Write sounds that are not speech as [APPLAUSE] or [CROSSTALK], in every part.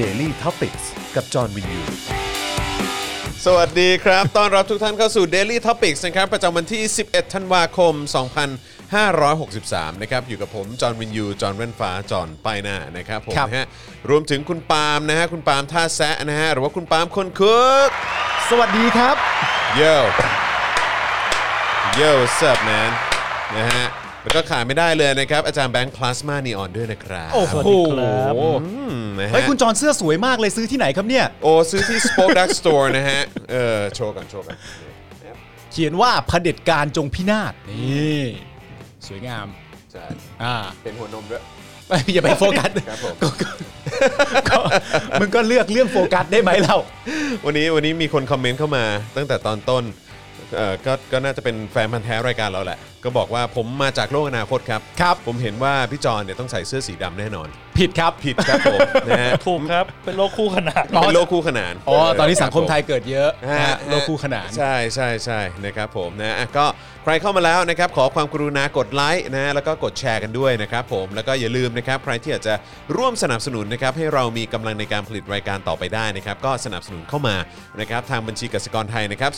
Daily t o p i c กกับจอห์นวินยู สวัสดีครับ ต้อนรับทุกท่านเข้าสู่ Daily Topics นะครับ ประจำวันที่ 11 ธันวาคม 2563 นะครับ อยู่กับผม จอห์นวินยู จอห์นเรนฟ้า จอห์นป้ายหน้า นะครับผม ครับ นะฮะ รวมถึงคุณปาล์มนะฮะ คุณปาล์มท่าแซะนะฮะ หรือว่าคุณปาล์มคนคุก สวัสดีครับ Yo Yo what's up man นะฮะ แล้วก็ขาดไม่ได้เลยนะครับ อาจารย์แบงค์พลาสมานีออนด้วยนะครับ โอ้โห อืมนะฮะ เฮ้ยคุณจอนเสื้อสวยมากเลยซื้อที่ไหนครับเนี่ย โอ้ซื้อที่ Spoke Dark Store นะฮะ เออ โชว์กันโชว์ [LAUGHS] กัน เขียนว่าเผด็จการจงพินาศนี่สวยงาม ใช่ อ่า เป็นหัวนมด้วย อย่าไปโฟกัส ครับผม ก็ก็มึงก็เลือกเรื่องโฟกัสได้ไหมเรา วันนี้วันนี้มีคนคอมเมนต์เข้ามาตั้งแต่ตอนต้นเอ่อก็ก็น่าจะเป็นแฟนพันธ์แท้รายการเราแหละ ก็บอกว่าผมมาจากโลกอนาคตครับ ครับ ผมเห็นว่าพี่จอนเนี่ยต้องใส่เสื้อสีดำแน่นอน ผิดครับ ผิดครับผม นะฮะ ถูกครับ เป็นโลกคู่ขนาด เป็นโลกคู่ขนาน อ๋อ เ ตอนนี้สังคมไทยเกิดเยอะ ฮะ นะโลกคู่ขนาน ใช่ใช่ใช่นะครับผมนะอ่ะก็ใครเข้ามาแล้วนะครับขอความกรุณากดไลค์นะแล้วก็กดแชร์กันด้วยนะครับผมแล้วก็อย่าลืมนะครับใครที่อยากจะร่วมสนับสนุนนะครับให้เรามีกำลังในการผลิตรายการต่อไปได้นะครับก็สนับสนุนเข้ามานะครับทางบัญชีกสิกรไทยนะครับ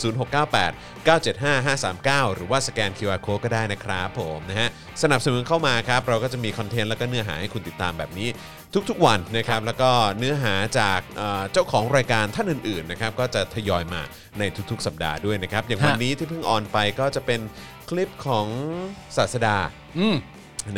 0698 975 539 หรือว่าสแกน QR Code ก็ได้นะครับผมนะฮะสนับสนุนเข้ามาครับเราก็จะมีคอนเทนต์แล้วก็เนื้อหาให้คุณติดตามแบบนี้ ทุกๆวันนะครับแล้วก็เนื้อหาจากเอ่อเจ้าของรายการท่านอื่นๆนะครับก็จะทยอยมาในทุกๆ สัปดาห์ด้วยนะครับ อย่าง ฮะ วันนี้ที่เพิ่งออนไปก็จะเป็นคลิปของศาสดา อืม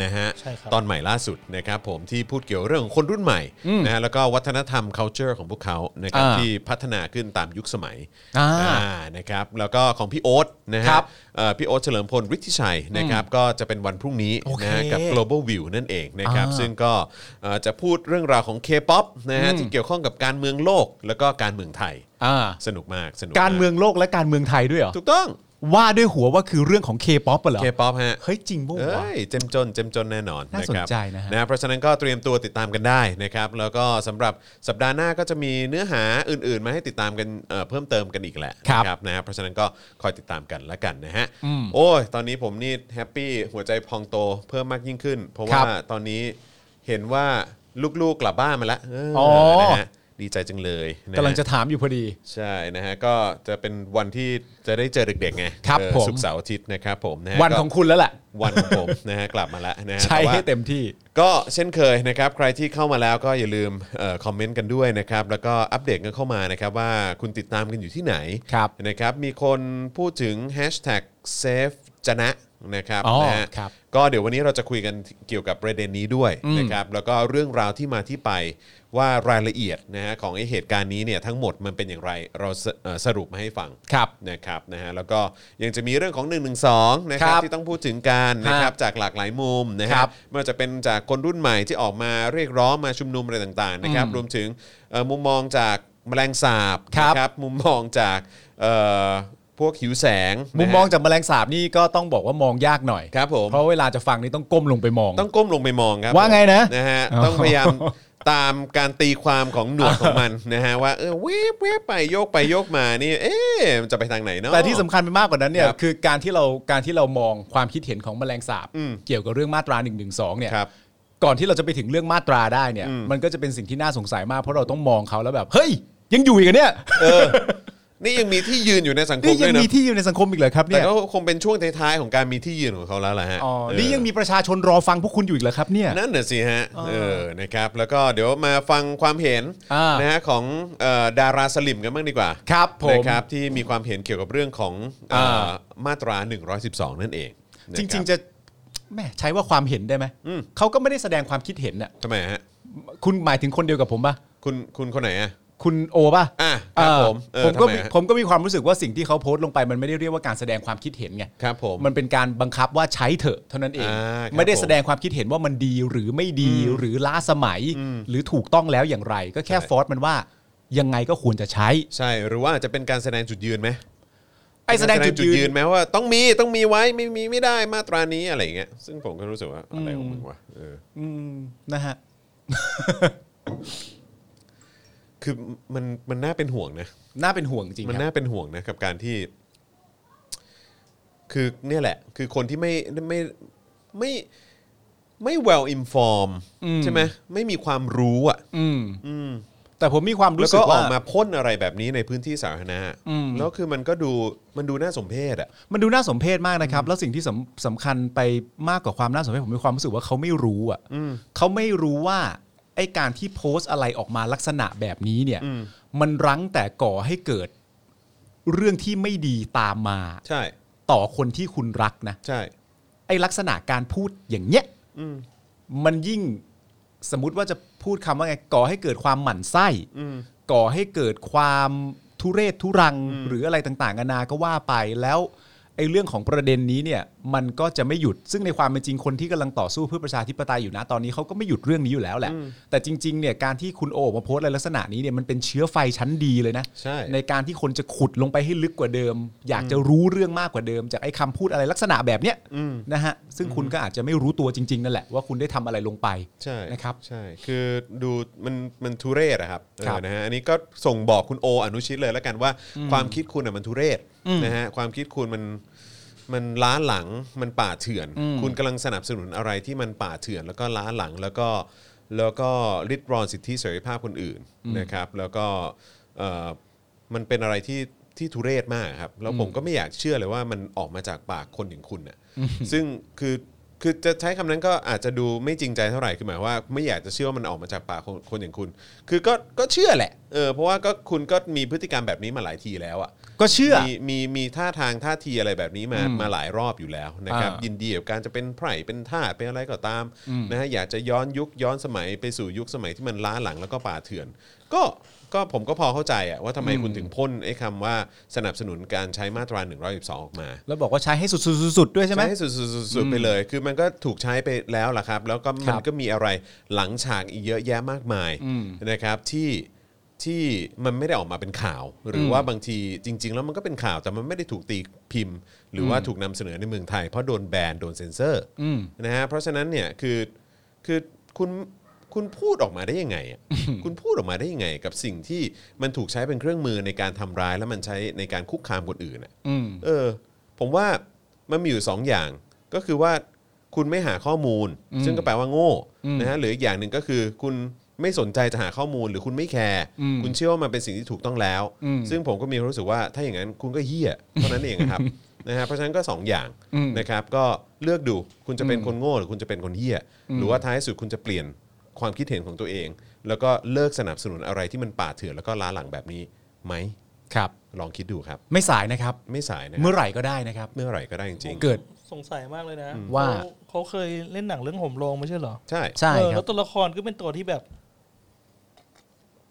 นะฮะ ใช่ครับ ตอนใหม่ล่าสุดนะครับผมที่พูดเกี่ยวเรื่องของคนรุ่นใหม่นะฮะแล้วก็วัฒนธรรม culture ของพวกเขานะครับ อ่า ที่พัฒนาขึ้นตามยุคสมัย อ่า อ่านะครับแล้วก็ของพี่โอ๊ตนะฮะ ครับ เอ่อพี่โอ๊ตเฉลิมพลฤทธิชัยนะครับก็จะเป็นวันพรุ่งนี้ โอเค นะฮะกับ global view นั่นเองนะครับ อ่า ซึ่ง ซึ่งก็เอ่อจะพูดเรื่องราวของ K-POP นะฮะที่เกี่ยวข้องกับการเมืองโลก แล้วก็การเมืองไทย อ่า สนุกมากสนุก การเมืองโลกและการเมืองไทยด้วยเหรอ ถูกต้อง ว่าด้วยหัวว่าคือเรื่องของเคป๊อปเหรอ K-POP ฮะ เฮ้ยจริงบ้างวะ เอ้ยเจ้มจนเจ้มจนแน่นอน น่าสน ครับ ใจนะฮะ นะเพราะฉะนั้นก็เตรียมตัวติดตามกันได้นะครับ แล้วก็สำหรับสัปดาห์หน้าก็จะมีเนื้อหาอื่นๆ มาให้ติดตามกันเอ่อเพิ่มเติมกันอีกแหละ ครับ นะนะฮะเพราะฉะนั้นก็คอยติดตามกันละกันนะฮะโอ้ยตอนนี้ผมนี่แฮปปี้หัวใจพองโตเพิ่มมากยิ่งขึ้น เพราะ ครั ว่า บ ตอนนี้เห็นว่าลูกๆกลับบ้านมาแล้วเอออ อ นะฮะดีใจจังเลยนฮ กำลังจะถามอยู่พอดี ใช่นะฮะก็จะเป็นวันที่จะได้เจอเด็กๆไง ครับ เออ ผม ศุกร์เสาร์อาทิตย์นะครับผมนะฮะ วันของคุณแล้วแหละ วันของผม นะฮะกลับมาแล้วนะฮะ ใช้ แต่ว่า ให้เต็มที่ ก็เช่นเคยนะครับ ใครที่เข้ามาแล้วก็อย่าลืมเออคอมเมนต์กันด้วยนะครับ แล้วก็อัปเดตกันเข้ามานะครับ ว่าคุณติดตามกันอยู่ที่ไหน ครับ นะครับ มีคนพูดถึง hashtag save จนะนะครับ อ๋อ นะฮะ ครับ ก็เดี๋ยววันนี้เราจะคุยกันเกี่ยวกับประเด็นนี้ด้วยนะครับแล้วก็เรื่องราวที่มาที่ไปว่ารายละเอียดนะฮะของไอเหตุการณ์นี้เนี่ยทั้งหมดมันเป็นอย่างไรเราสเอ่อสรุปมาให้ฟัง ครับ นะครับนะฮะแล้วก็ยังจะมีเรื่องของ 1 1 2นะครั ครับ บ ที่ต้องพูดถึงกันนะครับ ฮะ จากหลากหลายมุมนะค ค รั รั บบ ไม่ว่าจะเป็นจากคนรุ่นใหม่ที่ออกมาเรียกร้องมาชุมนุมอะไรต่างๆนะครับ อืม รวมถึงเอ่อมุมมองจากแมลงสาบ ครับ นะมุมมองจากเอ่อพวกหิวแสงนะฮะ มุมมองจากแมลงสาบนี่ก็ต้องบอกว่ามองยากหน่อย ครับผม เพราะเวลาจะฟังนี่ต้องก้มลงไปมอง ต้องก้มลงไปมองครับ ว่าไงนะ นะฮะ อ๋อ ต้องพยายามตามการตีความของหนวดของมัน [LAUGHS] นะฮะว่าเออเวบเวบไปโยกไปโยกมานี่ เอ๊ะมันจะไปทางไหนเนาะ แต่ที่สำคัญไปมากกว่านั้นเนี่ย ครับ คือการที่เราการที่เรามองความคิดเห็นของแมลงสาบ อืม เกี่ยวกับเรื่องมาตรา1นึเนี่ย ครับ ก่อนที่เราจะไปถึงเรื่องมาตราได้เนี่ย อืม มันก็จะเป็นสิ่งที่น่าสงสัยมากเพราะเราต้องมองเขาแล้วแบบ เฮ้ย ยังอยู่อีกเหรอเนี่ย เออ นี่ยังมีที่ยืนอยู่ในสังค นี่ ม ยั ด้ว ง ยนะ มีที่อยู่ในสังคมอีกเหรอครับ แต่ เนี่ย ก็คงเป็นช่วงท้ายๆของการมีที่ยืนของเขาแล้วล่ะฮะ อ๋อ เออ นี่ยังมีประชาชนรอฟังพวกคุณอยู่อีกเหรอครับเนี่ย นั่นน่ะสิฮะ เออ นะครับ แล้วก็เดี๋ยวมาฟังความเห็น อ่าน นะฮะของเอ่อดาราสลิมกันบ้างดีกว่า ครับผม นะครับที่มีความเห็นเกี่ยวกับเรื่องของเอ่ออา มาตรา 112 นั่นเอง จริง ๆ จะ จะแหม่ใช้ว่าความเห็นได้ไหม อืม เขาก็ไม่ได้แสดงความคิดเห็นน่ะ ทำไมฮะ คุณหมายถึงคนเดียวกับผมปะ คุณคุณคนไหนอ่ะ คุณโอปะ อ่ะครับ เออ ผมเออ ผมก็ ทำไม มี ฮะ ผมก็มีความรู้สึกว่าสิ่งที่เขาโพสต์ลงไปมันไม่ได้เรียกว่าการแสดงความคิดเห็นไง ครับผม มันเป็นการบังคับว่าใช้เถอะเท่านั้นเอง อ่าครับ ไม่ได้แสดงความคิดเห็นว่ามันดีหรือไม่ดีหรือล้าสมัย หรือถูกต้องแล้วอย่างไร ก็แค่ ใช่ ฟอร์สมันว่ายังไงก็ควรจะใช้ ใช่หรือว่าอาจจะเป็นการแสดงจุดยืนไหม ไอ้แสดงจุดยืน ไหมว่าต้องมีต้องมีไว้ไม่มีไม่ได้มาตรานี้อะไรอย่างเงี้ยซึ่งผมก็รู้สึกว่าอะไรของมึงวะเออ อืมนะฮะ คือมันมันน่าเป็นห่วงนะ น่าเป็นห่วงจริง มัน ครั น่า บ เป็นห่วงนะกับการที่ คือเนี่ยแหละ คือคนที่ไม่ไม่ไม่ไม่ well inform อืม ใช่ไหมไม่มีความรู้อ่ะ อืม อืม แต่ผมมีความ แล้ รู้ ว สึ ก็ ก อ ว่า อกมาพ่นอะไรแบบนี้ในพื้นที่สาธารณะ อืม แล้วคือมันก็ดูมันดูน่าสมเพชอ่ะ มันดูน่าสมเพชมากนะครับ แล้วสิ่งที่สำสำคัญไปมากกว่าความน่าสมเพชผมมีความรู้สึกว่าเขาไม่รู้อ่ะเขาไม่รู้ว่าไอ้การที่โพสต์อะไรออกมาลักษณะแบบนี้เนี่ย มันรั้งแต่ก่อให้เกิดเรื่องที่ไม่ดีตามมา ใช่ ต่อคนที่คุณรักนะ ใช่ ไอ้ลักษณะการพูดอย่างเนี้ยมันยิ่งสมมติว่าจะพูดคำว่าไงก่อให้เกิดความหมั่นไส้ก่อให้เกิดความทุเรศทุรังหรืออะไรต่างๆนานาก็ว่าไปแล้วไอ้เรื่องของประเด็นนี้เนี่ย มันก็จะไม่หยุดซึ่งในความเป็นจริงคนที่กำลังต่อสู้เพื่อประชาธิปไตยอยู่นะตอนนี้เขาก็ไม่หยุดเรื่องนี้อยู่แล้วแหละ แต่จริง ๆ เนี่ยการที่คุณโอออกมาโพสต์อะไรลักษณะนี้เนี่ยมันเป็นเชื้อไฟชั้นดีเลยนะ ใช่ การที่คนจะขุดลงไปให้ลึกกว่าเดิม อยากจะรู้เรื่องมากกว่าเดิม จากไอ้คำพูดอะไรลักษณะแบบเนี้ย อืม นะฮะซึ่งคุณก็อาจจะไม่รู้ตัวจริง ๆ นั่นแหละ ว่าคุณได้ทำอะไรลงไป ใช่ นะครับ ใช่ คือดูมันมันทุเรศอะครับเอ ครับ อนะฮะอันนี้ก็ส่งบอกคุณโออนุชิตเลยแล้วกันว่า ความคิดคุณอะมันทุเรศนะฮะความคิดคุณมันมันล้าหลังมันป่าเถื่อน คุณกำลังสนับสนุนอะไรที่มันป่าเถื่อน แล้วก็ล้าหลังแล้วก็แล้วก็ริดรอนสิทธิเสรีภาพคนอื่นนะครับ แล้วก็เอ่อมันเป็นอะไรที่ที่ทุเรศมากครับแล้วผมก็ไม่อยากเชื่อเลยว่ามันออกมาจากปากคนอย่างคุณน่ะซึ่งคือ คือจะใช้คำนั้นก็อาจจะดูไม่จริงใจเท่าไหร่คือหมายว่าไม่อยากจะเชื่อว่ามันออกมาจากปากคนคนอย่างคุณ คือก็ก็เชื่อแหละเออเพราะว่าก็คุณก็มีพฤติกรรมแบบนี้มาหลายทีแล้วอ่ะ ก็เชื่อ มีมีมีท่าทางท่าทีอะไรแบบนี้มามาหลายรอบอยู่แล้วนะครับ อ่ายิ ยินดีกับการจะเป็นไพร่เป็นท่าสเป็นอะไรก็ตามนะฮะอยากจะย้อนยุคย้อนสมัยไปสู่ยุคสมัยที่มันล้าหลังแล้วก็ป่าเถื่อน ก็ก็ผมก็พอเข้าใจอะว่าทำไมคุณถึงพ่นไอ้คำว่าสนับสนุนการใช้มาตรา112ออกมา แล้วบอกว่าใช้ให้สุดๆๆๆด้วยใช่ไหม ห้สุดๆๆๆไปเลย คือมันก็ถูกใช้ไปแล้วล่ะครับ แล้วก็ ค มั รั น บ ก็มีอะไรหลังฉากอีกเยอะแยะมากมายนะครับที่ที่มันไม่ได้ออกมาเป็นข่าว หรือว่าบางทีจริง ๆ แล้วมันก็เป็นข่าวแต่มันไม่ได้ถูกตีพิมพ์ หรือว่าถูกนำเสนอในเมืองไทย เพราะโดนแบนโดนเซ็นเซอร์ อืม นะฮะเพราะฉะนั้นเนี่ยคือคือคุณคุณพูดออกมาได้ยังไงอะคุณพูดออกมาได้ยังไง กับสิ่งที่มันถูกใช้เป็นเครื่องมือในการทำร้าย และมันใช้ในการคุกคามคนอื่นอะ อืม เออผมว่ามันมีอยู่ 2 อย่างก็คือว่าคุณไม่หาข้อมูล ซึ่งก็แปลว่าโง่นะฮะหรืออีกอย่างหนึ่งก็คือคุณไม่สนใจจะหาข้อมูลหรือคุณไม่แคร์ อืม คุณเชื่อว่ามันเป็นสิ่งที่ถูกต้องแล้ว อืม ซึ่งผมก็มีความรู้สึกว่าถ้าอย่างนั้นคุณก็เฮี้ยเท่านั้นเอง [LAUGHS] ครับ นะฮะเพราะฉะนั้นก็ 2 อย่าง อืม นะครับก็เลือกดูคุณจะเป็น อืม คนโง่หรือคุณจะเป็นคนเฮี้ยหรือว่าท้ายสุดคุณจะเปลี่ยนความคิดเห็นของตัวเอง แล้วก็เลิกสนับสนุนอะไรที่มันป่าเถื่อนแล้วก็ล้าหลังแบบนี้ไหม ครับ ลองคิดดูครับ ไม่สายนะครับ ไม่สายนะครับ เมื่อไหร่ก็ได้นะครับ เมื่อไหร่ก็ได้จริงๆ เกิด สงสัยมากเลยนะ ว่า เขเขาเคยเล่นหนังเรื่องห่มโรงไม่ใช่เหรอ ใช่ ใช่ เออ ค แล้ รั ว บ ตัวละครก็เป็นตัวที่แบบ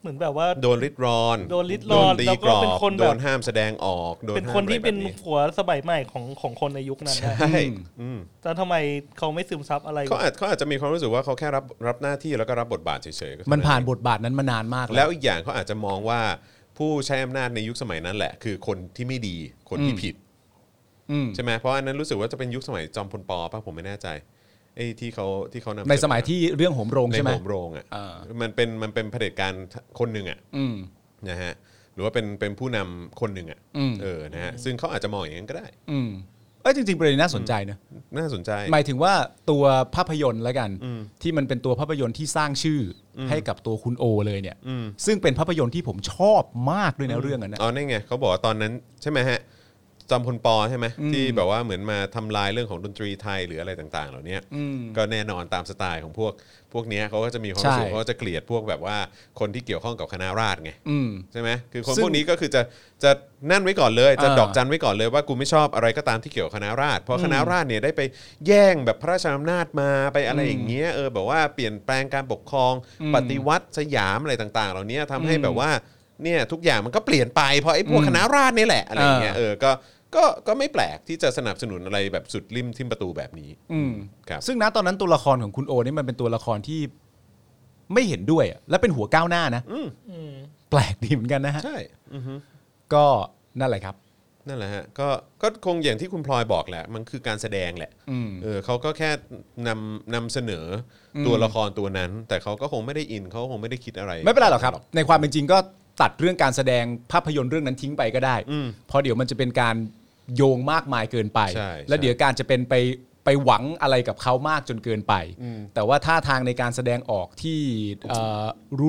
เหมือนแบบว่า โดนริดรอน โดนริดรอน โตี แล้วก็ รอบ เป็นคนแบบ โดนห้ามแสดงออกโดน เป็น ห้าม คนที่ อะไร เป็น แบบ หัวสมัยใหม่ของของคนในยุคนั้นนะ ใช่อืม แล้วทำไมเขาไม่ซึมซับอะไร เขาอาจเขาอาจจะมีความรู้สึกว่าเขาแค่รับรับหน้าที่แล้วก็รับบทบาทเฉยๆก็เท่ มันผ่าน เอง บทบาทนั้นมานานมาก แล้ แล้ว ว อีกอย่างเขาอาจจะมองว่าผู้ใช้อำนาจในยุคสมัยนั้นแหละ คือคนที่ไม่ดีคนที่ อืม ผิด อืม ใช่ไหมเพราะอันนั้นรู้สึกว่าจะเป็นยุคสมัยจอมพลปป่ะผมไม่แน่ใจไอ้ที่เขาที่เขานำ ในสมัยที่เรื่องโหมโรง ใน ใช่ไหม โหมโรงอ่ะ อ่า มันเป็นมันเป็นเผด็จการคนหนึ่งอ่ะ อืม นะฮะหรือว่าเป็นเป็นผู้นำคนหนึ่งอ่ะ อืม เออนะฮะซึ่งเขาอาจจะมองอย่างนั้นก็ได้ อืมเอ้ยจริง ๆ ประเด็นน่าสนใจนะ น่าสนใจ หมายถึงว่าตัวภาพยนตร์แล้วกัน อืม ที่มันเป็นตัวภาพยนตร์ที่สร้างชื่ออให้กับตัวคุณโอ เลยเนี่ย อืม ซึ่งเป็นภาพยนตร์ที่ผมชอบมากด้วยนะเรื่องนั้นนะ อ๋อนี่นไงเขาบอกว่าตอนนั้นใช่ไหมฮะจอมพลปอใช่ไหม อืม ที่แบบว่าเหมือนมาทำลายเรื่องของดนตรีไทยหรืออะไรต่าง ๆ เหล่านี้ อืม ก็แน่นอนตามสไตล์ของพวกพวกเนี้ยเขาก็จะมีความ ใช่ รู้สึกเขาจะเกลียดพวกแบบว่าคนที่เกี่ยวข้องกับคณะราษฎรไง อืม ใช่ไหมคือคน ซึ่ง พวกนี้ก็คือจะจะนั่นไว้ก่อนเลยจะ อ่า ดอกจันไว้ก่อนเลยว่ากูไม่ชอบอะไรก็ตามที่เกี่ยวกับคณะราษฎรเพราะคณะราษฎรเนี่ยได้ไปแย่งแบบพระราชอำนาจมาไปอะไรอย่างเงี้ยเออแบบว่าเปลี่ยนแปลงการปกครองปฏิวัติสยามอะไรต่าง ๆ เหล่านี้ทำให้แบบว่าเนี่ยทุกอย่างมันก็เปลี่ยนไปเพราะไอ้พวกคณะราษฎรนี่แหละอะไรอย่างเงี้ย อ่า เออก็ก็ก็ไม่แปลกที่จะสนับสนุนอะไรแบบสุดริมทิมประตูแบบนี้ อืม ครับ ซึ่งณตอนนั้นตัวละครของคุณโอนี่มันเป็นตัวละครที่ไม่เห็นด้วยอะและเป็นหัวก้าวหน้านะ อืม แปลกดีเหมือนกันนะฮะ ใช่อือฮึ ก็นั่นแหละครับ นั่นแหละฮะก็ก็คงอย่างที่คุณพลอยบอกแหละ มันคือการแสดงแหละ อืม เออเขาก็แค่นำนำเสนออตัวละครตัวนั้น แต่เขาก็คงไม่ได้อินเขาคงไม่ได้คิดอะไร ไม่เป็นไรหรอกครับ ในความเป็นจริงก็ตัดเรื่องการแสดงภาพยนตร์เรื่องนั้นทิ้งไปก็ได้ อืม เพราะเดี๋ยวมันจะเป็นการโยงมากมายเกินไป ใช่ และ ใช่ เดี๋ยวการจะเป็นไป ไปหวังอะไรกับเขามากจนเกินไป แต่ว่าท่าทางในการแสดงออกที่เอ่อ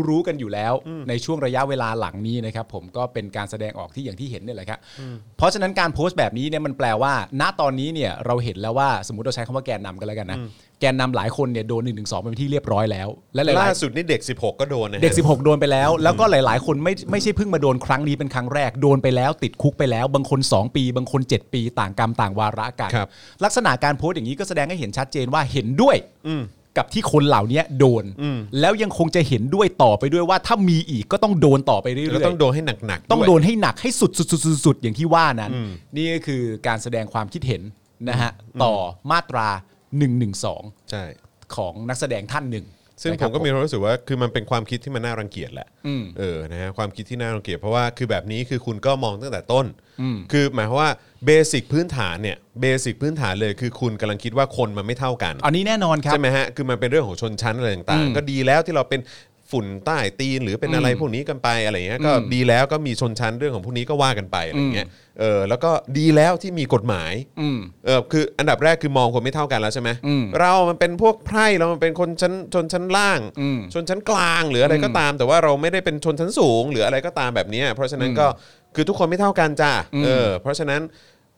รู้ๆกันอยู่แล้ว ในช่วงระยะเวลาหลังนี้นะครับ ผมก็เป็นการแสดงออกที่อย่างที่เห็นเนี่ยแหละครับเพราะฉะนั้นการโพสต์แบบนี้เนี่ยมันแปลว่า ณตอนนี้เนี่ยเราเห็นแล้วว่าสมมติเราใช้คำว่าแกนนำกันแล้วกันนะแกนนำหลายคนเนี่ยโดน1นึเป็นที่เรียบร้อยแล้วและหลายๆ ล่าสุดนี่เด็ก 16 ก็โดนนะฮะ เด็ก 16 โดนไปแล้ว แล้วก็หลาย ๆ คนไม่ไม่ใช่เพิ่งมาโดนครั้งนี้เป็นครั้งแรก โดนไปแล้ว ติดคุกไปแล้ว บางคน 2 ปี บางคน 7 ปี ต่างกรรมต่างวาระกัน ลักษณะการโพสต์อย่างนี้ก็แสดงให้เห็นชัดเจนว่าเห็นด้วยกับที่คนเหล่านี้โดน แล้วยังคงจะเห็นด้วยต่อไปด้วยว่าถ้ามีอีกก็ต้องโดนต่อไปเรื่อยๆ แล้วต้องโดนให้หนักๆ ต้อง วย โดนให้หนักให้สุดสุดสุดสุดสุดอย่างที่ว่านั้น นี่ก็คือการแสดงความคิดเห็นนะฮะต่อมาตรา1นึ ใช่ ของนักแสดงท่านหนึ่ง ซึ่ง นะค ผ รับ มก็มีความรู้สึกว่าคือมันเป็นความคิดที่มันน่ารังเกียจแหละ อืม เออนะฮะความคิดที่น่ารังเกียจเพราะว่าคือแบบนี้คือคุณก็มองตั้งแต่ต้น อืม คือหมายความว่าเบสิกพื้นฐานเนี่ยเบสิกพื้นฐานเลยคือคุณกำลังคิดว่าคนมันไม่เท่ากัน อันนี้แน่นอนครับ ใช่ไหมฮะ คือมันเป็นเรื่องของชนชั้นอะไรต่าง อืม ๆ ก็ดีแล้วที่เราเป็นฝุ่นใต้ตีนหรือเป็นอะไร อืม พวกนี้กันไปอะไรเงี้ย ก็ อืม ดีแล้วก็มีชนชั้นเรื่องของพวกนี้ก็ว่ากันไปอะไรเงี้ย เออ แล้วก็ดีแล้วที่มีกฎหมาย อืม เออ คืออันดับแรกคือมองคนไม่เท่ากันแล้วใช่ไหม อืม เรา มันเป็นพวกไพร่ เรา มันเป็นคนชั้นชนชั้นล่าง อืม ชนชั้นกลางหรืออะไรก็ตาม แต่ว่าเราไม่ได้เป็นชนชั้นสูง หรืออะไรก็ตามแบบเนี้ยเพราะฉะนั้นก็ คือทุกคนไม่เท่ากันจ้า อืม เออ เพราะฉะนั้น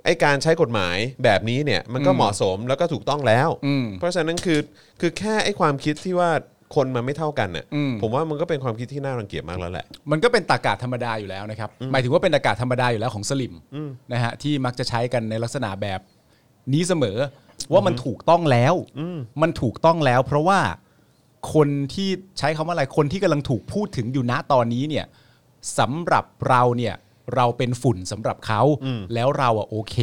ไอ้การใช้กฎหมายแบบนี้เนี่ยมันก็ อืม เหมาะสมแล้วก็ถูกต้องแล้ว อืม เพราะฉะนั้นคือคือแค่ไอ้ความคิดที่ว่าคนมันไม่เท่ากันน่ะ อืม ผมว่ามันก็เป็นความคิดที่น่ารังเกียจมากแล้วแหละ มันก็เป็นตากาศธรรมดาอยู่แล้วนะครับ หมายถึงว่าเป็นตากาศธรรมดาอยู่แล้วของสลิมนะฮะที่มักจะใช้กันในลักษณะแบบนี้เสมอ ว่ามันถูกต้องแล้ว มันถูกต้องแล้ว เพราะว่าคนที่ใช้คำว่าอะไรคนที่กำลังถูกพูดถึงอยู่ณตอนนี้เนี่ยสำหรับเราเนี่ยเราเป็นฝุ่นสำหรับเขาแล้วเราอะโอเค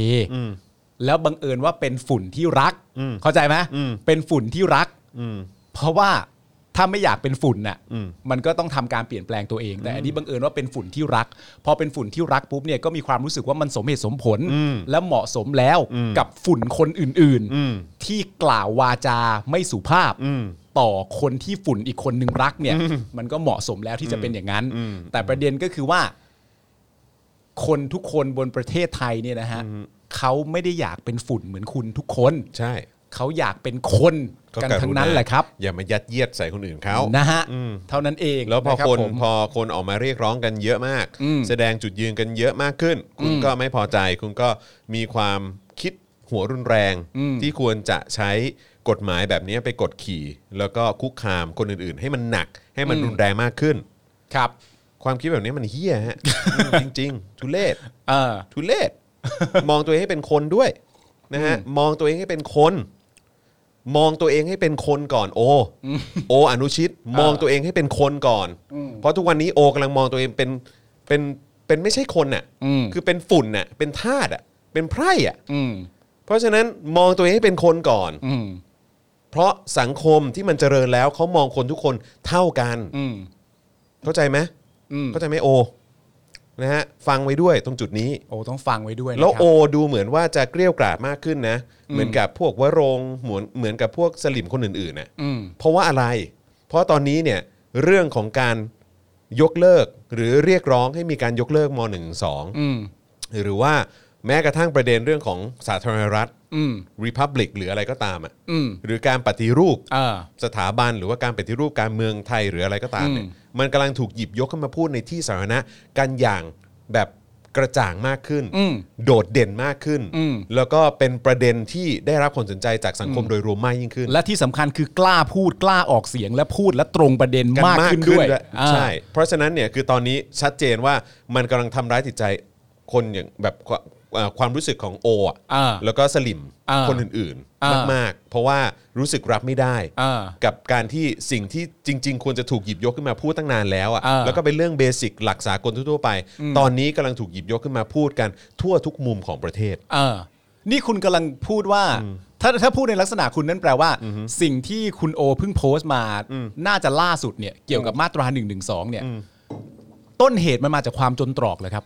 แล้วบังเอิญว่าเป็นฝุ่นที่รัก เข้าใจไหม อืม เป็นฝุ่นที่รัก อืม เพราะว่าถ้าไม่อยากเป็นฝุ่นน่ะ อืม มันก็ต้องทำการเปลี่ยนแปลงตัวเอง แต่อันนี้บังเอิญว่าเป็นฝุ่นที่รัก พอเป็นฝุ่นที่รักปุ๊บเนี่ยก็มีความรู้สึกว่ามันสมเหตุสมผล และเหมาะสมแล้วกับฝุ่นคนอื่นๆ ที่กล่าววาจาไม่สุภาพ ต่อคนที่ฝุ่นอีกคนนึงรักเนี่ย มันก็เหมาะสมแล้วที่จะเป็นอย่างนั้น แต่ประเด็นก็คือว่า คนทุกคนบนประเทศไทยเนี่ยนะฮะเขาไม่ได้อยากเป็นฝุ่นเหมือนคุณทุกคน ใช่ เขาอยากเป็นคนกันทั้งนั้นแหละครับ อย่ามายัดเยียดใส่คนอื่นเขา นะฮะ อืม เท่านั้นเอง แล้วพอ รับ คน ผม พอคนออกมาเรียกร้องกันเยอะมาก อืม แสดงจุดยืนกันเยอะมากขึ้น คุณ อืม ก็ไม่พอใจ คุณก็มีความคิดหัวรุนแรง อืม ที่ควรจะใช้กฎหมายแบบนี้ไปกดขี่ แล้วก็คุกคามคนอื่นๆ ให้มันหนัก ให้มัน อืม รุนแรงมากขึ้น ครับ ความคิดแบบนี้มันเฮี้ย [LAUGHS] ฮะ อืมจริง ๆ ทุเลศ เออ ทุเลศ [LAUGHS] มองตัวเองให้เป็นคนด้วยนะฮะมองตัวเองให้เป็นคน มองตัวเองให้เป็นคนก่อน โอ โอ อนุชิต มองตัวเองให้เป็นคนก่อน อืม เพราะทุกวันนี้โอกำลังมองตัวเองเป็นเป็นเป็นไม่ใช่คนน่ะ อืม คือเป็นฝุ่นน่ะ เป็นทาสอ่ะ เป็นไพร่อ่ะ อืม เพราะฉะนั้นมองตัวเองให้เป็นคนก่อน อืม เพราะสังคมที่มันเจริญแล้วเขามองคนทุกคนเท่ากัน อืม เข้าใจไหม อืม เข้าใจไหมโอนะฮะฟังไว้ด้วยตรงจุดนี้ โอ้ต้องฟังไว้ด้วยนะ แล้ว ครั โอบ ดูเหมือนว่าจะเกลี้ยวกล่อมมากขึ้นนะ เหมือนกับพวกวโรงเหมือนเหมือนกับพวกสลิมคนอื่นๆนะ อืม เพราะว่าอะไร เพราะตอนนี้เนี่ยเรื่องของการยกเลิกหรือเรียกร้องให้มีการยกเลิกม .1 อืม 2หรือว่าแม้กระทั่งประเด็นเรื่องของสาธารณรัฐ อืม Republic หรืออะไรก็ตามอ่ะ อืม หรือการปฏิรูป เออ สถาบันหรือว่าการปฏิรูปการเมืองไทยหรืออะไรก็ตามเนี่ย อืม มันกำลังถูกหยิบยกขึ้นมาพูดในที่สาธารณะกันอย่างแบบกระจ่างมากขึ้น อืม โดดเด่นมากขึ้น อืม แล้วก็เป็นประเด็นที่ได้รับความสนใจจากสังคมโดยรวมมากยิ่งขึ้น และที่สำคัญคือกล้าพูดกล้าออกเสียงและพูดและตรงประเด็นมากขึ้นด้วย ด้ อ่า ใช่ เพราะฉะนั้นเนี่ยคือตอนนี้ชัดเจนว่ามันกำลังทำร้ายจิตใจคนอย่างแบบควเอ่อความรู้สึกของโออะ อ่า แล้วก็สลิม อ่า คนอื่น อ่า ๆ ม มากๆ เพราะว่ารู้สึกรับไม่ได้ อ่า กับการที่สิ่งที่จริง ๆ ควรจะถูกหยิบยกขึ้นมาพูดตั้งนานแล้ว อ่า อะ่ะแล้วก็เป็นเรื่องเบสิกหลักสากลทั่วๆไป อืม ตอนนี้กำลังถูกหยิบยกขึ้นมาพูดกันทั่วทุกมุมของประเทศ เออนี่คุณกำลังพูดว่า ถ้าถ้าพูดในลักษณะคุณนั่นแปลว่า สิ่งที่คุณโอเพิ่งโพสต์มา น่าจะล่าสุดเนี่ย เกี่ยวกับมาตรา1นึเนี่ย ต้นเหตุมันมาจากความจนตรอกเหรอครับ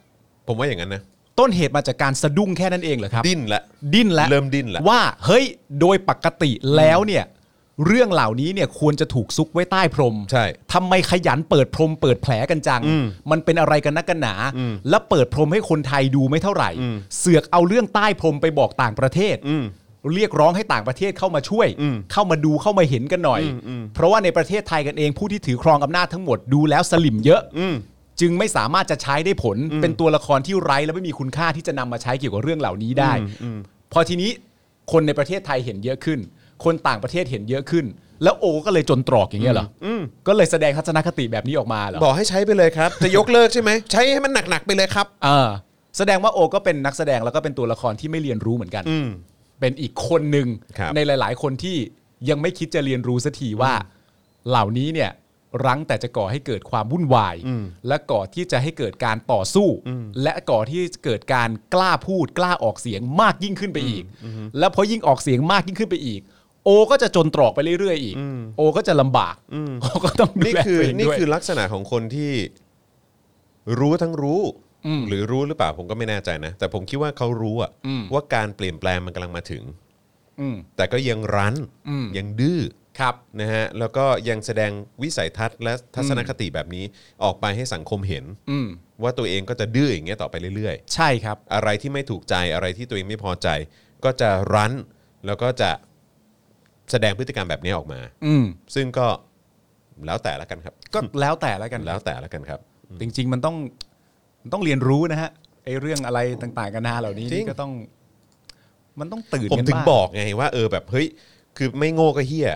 ผมว่าอย่างนั้นนะ ต้นเหตุมาจากการสะดุ้งแค่นั้นเองเหรอครับ ดิ้นละ ดิ้นแล้ว เริ่มดิ้นแล้ว ว่าเฮ้ยโดยปกติแล้วเนี่ย เรื่องเหล่านี้เนี่ยควรจะถูกซุกไว้ใต้พรม ใช่ ทำไมขยันเปิดพรมเปิดแผลกันจัง มันเป็นอะไรกันนักกันหนา และเปิดพรมให้คนไทยดูไม่เท่าไหร่ เสือกเอาเรื่องใต้พรมไปบอกต่างประเทศ เรียกร้องให้ต่างประเทศเข้ามาช่วย อืม เข้ามาดูเข้ามาเห็นกันหน่อย อืมอืม เพราะว่าในประเทศไทยกันเองผู้ที่ถือครองอำนาจทั้งหมดดูแล้วสลิมเยอะ อืม จึงไม่สามารถจะใช้ได้ผล เป็นตัวละครที่ไร้และไม่มีคุณค่าที่จะนำมาใช้เกี่ยวกับเรื่องเหล่านี้ได้ อืม พอทีนี้คนในประเทศไทยเห็นเยอะขึ้น คนต่างประเทศเห็นเยอะขึ้น แล้วโอก็เลยจนตรอกอย่างเงี้ยเหรออก็เลยแสดงทัศนคติแบบนี้ออกมาเหรอ บอกให้ใช้ไปเลยครับ จะยกเลิกใช่ไหม ใช้ให้มันหนักๆไปเลยครับ เออแสดงว่าโอก็เป็นนักแสดงแล้วก็เป็นตัวละครที่ไม่เรียนรู้เหมือนกัน อืม เป็นอีกคนหนึ่ง ครับ ในหลาย ๆ คนที่ยังไม่คิดจะเรียนรู้สักทีว่า เหล่านี้เนี่ยรั้งแต่จะก่อให้เกิดความวุ่นวาย และก่อที่จะให้เกิดการต่อสู้ และก่อที่จะเกิดการกล้าพูด กล้าออกเสียงมากยิ่งขึ้นไปอีก และพอยิ่งออกเสียงมากยิ่งขึ้นไปอีก โอก็จะจนตรอกไปเรื่อย ๆ อีก โอก็จะลำบากโอก็ต้อง [LAUGHS] ดู นี่ แล คือ ตัวเอง นี่ ด้วย คือลักษณะของคนที่รู้ทั้งรู้ อืม หรือรู้หรือเปล่าผมก็ไม่แน่ใจนะ แต่ผมคิดว่าเขารู้อะ อืม ว่าการเปลี่ยนแปลงมันกำลังมาถึง ม แต่ก็ยังรั้น อืม ยังดื้อ ครับ นะฮะแล้วก็ยังแสดงวิสัยทัศน์และทัศนคติแบบนี้ออกไปให้สังคมเห็น อืม ว่าตัวเองก็จะดื้ออย่างเงี้ยต่อไปเรื่อย ใช่ครับ ๆ อะไรที่ไม่ถูกใจอะไรที่ตัวเองไม่พอใจ ก็จะรั้นแล้วก็จะแสดงพฤติกรรมแบบนี้ออกมา อืม ซึ่งก็แล้วแต่ละกันครับ ก็แล้วแต่แล้วกัน แล้วแต่ละกันครับ จริง ๆ มันต้องมันต้องเรียนรู้นะฮะไอ้เรื่องอะไรต่างๆกันนาเหล่านี้ จริง นี่ก็ต้อง มันต้องตื่น ผม กัน ถึง บ้าง บอกไงว่าเออแบบเฮ้ยคือไม่โง่ก็เฮี้ย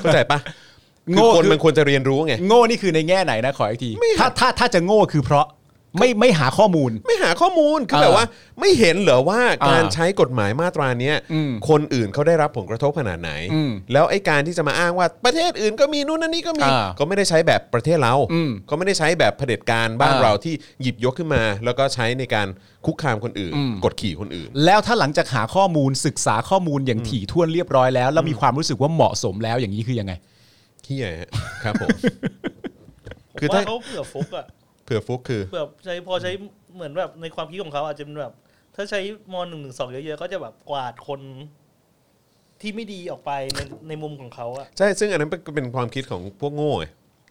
เข้าใจปะคือ โง่ คน คือ มันควรจะเรียนรู้ไง โง่นี่คือในแง่ไหนนะขออีกทีถ้าถ้าถ้าจะโง่คือเพราะไม่ไม่หาข้อมูล ไม่หาข้อมูลคือ เออ แบบว่า ไม่เห็นเหรอว่า อ่า การใช้กฎหมายมาตราเนี้ย อืม คนอื่นเขาได้รับผลกระทบขนาดไหน อืม แล้วไอ้การที่จะมาอ้างว่าประเทศอื่นก็มีนู่นนั่นนี่ก็มี อ่า เขาไม่ได้ใช้แบบประเทศเรา อืม เขาไม่ได้ใช้แบบเผด็จการบ้าน อ่า เราที่หยิบยกขึ้นมา แล้วก็ใช้ในการคุกคามคนอื่น อืม กดขี่คนอื่น แล้วถ้าหลังจากหาข้อมูลศึกษาข้อมูลอย่างถี่ถ้วนเรียบร้อยแล้ว แล้วมีความรู้สึกว่าเหมาะสมแล้วอย่างนี้คือยังไง เฮี้ยฮะครับผม [LAUGHS] ผม คือถ้า ว่าเขาเผื่อฟุกอะ เผื่อฟุกคือ แบบใช้พอใช้เหมือนแบบในความคิดของเขาอาจจะเป็นแบบ ถ้าใช้มหนึ่งหนึ่งสองเยอะๆก็จะแบบกวาดคนที่ไม่ดีออกไปในในมุมของเขาอะ ใช่ซึ่งอันนั้นเป็นเป็นความคิดของพวกโง่ไง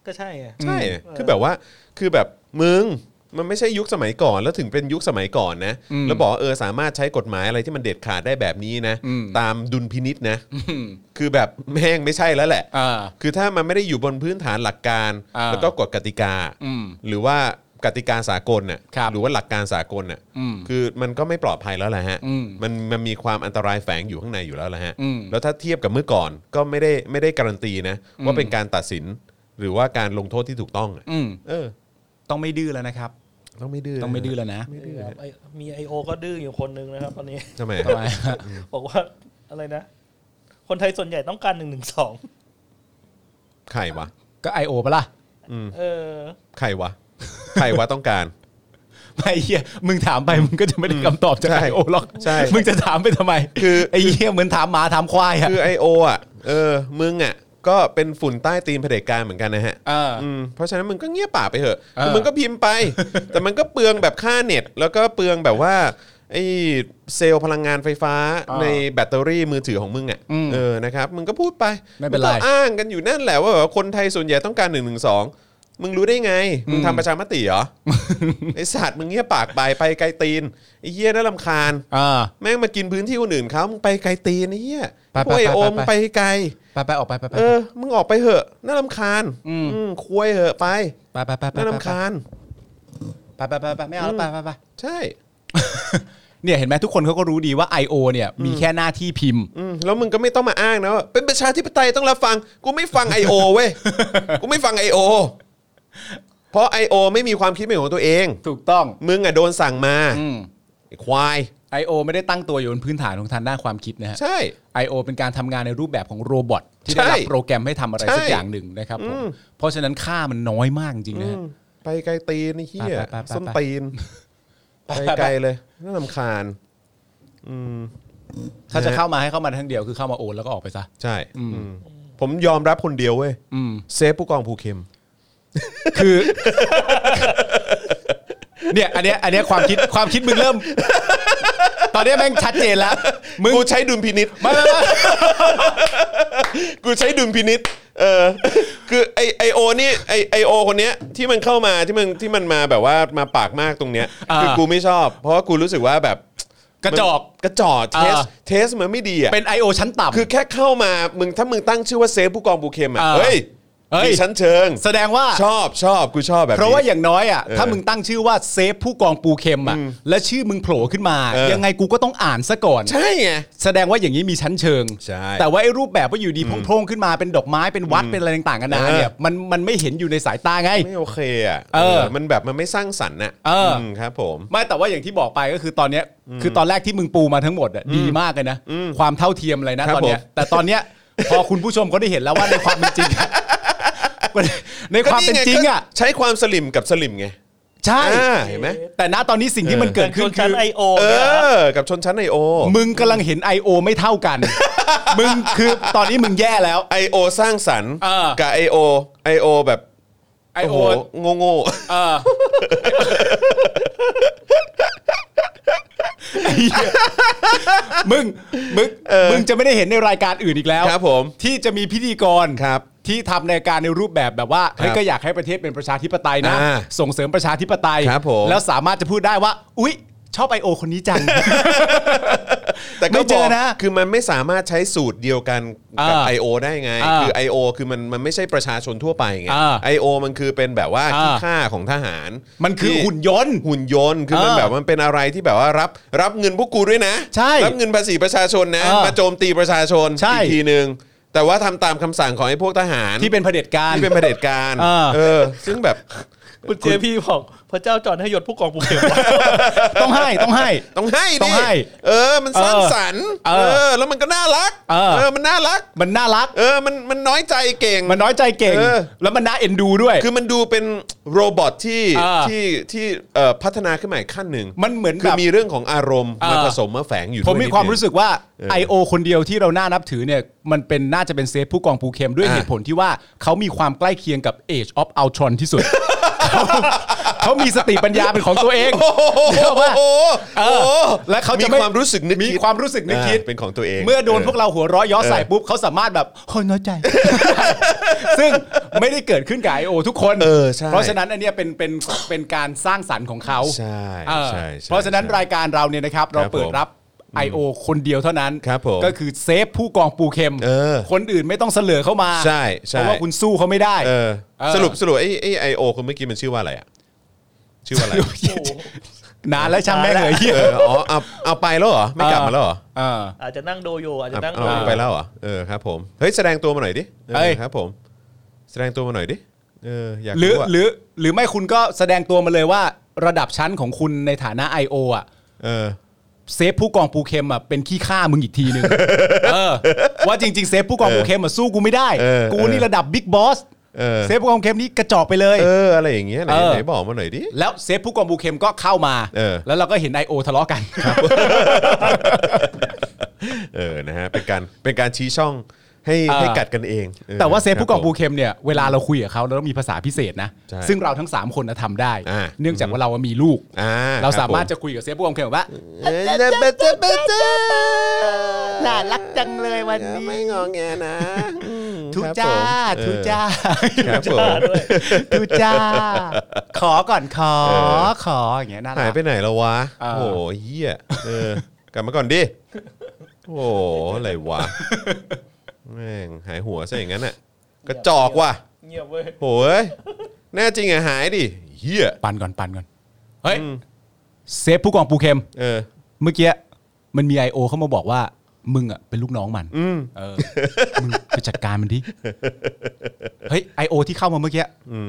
ก็ใช่ไง ใช่ อืม คือแบบว่า คือแบบมึง มันไม่ใช่ยุคสมัยก่อน แล้วถึงเป็นยุคสมัยก่อนนะ อืม แล้วบอกว่าเออสามารถใช้กฎหมายอะไรที่มันเด็ดขาดได้แบบนี้นะ อืม ตามดุลพินิษนะ คือแบบแม่งไม่ใช่แล้วแหละ อ่า คือถ้ามันไม่ได้อยู่บนพื้นฐานหลักการ อ่า แล้วก็กฎกติกา อืม หรือว่ากติกาสากลน่ะ ครับ หรือว่าหลักการสากลน่ะ อืม คือมันก็ไม่ปลอดภัยแล้วแหละฮะ อืม มันมันมีความอันตรายแฝงอยู่ข้างในอยู่แล้วแหละฮะ อืม แล้วถ้าเทียบกับเมื่อก่อนก็ไม่ได้ไม่ได้การันตีนะว่า อืม เป็นการตัดสินหรือว่าการลงโทษที่ถูกต้องอะ อืม เออ ต้องไม่ดื้อแล้วนะครับ ต้องไม่ดื้อ ต้องไม่ดื้อแล้วนะ ไม่ดื้อไอ้มีไอโอก็ดื้ออยู่คนหนึ่งนะครับ ตอนนี้ ทำไม ต่อไป บอกว่าอะไรนะ คนไทยส่วนใหญ่ต้องการหนึ่งหนึ่งสอง ไข่วะ ก็ไอโอปะล่ะ เออ ไข่ว [LAUGHS] ะไข่วะต้องการ ไม่เฮียมึงถามไปมึงก็จะไม่ได้คำตอบจาก ใช่ ไอโอหรอก ใช่ มึงจะถามไปทำไม คือ ไอเฮียเหมือนถามหมาถามควายอะ คือ I.O. อ่ะ เออ มึงอ่ะ ก็เป็นฝุ่นใต้ตีนเผด็จการเหมือนกันนะฮะ เออ อืมเพราะฉะนั้นมึงก็เงียบปากไปเถอะ เออ คือมึงก็พิ [LAUGHS] มพ์ไป แต่มันก็เปลืองแบบค่าเน็ต แล้วก็เปลืองแบบว่าไอ้เซลล์พลังงานไฟฟ้าในแบตเตอรี่มือถือของมึงอ่ะเออนะครับมึงก็พูดไป ไม่เป็นไร งก็อ้างกันอยู่นั่นแหละว่าแบบว่าคนไทยส่วนใหญ่ต้องการ1นึมึงรู้ได้ไง มึงทำประชามติเหร [LAUGHS] อ ไอสัตว์มึงเงียบปากไปไปไกลตีนไอเหี้ยน่าลำคาญ เออ แม่งมากินพื้นที่คนอื่นเขามึงไปไกลตีนไอ้เหี้ย ไป พวกไอ ไปไป โอม ไป ไปไกล ไปไปออกไปไปไป เออ มึงออกไปเหอะ น่าลำคาญ อืมคุยเหอะไป ไปไปไปไป น่า ไป ลำคาญ ไปไปไปไปไม่เอาแล้วไปไปไป ใช่ เนี่ยเห็นไหมทุกคนเขาก็รู้ดีว่า I.O. เนี่ยมีแค่หน้าที่พิมพ์ อืมแล้วมึงก็ไม่ต้องมาอ้างนะว่าเป็นประชาธิปไตยต้องรับฟัง กูไม่ฟัง I.O. เว้ย [LAUGHS] กูไม่ฟัง I.O. เพราะ I.O. ไม่มีความคิดเป็นของตัวเอง ถูกต้อง มึงอ่ะโดนสั่งมา อืม ไอ้ควาย I.O. ไม่ได้ตั้งตัวอยู่บนพื้นฐานของทางด้านความคิดนะฮะ ใช่ I.O. เป็นการทำงานในรูปแบบของโรบอทที่ได้รับ ใช่ โปรแกรมให้ทำอะไรสัก ใช่ อย่างหนึ่งนะครับผม อืม เพราะฉะนั้นค่ามันน้อยมากจริงๆนะฮะ อืมไปไกลตีนไอ้เหี้ย ไปไปไปไป ส้นตีน ไป ไป ไป ไกลเลย น่าลำคาญ อืม ถ้าจะ นะฮะ เข้ามาให้เข้ามาทางเดียวคือเข้ามาโอนแล้วก็ออกไปซะ ใช่อืมผมยอมรับคนเดียวเว้ย อืม เซฟผู้กองภูเข็ม คือ เนี่ยอันเนี้ยอันเนี้ยความคิดความคิดมึงเริ่ม ตอนเนี้ยแม่งชัดเจนแล้ว มึง กูใช้ดุลพินิษ ไม่ไม่ไม่ กูใช้ดุลพินิษเออ คือไอไอโอนี่ไอไอโอคนเนี้ยที่มันเข้ามาที่มันที่มันมาแบบว่ามาปากมากตรงเนี้ย คือกูไม่ชอบ เพราะว่ากูรู้สึกว่าแบบ กระจอก มันกระจอกเทส เออ เทสมันไม่ดีอ่ะ เป็น I.O. ชั้นต่ำ คือแค่เข้ามามึงถ้ามึงตั้งชื่อว่าเซฟผู้กองบูเคมอ่ะ เออ เฮ้ย เฮ้ย มีชั้นเชิง แสดงว่า ชอบชอบกูชอบแบบนี้ เพราะว่าอย่างน้อยอ่ะ เออ ถ้ามึงตั้งชื่อว่าเซฟผู้กองปูเข็มอ่ะและชื่อมึงโผล่ขึ้นมา เออ ยังไงกูก็ต้องอ่านซะก่อน ใช่ไง แสดงว่าอย่างนี้มีชั้นเชิง ใช่ แต่ว่าไอ้รูปแบบว่าอยู่ดีโพร่งๆขึ้นมาเป็นดอกไม้เป็นวัดเป็นอะไรต่างๆกันานา เออ เนี่ยมันมันไม่เห็นอยู่ในสายตาไง ไม่โอเคอ่ะ เออ มันแบบมันไม่สร้างสรรค์น่ะ เอออื มครับ ผม ไม่แต่ว่าอย่างที่บอกไปก็คือตอนเนี้ยคือตอนแรกที่มึงปูมาทั้งหมดอะดีมากเลยนะ ความเท่าเทียมอะไรนะครับ ตอนเนี้ย ผม แต่ตอนเนี้ย พอคุณผู้ชมเขาได้เห็นแล้วว่าในความเป็นจริงอะในความเป็นจริงอ่ะ ก็ใช้ความสลิมกับสลิมไง ใช่ อ่าเห็นไหม แต่ณตอนนี้สิ่งที่มันเกิดขึ้น ช คื น อ ไอโอ เอ เนี่ยครับ อ กับชนชั้นไอโอ มึงกำลังเห็น I.O. ไม่เท่ากัน มึงคือตอนนี้มึงแย่แล้ว ไอโอสร้างสรรค์ เออ กับไอโอไอโอแบบ I.O. โง่โง่ เออไอ้เหี้ยมึงมึงมึงจะไม่ได้เห็นในรายการอื่นอีกแล้ว ๆครับผม ที่จะมีพิธีกร ครับ ที่ทำในการในรูปแบบแบบว่าเฮ้ยก็อยากให้ประเทศเป็นประชาธิปไตยนะ อ่า ส่งเสริมประชาธิปไตย ครับผม แล้วสามารถจะพูดได้ว่า อุ๊ย ชอบไอโอคนนี้ [LAUGHS] จัง แต่ก็ ไม่เจอบ ก นะ คือมันไม่สามารถใช้สูตรเดียวกันกับ อ่า I.O. ได้ไง อ่า คือ I.O. คือมันมันไม่ใช่ประชาชนทั่วไปไง อ่า I.O. มันคือเป็นแบบว่า อ่า ขี้ข้าของทหาร มันคือ ที่ หุ่นยนต์ หุ่นยนต์คือมัน เออ แบบมันเป็นอะไรที่แบบว่ารับรับเงินพวกกูด้วยนะ ใช่ รับเงินภาษีประชาชนนะ เออ มาโจมตีประชาชน ใช่ อีกทีนึง แต่ว่าทำตามคำสั่งของไอ้พวกทหาร ที่เป็นเผด็จการ ที่เป็นเผด็จการ เออ เออ ซึ่งแบบ คุณเจพี่บอกพระเจ้าจอนให้หยดผู้กองภูเก็ตไว้ ต้องให้ต้องให้ ต้องให้ดิ ต้องให้ เออ มันสร้างสรรค์ เออ แล้วมันก็น่ารัก เออ มันน่ารัก มันน่ารัก เออ มัน มันน้อยใจเก่ง มันน้อยใจเก่ง เออ แล้วมันน่าเอ็นดูด้วย คือมันดูเป็นโรบอทที่ อ่า ที่ ที่เอ่อพัฒนาขึ้นมาอีกขั้นหนึ่ง มันเหมือน คือ แบบ มีเรื่องของอารมณ์ อ่าม มาผสมมาแฝงอยู่ ผม ด้ย มีความ นิดนึง รู้สึกว่า เออ I.O. คนเดียวที่เราน่านับถือเนี่ย มันเป็นน่าจะเป็นเซฟผู้กองภูเข็มด้วย อ่ะ เหตุผลที่ว่าเขามีความใกล้เคียงกับ Age of Ultron ที่สุด [LAUGHS] เขาเขามีสติปัญญาเป็นของตัวเองเชื่อ โอ้ ว่า โห เออ โอ้โห และเขาจะ มี ไม่ ความรู้สึก [LAUGHS] นึก มี ด ความรู้สึกนึกคิด อ่าเป็นของตัวเอง เมื่อโดนพวกเราหัวเร้อยย้อใส่ปุ๊บเขาสามารถแบบเฮ้ยน้อยใจ [LAUGHS] ซึ่งไม่ได้เกิดขึ้นกับ I.O. ทุกคน เออใช่ เพราะฉะนั้นอันเนี้ยเป็นเป็นเป็นการสร้างสรรค์ของเขา ใช่ เออ ใช่ใช่ เพราะฉะนั้น ใช่ รายการเราเนี่ยนะครับ เราเปิดรับ I.O. คนเดียวเท่านั้น ครับผม ก็คือเซฟผู้กองปูเข็ม เออ คนอื่นไม่ต้องเสลอเข้ามา ใช่ใช่ เพราะว่าคุณสู้เขาไม่ได้ เออ เออ สรุปสรุปไอ้ไอ้ไอโอคนเมื่อกี้มันชื่อว่าอะไรอ่ะ ชื่อว่าอะไร โอ้โห นานแล้วช่างแม่งเหยเหี้ย เออ อ๋อ เอา เอาไปแล้วเหรอ ไม่กลับมาแล้วเหรอ เออ อาจจะนั่งโดโยอาจจะนั่ง เอา โด เอา โย ไปแล้วเหรอเออครับผมเฮ้ยแสดงตัวมาหน่อยดิเออ เอ้ย ครับผม แสดงตัวมาหน่อยดิเอออยาก หรือ อะ หรือหรือไม่คุณก็แสดงตัวมาเลยว่าระดับชั้นของคุณในฐานะ I.O. อ่ะ เออ เซฟผู้กองปูเข็มอ่ะเป็นขี้ข้ามึงอีกทีห [LAUGHS] นึ่งเออว่าจริง ๆ เซฟผู้กองปูเข็มอ่ะสู้กูไม่ได้ เออ กูนี่ เออ ระดับบิ๊กบอส เออ เซฟผู้กองปูเข็มนี่กระจอกไปเลย เอออะไรอย่างเงี้ยไหน เออ ไหนบอกมาหน่อยดิ [LAUGHS] แล้วเซฟผู้กองปูเข็มก็เข้ามา เออ แล้วเราก็เห็นไอโอทะเลาะกัน เออนะฮะเป็นการเป็นการชี้ช่องให้ เออ ให้กัดกันเองออ [LAUGHS] แต่ว่าเซฟผู้กองปู ครับผม เข็มเนี่ยเวลาเราคุยกับเขาเราต้องมีภาษาพิเศษนะ ใช่ ซึ่งเราทั้ง 3 คนนะทำได้ อ่า เนื่องจากว่าเรามีลูก อ่า เราสามารถ ค จะคุยกับเซฟผู้กองปูเข็มว่า บผมเออเจ๊ะเจ๊ะเจ๊ะเจ๊ะเจ๊ะ น่ารักจังเลยวันนี้ ไม่งองแงนะอืม ทุ ครับ จ้า ผม ทุจ้า [LAUGHS] เออครับผม ด้วย ดูจ้า ขอก่อนขอ ขออย่างเงี้ยน่ารั หาย ก ไปไหนแล้ววะ เออ โอ้โหเหี้ยเออกลับมาก่อนดิ โอ้โหอะไรวะ แม่งหายหัวซะอย่างนั้นอ่ะกระจอกว่ะ เงียบเว้ย โอ้ยแน่จริงอ่ะหายดิเหี้ย ปันก่อนปันก่อน เฮ้ย เซฟผู้กองปูเข็ม เออ เมื่อกี้มันมี I.O. เข้ามาบอกว่า มึงอ่ะเป็นลูกน้องมันเออมึงไปจัดการมันดิ เฮ้ย I.O. ที่เข้ามาเมื่อกี้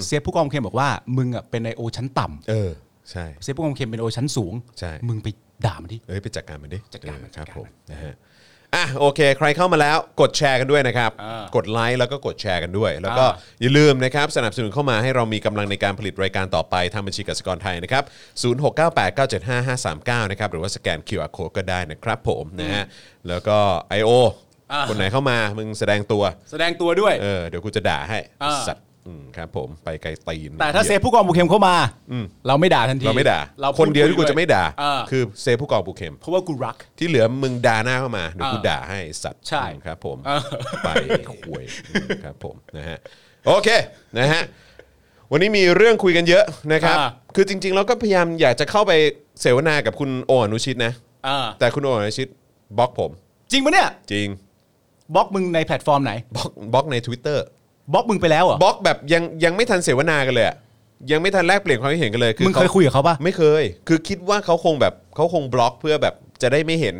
เซฟผู้กองปูเข็มบอกว่ามึงอ่ะเป็น I.O. ชั้นต่ำ เออ ใช่ เซฟผู้กองปูเข็มเป็น I.O. ชั้นสูง ใช่ มึงไปด่ามันดิ เอ้ยไปจัดการมันดิ จัดการมัน เออครับ จัดการมัน ผมนะฮะอ่ะโอเค ใครเข้ามาแล้วกดแชร์กันด้วยนะครับ อ่าก ดไลค์แล้วก็กดแชร์กันด้วย แล้วก็ อ่า อย่าลืมนะครับ สนับสนุนเข้ามาให้เรามีกำลังในการผลิตรายการต่อไปทางบัญชีกสิกรไทยนะครับ 0698975539 นะครับ หรือว่าสแกน QR Code ก็ได้นะครับผมนะฮะแล้วก็ I.O. คนไหนเข้ามามึงแสดงตัว แสดงตัวด้วย เออเดี๋ยวกูจะด่าให้ อ่า สัตว์อืมครับผมไปไกลตีน แต่ถ้าเซฟผู้กองปูเข็มเข้ามาเราไม่ด่าทันที เราไม่ด่า เราพู คนเดียวที่กูจะไม่ด่า เออ คือเซฟผู้กองปูเข็ม เพราะว่ากูรัก ที่เหลือมึงด่าหน้าเข้ามาเดี๋ยวกู เออ ด่าให้สัตว์ ใช่ อืมครับผม เออ ไปคุยครับผมนะฮะโอเคนะฮะวันนี้มีเรื่องคุยกันเยอะนะครับ อ่า คือจริงๆเราก็พยายามอยากจะเข้าไปเสวนากับคุณโออนุชิตนะ อ่า แต่คุณโอนุชิตบล็อกผม จริงปะเนี่ย จริง บล็อกมึงในแพลตฟอร์มไหน บล็อกบล็อกใน Twitter บล็อกมึงไปแล้วเหรอบ ล็อกแบบยังยังไม่ทันเสวนากันเลยอะยังไม่ทันแลกเปลี่ยนความคิดเห็นกันเลยอ มึงเคย ขา คุยกับเขาปะ ไม่เคย คือคิดว่าเขาคงแบบเขาคงบล็อกเพื่อแบบจะได้ไม่เห็น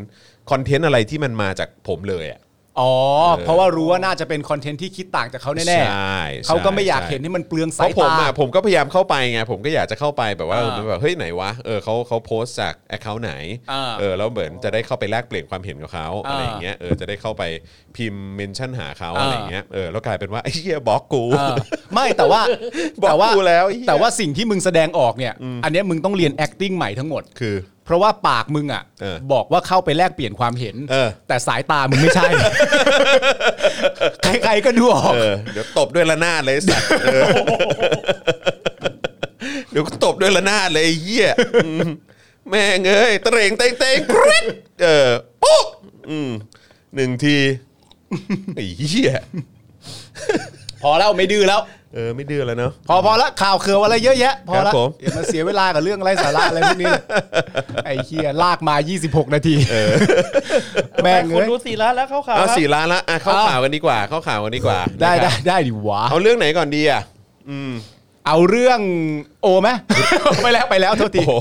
คอนเทนต์อะไรที่มันมาจากผมเลยอ่ะ อ๋อ เออ เพราะว่ารู้ว่าน่าจะเป็นคอนเทนต์ที่คิดต่างจากเขา ใช แน่ ่ ๆเขาก็ไม่อยาก ใช่ เห็นให้มันเปลือง เพ สาย ราะผม ตา อะผมก็พยายามเข้าไปไงผมก็อยากจะเข้าไปแบบว่า อ่า เออมันแบบเฮ้ยไหนวะเออเขาเขาโพสต์จากแอคเคาท์ไหน อ่า เออแล้วเหมือนจะได้เข้าไปแลกเปลี่ยนความเห็นกับเขา อ่า อะไรอย่างเงี้ยเออจะได้เข้าไปพิมพ์เมนชั่นหาเขา อ่า อะไรอย่างเงี้ยเออแล้วกลายเป็นว่าไอ้เหี้ยบล็อกกู เออไม่แต่ว่า [LAUGHS] บล็อ แต่ ก ว่า กูแล้วไอ้เหี้ย แต่ว่าสิ่งที่มึงแสดงออกเนี่ย อันเนี้ยมึงต้องเรียน acting ใหม่ทั้งหมด คือ เพราะว่าปากมึงอ่ะ เออ บอกว่าเข้าไปแลกเปลี่ยนความเห็น เออ แต่สายตามึง [LAUGHS] ไม่ใช่ ใครๆก็ดูออก เออเดี๋ยวตบด้วยระนาดเลยไอ้สัตว์เออ [LAUGHS] เดี๋ยวกูตบด้วยระนาดเลยไอ้เหี้ยอืมแม่งเอ้ยเตรงเตงเตงกริ๊ดเออปุ๊บอืมหนึ่งทีไอ้เหี้ย พอแล้วไม่ดื้อแล้ว เออไม่ดื้อแล้วเนาะ พอพอละข่าวเคืออะไรเยอะแยะ พอ ครั ละ บผม อย่ามาเสียเวลากับเรื่องอะไรสาระอะไรพวกนี้เลยไอ้เคียลากมา 26 นาทีแม่ง คุณ เอ้ย รู้สีร้านแล้วเข้าข่าว เอา ครับ สี่ล้านละอ่ะเข้าข่าวกันดีกว่า เข้าข่าวกันดีกว่า ได้ได้นะครับ ได้ดิวะ เอาเรื่องไหนก่อนดีอ่ะ อืม เอาเรื่องโอไห [LAUGHS] ม ไปแล้วไปแล้วโทษที โอ้โห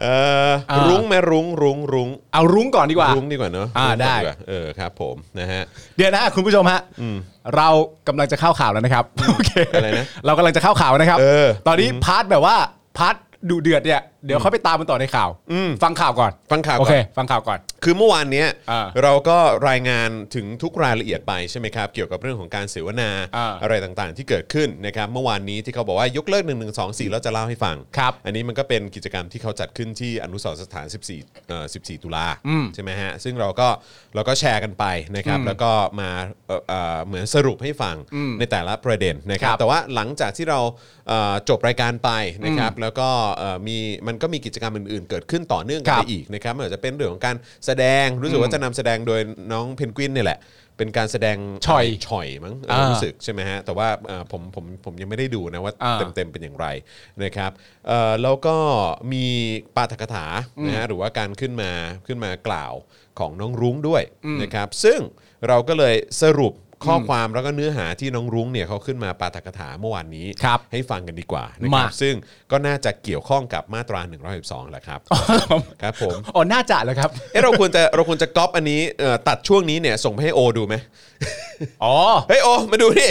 เออ อ่ารุ้ รุ้งไหมรุ้งรุ้งรุ้ง เอารุ้งก่อนดีกว่า รุ้งดีกว่าเนาะ อ่าได้ รุ้งก่นกว่าเออครับ ผมนะฮะ เดี๋ยวนะคุณผู้ชมฮะเรากำลังจะเข้าข่าวแล้วนะครับโอเค อะไรนะ เรากำลังจะเข้าข่าวนะครับ เออ ตอนนี้พาร์ทแบบว่าพาร์ทดูเดือดเนี่ยเดี๋ยวเขาไปตามมันต่อในข่าว อืม ฟังข่าวก่อน ฟังข่าวก่อน โอเค ฟังข่าวก่อน คือเมื่อวานเนี้ย อ่า เราก็รายงานถึงทุกรายละเอียดไปใช่ไหมครับ เกี่ยวกับเรื่องของการเสวนา อ่า ไรต่างๆ ที่เกิดขึ้นนะครับเมื่อวานนี้ที่เขาบอกว่ายกเลิก1นึแล้วจะเล่าให้ฟัง ครับ อันนี้มันก็เป็นกิจกรรมที่เขาจัดขึ้นที่อนุสรณ์สถาน 14เอ่อ14 ตุลา อืม ใช่ไหมฮะซึ่งเราก็เราก็แชร์กันไปนะครับ แล้วก็มาเอ่อเอ่อเหมือนสรุปให้ฟัง อืม ในแต่ละประเด็นนะครั ครับ บ แต่ว่าหลังจากที่เราเอ่อจบรายการไปนะครับแล้วก็เอ่อมีมันก็มีกิจกรรมอื่นๆ เกิดขึ้นต่อเนื่องกันไปอีก อีกนะครับมันอาจจะเป็นเรื่องของการแสดงรู้สึกว่าจะนำแสดงโดยน้องเพนกวินเนี่ยแหละ เป็นการแสดง ฉ่อย ฉ่อยมั้งเออ อ่า รู้สึกใช่ไหมฮะแต่ว่าเอ่อผมผมผมยังไม่ได้ดูนะว่า อ่า เต็มๆเป็นอย่างไรนะครับเอ่อแล้วก็มีปาฐกถานะฮะหรือว่าการขึ้นมาขึ้นมากล่าวของน้องรุ้งด้วยนะครับซึ่งเราก็เลยสรุปข้ออความแล้วก็เนื้อหาที่น้องรุ้งเนี่ยเขาขึ้นมาปาฐกถาเมื่อวานนี้ ครับ ให้ฟังกันดีกว่านะครับ มา ซึ่งก็น่าจะเกี่ยวข้องกับมาตรา112แหละครับครับผม อ๋อน่าจะแล้วครับ เอ้เราควรจะเราควรจะก๊อปอันนี้เอ่อตัดช่วงนี้เนี่ยส่งไปให้โอดูไหม อ๋อ เฮ้ยโอมาดูดิ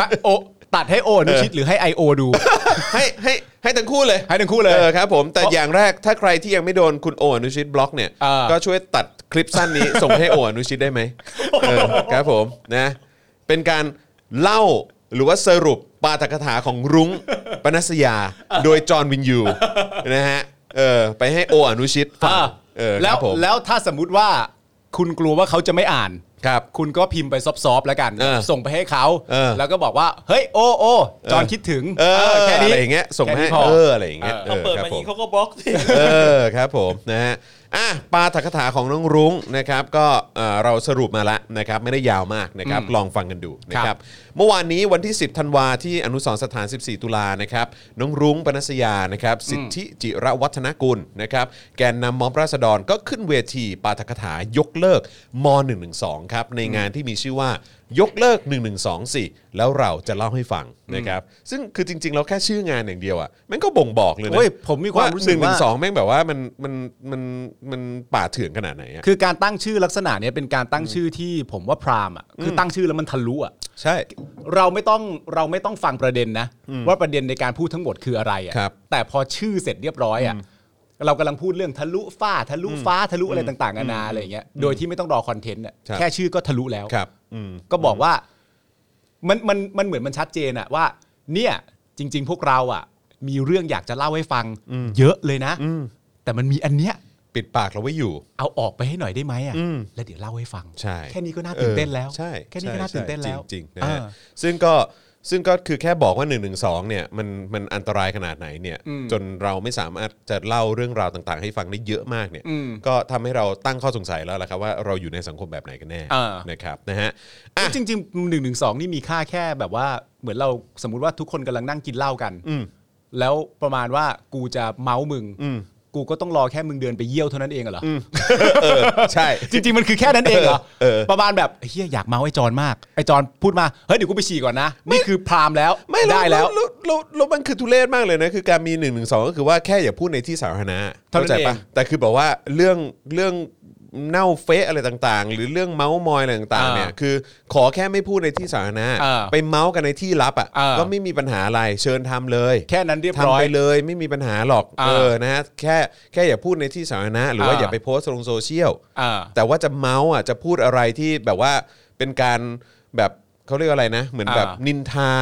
มาโอตัดให้โออนุชิตหรือให้ IO ดู [LAUGHS] [LAUGHS] ให้ให้ให้ทั้งคู่เลย ให้ทั้งคู่เลย ออครับผมแต่อย่างแรกถ้าใครที่ยังไม่โดนคุณโออนุชิตบล็อกเนี่ย อ่า ก็ช่วยตัดคลิปสั้นนี้ ส่งให้โออนุชิตได้ [LAUGHS] ไหมเออครับผมนะเป็นการเล่าหรือว่าสรุปปาฐกถาของรุ้งปนัสยาโดยจอห์นวิน [LAUGHS] ยูนะฮะเออไปให้โออนุชิตฟังเออ แล้ว ครับผม แล้วถ้าสมมุติว่าคุณกลัวว่าเขาจะไม่อ่าน ครับ คุณก็พิมพ์ไปซอฟๆแล้วกัน เออ ส่งไปให้เขา เออ แล้วก็บอกว่า เฮ้ยโอโอจอนคิดถึง เอ เอ อ อแค่นี้ อะไรอย่างเงี้ยส่งให้ แค่นี้พอ เอออะไรอย่างเงี้ย เอาเปิดคมารับผอย่าง ม นี้เขาก็บล็อกสิ เออครับผมนะฮะอ่ะปาถักถาของน้องรุ้งนะครับก็เอ่อเราสรุปมาแล้วนะครับไม่ได้ยาวมากนะครับลองฟังกันดูนะค ครั รับบ เมื่อวานนี้วันที่ 10ธันวาที่อนุสรณ์สถาน 14 ตุลานะครับน้องรุ้งปนัสยานะครับสิทธิจิระวัฒนกุลนะครับแกนนำม็อบราษฎรก็ขึ้นเวทีปาถักถายกเลิกม .112 ครับในงานที่มีชื่อว่ายกเลิก 112สิแล้วเราจะเล่าให้ฟังนะครับซึ่งคือจริงๆเราแค่ชื่องานอย่างเดียวอ่ะมันก็บ่งบอกเลยนะ โอ้ยผมมีความรู้สึกว่า หนึ่งหนึ่งสอง ของแม่งแบบว่ามันมันมันมันป่าเถื่อนขนาดไหนอะ คือการตั้งชื่อลักษณะเนี้ยเป็นการตั้งชื่อที่ผมว่าพรามอ่ะคือตั้งชื่อแล้วมันทะลุอ่ะ ใช่ เราไม่ต้องเราไม่ต้องฟังประเด็นนะ ว่าประเด็นในการพูดทั้งหมดคืออะไรอ่ะ ครับ แต่พอชื่อเสร็จเรียบร้อยอ่ะเรากำลังพูดเรื่องทะลุฟ้าทะลุฟ้าทะลุอะไรต่างๆนานาอะไรอย่างเงี้ยโดยที่ไม่ต้องรอคอนเทนต์อ่ะ ครับ แค่ชื่อก็ทะลุแล้ว ครับอืม ก็บอกว่ามันมันมันเหมือนมันชัดเจนอะว่า เนี่ยจริง ๆ พวกเราอะมีเรื่องอยากจะเล่าให้ฟังเยอะเลยนะ อืม แต่มันมีอันเนี้ย ปิดปากเราไว้อยู่ เอาออกไปให้หน่อยได้ไหมอะ อืม แล้วเดี๋ยวเล่าให้ฟัง ใช่ แค่นี้ก็น่าตื่นเต้นแล้ว ออใช่ แค่นี้ก็น่า ใช่ ตื่นเต้นแล้ว จริงๆนะฮะ อ่า ซึ่งก็ซึ่งก็คือแค่บอกว่า1นึเนี่ยมันมันอันตรายขนาดไหนเนี่ย อืม จนเราไม่สามารถจะเล่าเรื่องราวต่างๆ ให้ฟังได้เยอะมากเนี่ย อืม ก็ทำให้เราตั้งข้อสงสัยแล้วล่ะครับว่าเราอยู่ในสังคมแบบไหนกันแน่ อ่าน นะครับนะฮะอ่ะ จริงๆหนึ่งหนึ่งสองนี่มีค่าแค่แบบว่า เหมือนเราสมมติว่าทุกคนกำลังนั่งกินเหล้ากัน อืม แล้วประมาณว่ากูจะเมาส์มึง อืม กูก็ต้องรอแค่มึงเดินไปเยี่ยวเท่านั้นเองอะเหรออ ใช่ จริง ๆ มันคือแค่นั้นเองเหรอ เออ ประมาณแบบเฮียอยากเมาไอ้จอนมากไอ้จอนพูดมาเฮ้ยเดี๋ยวกูไปฉี่ก่อนนะนี่คือพรามแล้ว ไม่ ได้แล้ว แล้วแล้วมันคือทุเรศมากเลยนะ คือการมี1นึก็คือว่าแค่อย่าพูดในที่สาธารณะ เท่านั้น ใจปะ เอง แต่คือแบบว่าเรื่องเรื่องเน่าเฟะอะไรต่างๆ หรือเรื่องเมาส์มอยอะไรต่างๆ อ่า เนี่ยคือขอแค่ไม่พูดในที่สาธารณะ อ่า ไปเมาส์กันในที่ลับอ่ะ อ่า ก็ไม่มีปัญหาอะไรเชิญทำเลย แค่นั้นเรียบร้อ ทำ ย ไปเลยไม่มีปัญหาหรอก อ่า เออนะฮะแค่แค่อย่าพูดในที่สาธารณะหรือว่า อ่า อย่าไปโพสต์ลงโซเชียล อ่า แต่ว่าจะเมาส์อ่ะจะพูดอะไรที่แบบว่าเป็นการแบบเขาเรียกอะไรนะ เหมือนแบบ อ่านิ นินทา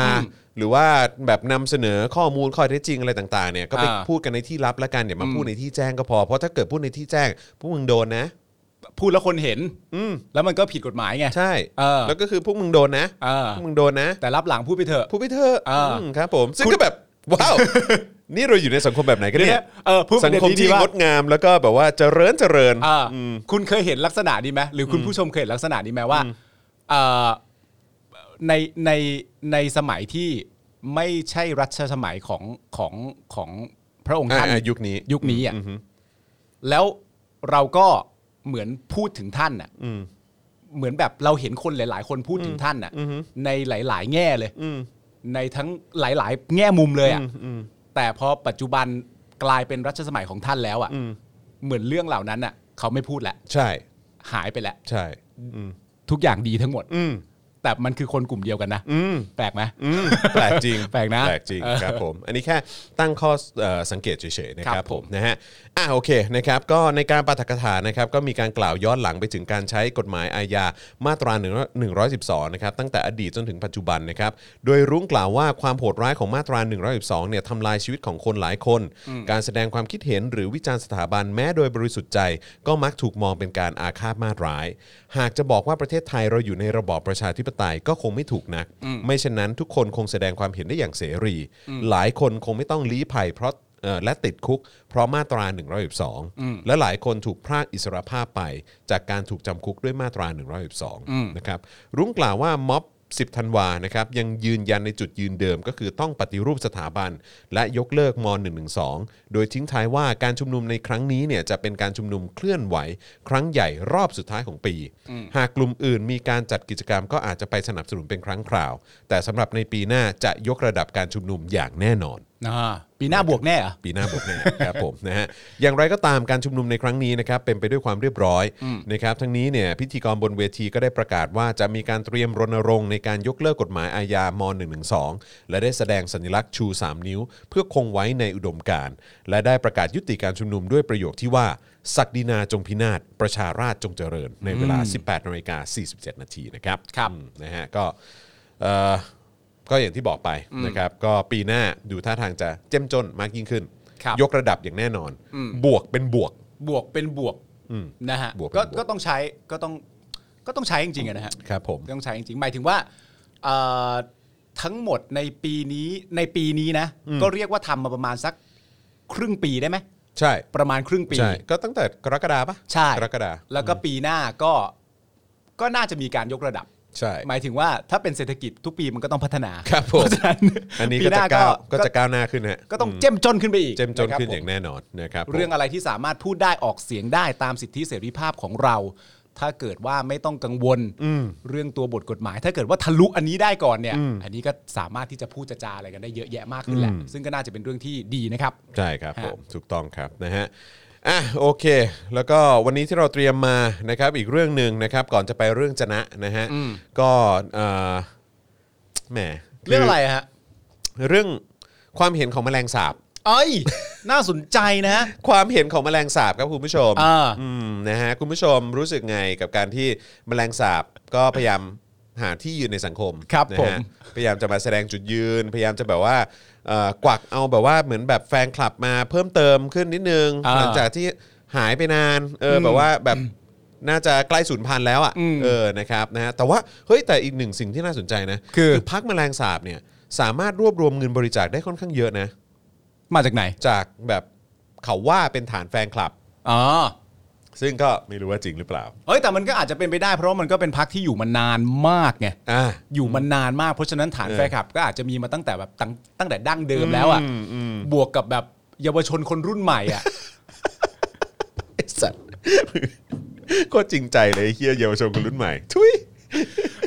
หรือว่าแบบนำเสนอข้อมูลข้อเท็จจริงอะไรต่างๆเนี่ยก็ไป อ่า พูดกันในที่ลับละกันอย่ามา อืม พูดในที่แจ้งก็พอ เพราะถ้าเกิดพูดในที่แจ้งพวกมึงโดนนะ พูดแล้วคนเห็น อืม แล้วมันก็ผิดกฎหมายไง ใช่ เออ แล้วก็คือพวกมึงโดนนะ เออ พวกมึงโดนนะ แต่รับหลังพูดไปเถอะ พูดไปเถอะ อ่า อืมครับ ผมซึ่งก็แบบ [LAUGHS] ว้าว นี่เราอยู่ในสังคมแบบไหนกันเนี่ย เออพูดป สั ระ ง เด็น คม นี้ดี ที่ ว่าง ดงามแล้วก็แบบว่าเจริญเจริญ อ่า อืม คุณเคยเห็นลักษณะนี้ไหมหรือคุณผู้ชมเคยเห็นลักษณะนี้ไหมว่าเอ่อในในในสมัยที่ไม่ใช่รัชสมัยของของของพระองค์ท่าน อ่าอ่ายุคนี้ ยุคนี้อ่ะ อืมอืม แล้วเราก็เหมือนพูดถึงท่านอ่ะ อืม เหมือนแบบเราเห็นคนหลาย ๆ คนพูดถึงท่านอ่ะ อือฮึ ในหลาย ๆ แง่เลย อืม ในทั้งหลาย ๆ แง่มุมเลยอ่ะ อืมอืม แต่พอปัจจุบันกลายเป็นรัชสมัยของท่านแล้ว อืม อะ่ะเหมือนเรื่องเหล่านั้นอะ่ะ เขาไม่พูดแล้ว ใช่ หายไปแล้ว ใช่อืม ทุกอย่างดีทั้งหมด อืม แต่มันคือคนกลุ่มเดียวกันนะ อืม แปลกไหม อืมแปลกจริง แปลกนะ แปลกจริงครับผม อันนี้แค่ตั้งข้อเอ่อสังเกตเฉยๆนะคครั รั บบ ผ ผม ม นะฮะอ่ะโอเคนะครับก็ในการปาฐกถานะครับก็มีการกล่าวย้อนหลังไปถึงการใช้กฎหมายอาญามาตรา112นะครับตั้งแต่อดีตจนถึงปัจจุบันนะครับโดยรุ้งกล่าวว่าความโหดร้ายของมาตรา 112เนี่ยทำลายชีวิตของคนหลายคน การแสดงความคิดเห็นหรือวิจารณ์สถาบันแม้โดยบริสุทธิ์ใจ ก็มักถูกมองเป็นการอาฆาตมาตร้าย หากจะบอกว่าประเทศไทยเราอยู่ในระบอบประชาธิปไตยก็คงไม่ถูกนัก ไม่เช่นนั้นทุกคนคงแสดงความเห็นได้อย่างเสรี หลายคนคงไม่ต้องลี้ภัยเพราะเอ่อและติดคุก เพราะมาตรา 112 และหลายคนถูกพรากอิสรภาพไป จากการถูกจำคุกด้วยมาตรา 112 นะครับรุ้งกล่าวว่าม็อบ 10ธันวานะครับยังยืนยันในจุดยืนเดิมก็คือต้องปฏิรูปสถาบัน และยกเลิกม .112 โดยทิ้งท้ายว่าการชุมนุมในครั้งนี้เนี่ยจะเป็นการชุมนุมเคลื่อนไหว ครั้งใหญ่รอบสุดท้ายของปี หากกลุ่มอื่นมีการจัดกิจกรรมก็อาจจะไปสนับสนุนเป็นครั้งคราว แต่สำหรับในปีหน้าจะยกระดับการชุมนุมอย่างแน่นอน อ่าปีหน้าบวกแน่เหรอ ปีหน้าบวกแน่ [LAUGHS] ครับผมนะฮะอย่างไรก็ตามการชุมนุมในครั้งนี้นะครับเป็นไปด้วยความเรียบร้อยนะครับทั้งนี้เนี่ยพิธีกรบนเวทีก็ได้ประกาศว่าจะมีการเตรียมรณรงค์ในการยกเลิกกฎหมายอาญาม112 และได้แสดงสัญลักษณ์ชู 3 นิ้ว เพื่อคงไว้ในอุดมการณ์ และได้ประกาศยุติการชุมนุมด้วยประโยคที่ว่าศักดินาจงพินาศประชาราชจงเจริญ ในเวลา 18นาฬิกา47นาทีนะครับ ครับ อืมนะฮะก็เอ่อ ก็อย่างที่บอกไปนะครับก็ปีหน้าดูท่าทางจะเจ้มจนมากยิ่งขึ้น ครับ ยกระดับอย่างแน่นอน บวกเป็นบวก บวกเป็นบวก อืม นะฮะ บวกเป็น ก็ บวก ก็ต้องใช้ก็ต้องก็ต้องใช้จริงๆอะนะฮะ ครับผม ต้องใช้จริงๆหมายถึงว่าเอ่อทั้งหมดในปีนี้ในปีนี้นะ อืม ก็เรียกว่าทำมาประมาณสักครึ่งปีได้ไหม ใช่ ประมาณครึ่งปี ใช่ก็ตั้งแต่กรกฎาปะ ใช่ กรกฎา แล้วก็ปีหน้าก็ก็น่าจะมีการยกระดับ ใช่ หมายถึงว่าถ้าเป็นเศรษฐกิจทุกปีมันก็ต้องพัฒนา ครับผเพ [LAUGHS] มราะฉะนั้น อันนี้ ปีหก็จะ น้าก็ ก้าวก็ ก็ จะก้าวหน้าขึ้นฮะ ก็ต้องเจ้มจนขึ้นไปอีก เจ้มจนขึ้น นะคบ อย่างแน่นอนนะครับ ผมเรื่องอะไรที่สามารถพูดได้ออกเสียงได้ตามสิทธิเสรีภาพของเรา ถ้าเกิดว่าไม่ต้องกังวลเรื่องตัวบทกฎหมาย ถ้าเกิดว่าทะลุอันนี้ได้ก่อนเนี่ย อันนี้ก็สามารถที่จะพูดจะจาอะไรกันได้เยอะแยะมากขึ้นแหละซึ่งก็น่าจะเป็นเรื่องที่ดีนะครับ ใช่ครับ ฮะ ผมถูกต้องครับนะฮะอ่ะโอเค แล้วก็วันนี้ที่เราเตรียมมานะครับอีกเรื่องหนึ่งนะครับก่อนจะไปเรื่องจนะนะฮะก็เอ่อแหม เรื่องอะไรฮะ เรื่องความเห็นของแมลงสาบ เอ้ย น่าสนใจนะฮะ ความเห็นของแมลงสาบครับคุณผู้ชม อ่า อืมนะฮะคุณผู้ชมรู้สึกไงกับการที่แมลงสาบก็พยายามหาที่ยืนในสังคม ครับ นะ ผมฮะพยายามจะมาแสดงจุดยืน พยายามจะแบบว่าเอ่อกวักเอาแบบว่าเหมือนแบบแฟนคลับมาเพิ่มเติมขึ้นนิดนึง อ่า หลังจากที่หายไปนานเอออ ม แบบว่าแบบน่าจะใกล้สูญพันธุ์แล้วอ่ะ อืม เออนะครับนะฮะแต่ว่าเฮ้ยแต่อีกหนึ่งสิ่งที่น่าสนใจนะ คือ พักแมลงสาบเนี่ยสามารถรวบรวมเงินบริจาคได้ค่อนข้างเยอะนะ มาจากไหน จากแบบเขาว่าเป็นฐานแฟนคลับ อ๋อ ซึ่งก็ไม่รู้ว่าจริงหรือเปล่า เฮ้ยแต่มันก็อาจจะเป็นไปได้เพราะว่ามันก็เป็นพักที่อยู่มานานมากไง อ่า อยู่มานานมากเพราะฉะนั้นฐาน เออ แฟนคลับ ก็อาจจะมีมาตั้งแต่แบบตั้งตั้งแต่ดั้งเดิมแล้วอ่ะ อืม บวกกับแบบเยาวชนคนรุ่นใหม่อ่ะ โคตรจริงใจเลยไอ้เฮียเยาวชนคนรุ่นใหม่ ทุย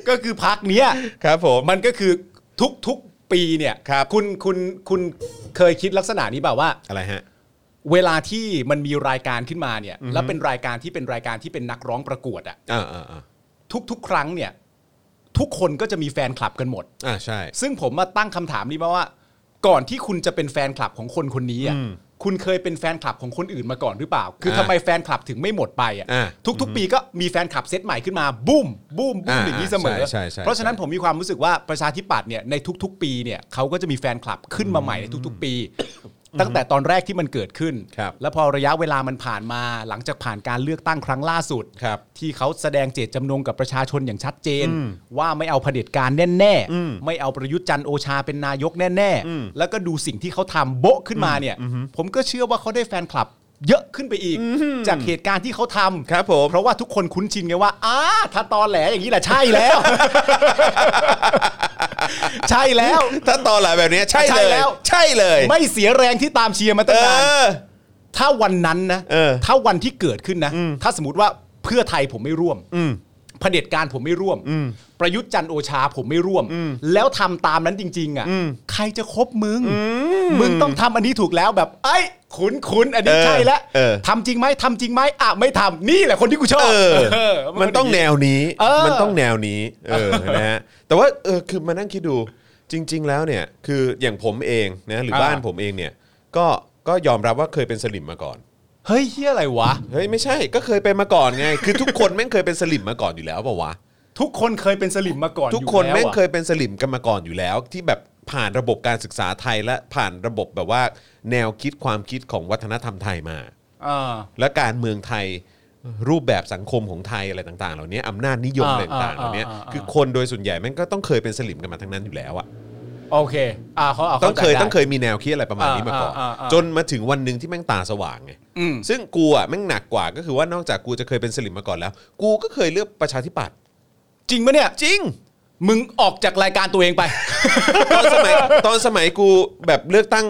ก็คือพักเนี้ย ครับผม มันก็คือทุกทุกๆปีเนี่ย ครับ คุณคุณคุณเคยคิดลักษณะนี้แบบว่า อะไรฮะ เวลาที่มันมีรายการขึ้นมาเนี่ย แล้วเป็นรายการที่เป็นรายการที่เป็นนักร้องประกวดอะ อ่าอ่าอ่า ทุก ๆ ครั้งเนี่ย ทุกคนก็จะมีแฟนคลับกันหมด อ่าใช่ ซึ่งผมมาตั้งคำถามนี้มาว่า ก่อนที่คุณจะเป็นแฟนคลับของคนคนนี้อ่ะคุณเคยเป็นแฟนคลับของคนอื่นมาก่อนหรือเปล่า คือ อ่า ทำไมแฟนคลับถึงไม่หมดไปอ่ะ อ่า ทุก ๆ ปีก็มีแฟนคลับเซตใหม่ขึ้นมาบูมบูมบูม อ่า อย่างนี้เสมอ ใช่ใช่ใช่ เพราะฉะนั้นผมมีความรู้สึกว่าประชาธิปัตย์เนี่ยในทุก ๆ ปีเนี่ยเขาก็จะมีแฟนคลับขึ้นมาใหม่ในทุก ๆ ปี ตั้งแต่ตอนแรกที่มันเกิดขึ้น ครับ แล้วพอระยะเวลามันผ่านมาหลังจากผ่านการเลือกตั้งครั้งล่าสุด ครับ ที่เขาแสดงเจตจำนงกับประชาชนอย่างชัดเจน ว่าไม่เอาเผด็จการแน่ อืม ๆ ไม่เอาประยุทธ์จันทร์โอชาเป็นนายกแน่ อืม ๆ แล้วก็ดูสิ่งที่เขาทำโบะขึ้นมาเนี่ย ผมก็เชื่อว่าเขาได้แฟนคลับ เยอะขึ้นไปอีก จากเหตุการณ์ที่เขาทำ ครับผม เพราะว่าทุกคนคุ้นชินไงว่าอ้าถ้าตอนแหลอย่างนี้แหละใช่แล้ว [LAUGHS] ใช่แล้ว ถ้าตอนหลังแบบเนี้ยใช่ ใช่ เลย แล้ว ใช่เลย ไม่เสียแรงที่ตามเชียร์มา เอ ตั้งนาน อ ถ้าวันนั้นนะ เออ ถ้าวันที่เกิดขึ้นนะ ถ้าสมมติว่าเพื่อไทยผมไม่ร่วมเผด็จการผมไม่ร่วม ประยุทธ์จันทร์โอชาผมไม่ร่วม แล้วทำตามนั้นจริง ๆ อ่ะ ใครจะคบมึง มึงต้องทำอันนี้ถูกแล้วแบบ เอ้ยขุนขุนอันนี้ เออ ใช่แล้ว เออ ทำจริงไหมทำจริงไหมอ่ะไม่ทำนี่แหละคนที่กูชอบ เออ เออ มันต้อง เป็ แน ย่า วนี้ เออ มันต้องแนวนี้ เออ นะฮะ แต่ว่า เออ คือมานั่งคิดดู จริง ๆ แล้วเนี่ย คืออย่างผมเองนะ หรืออา บ้านผมเองเนี่ย ก็ ก็ยอมรับว่าเคยเป็นสลิมมาก่อน เฮ้ยเฮียอะไรวะ เฮ้ย ไม่ใช่ ก็เคยเป็นมาก่อนไง คือทุกคนแม่งเคยเป็นสลิมมาก่อนอยู่แล้วเปล่าวะ ทุกคนเคยเป็นสลิมมาก่อน ทุกคน อยู่ล้ว แม่ง อะ เคยเป็นสลิมกันมาก่อนอยู่แล้ว ที่แบบผ่านระบบการศึกษาไทยและผ่านระบบแบบว่า แนวคิดความคิดของวัฒนธรรมไทยมา และการเมืองไทยรูปแบบสังคมของไทยอะไรต่าง ๆ เหล่านี้อำนาจนิยม อ่า อะไรต่างอ่าๆเหล่านี้ อ่าอ่า คือคนโดยส่วนใหญ่แม่งก็ต้องเคยเป็นสลิมกันมาทั้งนั้นอยู่แล้วอะ โอเค อ่าเขาา ต้องเคย ข้าใจได้ ต้องเคยมีแนวคิดอะไรประมาณนี้มาก่อน อ่าอ่าอ่า จนมาถึงวันหนึ่งที่แม่งตาสว่างไง อืม ซึ่งกูอะแม่งหนักกว่าก็คือว่านอกจากกูจะเคยเป็นสลิมมาก่อนแล้ว กูก็เคยเลือกประชาธิปัตย์ จริงปะเนี่ย จริง มึงออกจากรายการตัวเองไป ตอนสมัยตอนสมัยกูแบบเลือกตั้ง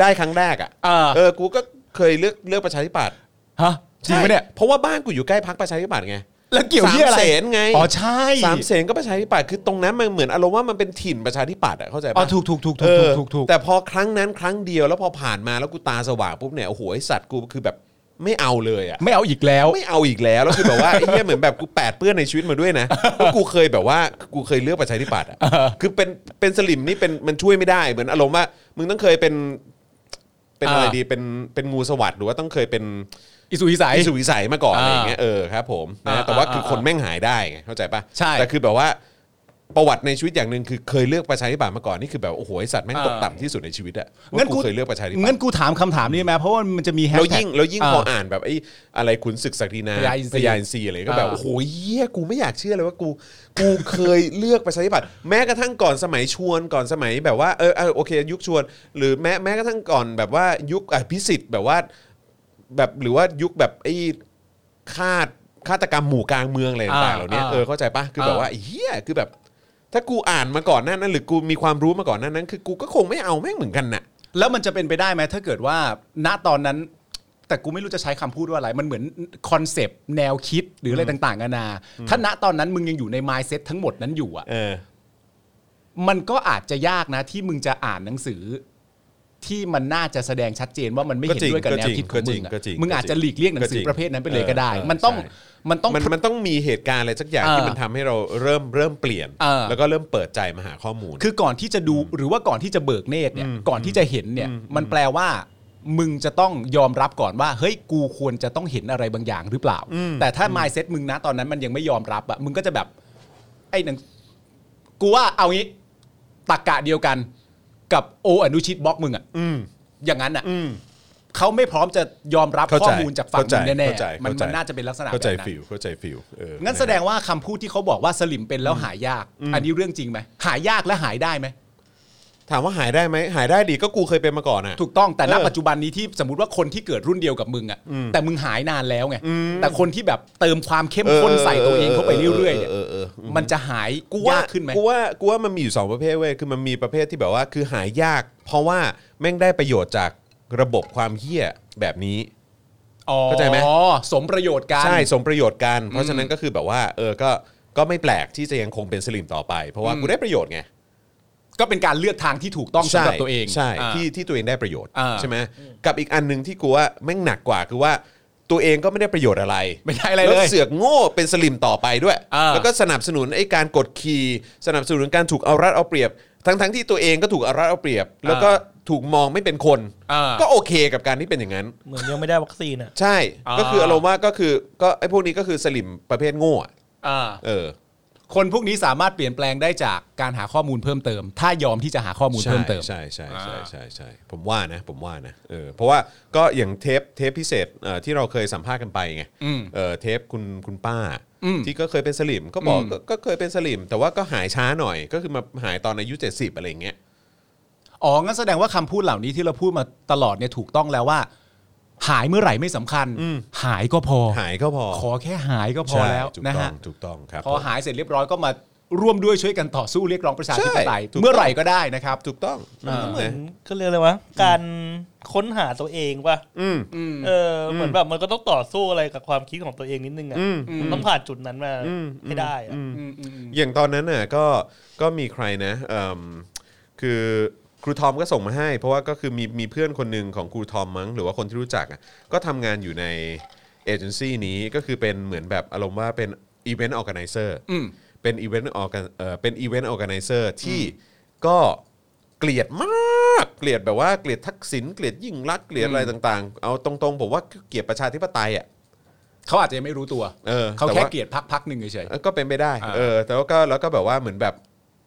ได้ครั้งแรกอ่ะ อ่า เออกูก็เคยเลือกเลือกประชาธิปัตย์ ฮะจริงปะเนี่ย ใช่เพราะว่าบ้านกูอยู่ใกล้พักประชาธิปัตย์ไง แล้วเกี่ยวเหี่อะไร สามเสนไง อ๋อใช่ สามเสนก็ประชาธิปัตย์คือตรงนั้นมันเหมือนอารมณ์ว่ามันเป็นถิ่นประชาธิปัตย์อ่ะเข้าใจปะ อ๋อถูกถูกถูก เอ ถูกถู อก ถูกถูก แต่พอครั้งนั้นครั้งเดียวแล้วพอผ่านมาแล้วกูตาสว่างปุ๊บเนี่ยโอ้โหไอสัตว์กูคือแบบไม่เอาเลยอ่ะ ไม่เอาอีกแล้ว ไม่เอาอีกแล้วแล้วคือแบบว่าไอ้เหี้ยเหมือนแบบกูแปดเปื้อนในชีวิตมาด้วยนะแล้วกูเคยแบบว่ากูเคยเลือกประชาธิปัตย์อ่ะคือเป็นเป็นสลิมนี่เป็นมันช่วยไม่ได้เหมือนอารมณ์ว่ามึงต้องเคยเป็นเป็นอะไร อ่า ดีเป็นเป็นงูสวัสด์หรือว่าต้องเคยเป็น อิสุอิสัย อิสุวิสัยมาก่อนอะไรอย่างเงี้ยเออครับผมนะ อ่า แต่ว่า อ่า คือคนแม่งหายได้ไงเข้าใจปะ ใช่ แต่คือแบบว่าประวัติในชีวิตอย่างหนึ่งคือเคยเลือกประชาธิปัตย์มาก่อนนี่คือแบบโอ้โหไอ้สัตว์แม่ง เออ ตกต่ำที่สุดในชีวิตอะ งั้ งั้น นกู กูเคยเลือกประชาธิปัต งั้น ย์ กูถามคำถามนี้ไหมเพราะว่ามันจะมีแฮช แล้ว แท็ก ยิ่งแล้วยิ่งพออ่านแบบไอ้อะไรขุนศึกศักดินา พญาอินทรี พญาอินทรีอะไรก็แบบ อ่า โอ้โหเยี่ยกูไม่อยากเชื่อเลยว่ากูกูเคยเลือกประชาธิปัตย์แม้กระทั่งก่อนสมัยชวนก่อนสมัยแบบว่าเออเออโอเค ยุคชวน หรือแม้แม้กระทั่งก่อนแบบว่ายุคอภิสิทธิ์แบบว่า แบบหรือว่ายุคแบบไอ้ฆาตฆาตกรรมหมู่กลางเมืองอะไรต่างๆ อ่า เหล่านี้ อ่า เออเข้าใจปะคือแบบ อ่า ว่าไอ้เฮียคือแบบ ถ้ากูอ่านมาก่อนหน้านั้น หรือกูมีความรู้มาก่อนหน้านั้น คือกูก็คงไม่เอาแม่งเหมือนกันน่ะ แล้วมันจะเป็นไปได้ไหมถ้าเกิดว่า ณตอนนั้น แต่กูไม่รู้จะใช้คำพูดว่าอะไร มันเหมือนคอนเซปต์แนวคิดหรืออะไรต่างๆนานาถ้าณตอนนั้นมึงยังอยู่ในมายเซ็ตทั้งหมดนั้นอยู่อ่ะ เออ มันก็อาจจะยากนะที่มึงจะอ่านหนังสือ ที่มันน่าจะแสดงชัดเจนว่ามันไม่ ก็ เห็น จริง ด้วยกับ ก็ แน จ ว ริง คิดของมึงอะ ก็จริงก็จริง มึงอาจจะหลีกเลี่ยงหนังสือ ก็จริง ประเภทนั้นไปเลยก็ได้ เออ มันต้อง ใช่ มันต้อง มันมันต้องมีเหตุการณ์อะไรสักอย่าง เออ ที่มันทำให้เราเริ่มเริ่มเปลี่ยน เออ แล้วก็เริ่มเปิดใจมาหาข้อมูล คือก่อนที่จะดูหรือว่าก่อนที่จะเบิกเนตรเนี่ยก่อนที่จะเห็นเนี่ย มันแปลว่า มึงจะต้องยอมรับก่อนว่า เฮ้ยกูควรจะต้องเห็นอะไรบางอย่างหรือเปล่า แต่ถ้า mindset มึงนะตอนนั้นมันยังไม่ยอมรับอะมึงก็จะแบบ ไอ้หนังกูว่าเอางี้ตักกะเดียวกัน กับโออนุชิตบล็อกมึงอะ อืม อย่างนั้นอะ อืม เขาไม่พร้อมจะยอมรับ เข้า ข้อ ใจ มูลจากฝั่ง เข้าใจ มึงแน่ เข้าใจ ๆมัน เข้าใจ มันน่าจะเป็นลักษณะแบ เข้า บ ใจ นั้ ฟิ น ลเข้าใจฟิลเออ งั้นแสดงว่าคำพูดที่เขาบอกว่าสลิมเป็นแล้วหายาก อันนี้เรื่องจริงไหมหายากและหายได้ไหม ถามว่าหายได้ไหมหายได้ดีก็กูเคยเป็นมาก่อนอ่ะ ถูกต้องแต่ณ เออ ปัจจุบันนี้ที่สมมติว่าคนที่เกิดรุ่นเดียวกับมึงอ่ะแต่มึงหายนานแล้วไงแต่คนที่แบบเติมความเข้มข้นใส่ตัวเองเข้าไปเรื่อยๆเนี่ย เออเออเออเออ มันจะหาย กูว่าย ากขึ้นไหม กูว่ากูว่ามันมีอยู่สองประเภทเว้ยคือมันมีประเภทที่แบบว่าคือหายาก เพราะว่าแม่งได้ประโยชน์จากระบบความเหี้ยแบบนี้ อ๋อ เข้าใจไหม สมประโยชน์กัน ใช่สมประโยชน์กัน เพราะฉะนั้นก็คือแบบว่าเออก็ก็ไม่แปลกที่จะยังคงเป็นสลิมต่อไป เพราะว่า อืม กูได้ประโยชน์ไง ก็เป็นการเลือกทางที่ถูกต้องสำหรับ ใช่ ตัวเอง ใช่ อ่า ที่ที่ตัวเองได้ประโยชน์ อ่า ใช่ไหมกับอีกอันหนึ่งที่กูว่าแม่งหนักกว่าคือว่าตัวเองก็ไม่ได้ประโยชน์อะไร ไม่ได้อะไรเล แวย เสือกโง่เป็นสลิมต่อไปด้วย อ่า แล้วก็สนับสนุนไอ้การกดขี่สนับสนุนการถูกเอารัดเอาเปรียบ ทั้งๆที่ตัวเองก็ถูกเอารัดเอาเปรียบ แล้วก็ถูกมองไม่เป็นคน อ่า ก็โอเคกับการที่เป็นอย่างนั้น เหมือนยังไม่ได้วัคซีนอ่ะ ใช่ อ่า ก็คืออารมณ์ว่าก็คือก็ไอ้พวกนี้ก็คือสลิมประเภทโง่อะ อ่า เออ คนพวกนี้สามารถเปลี่ยนแปลงได้จากการหาข้อมูลเพิ่มเติม ถ้ายอมที่จะหาข้อมูลเพิ่มเติม ใช่ใช่ใช่ อ่า ใช่ใช่ผมว่านะผมว่านะเออเพราะว่าก็อย่างเทปเทปพิเศษเอ่อที่เราเคยสัมภาษณ์กันไปไง อืม เออเทปคุณคุณป้า อืม ที่ก็เคยเป็นสลิมก็บอก อืม ก็ก็เคยเป็นสลิม แต่ว่าก็หายช้าหน่อยก็คือมาหายตอนอายุ 70 อะไรอย่างเงี้ย อ๋องั้นแสดงว่าคำพูดเหล่านี้ที่เราพูดมาตลอดเนี่ยถูกต้องแล้วว่า หายเมื่อไหร่ไม่สำคัญ อืม หายก็พอ หายก็พอ ขอแค่หายก็พอ ใช่ แล้ว ถูก นะ ต้อ ฮะ งถูกต้องครับ พอ ผม หายเสร็จเรียบร้อยก็มาร่วมด้วยช่วยกันต่อสู้เรียกร้องประชาธิปไตย ใช่ถูกต้อง เมื่อไหร่ก็ได้นะครับ ถูกต้อง อ่า เห เห มื มื อ อน นก็เรียกเลยวะการค้นหาตัวเองป่ะ อืม เออเหมือนแบบมันก็ต้องต่อสู้อะไรกับความคิดของตัวเองนิดนึงอ่ะ อืม มันต้องผ่านจุดนั้นมา อืม ให้ได้อะ อืม อืมอืมอืม อย่างตอนนั้นน่ะก็ก็มีใครนะเอิ่มคือครูทอมก็ส่งมาให้ เพราะว่าก็คือมีมีเพื่อนคนหนึ่งของครูทอมมั้งหรือว่าคนที่รู้จักอ่ะก็ทำงานอยู่ในเอเจนซี่นี้ก็คือเป็นเหมือนแบบอารมณ์ว่าเป็นอีเวนต์ออแกไนเซอร์ อืม เป็นอีเวนต์ออเอ่อเป็นอีเวนต์ออแกไนเซอร์ที่ก็เกลียดมาก เกลียดแบบว่าเกลียดทักษิณเกลียดยิ่งรักษณ์เกลียดอะไรต่างๆ เอาตรงๆผมว่าเกลียดประชาธิปไตยอ่ะ เขาอาจจะยังไม่รู้ตัว เออ เขา ต่ แค่ ว่ เกลียดพักพักๆหนึ่งเฉย เออก็เป็นไปได้ อ่า เออ แต่ว่าก็แล้วก็แบบว่าเหมือนแบบ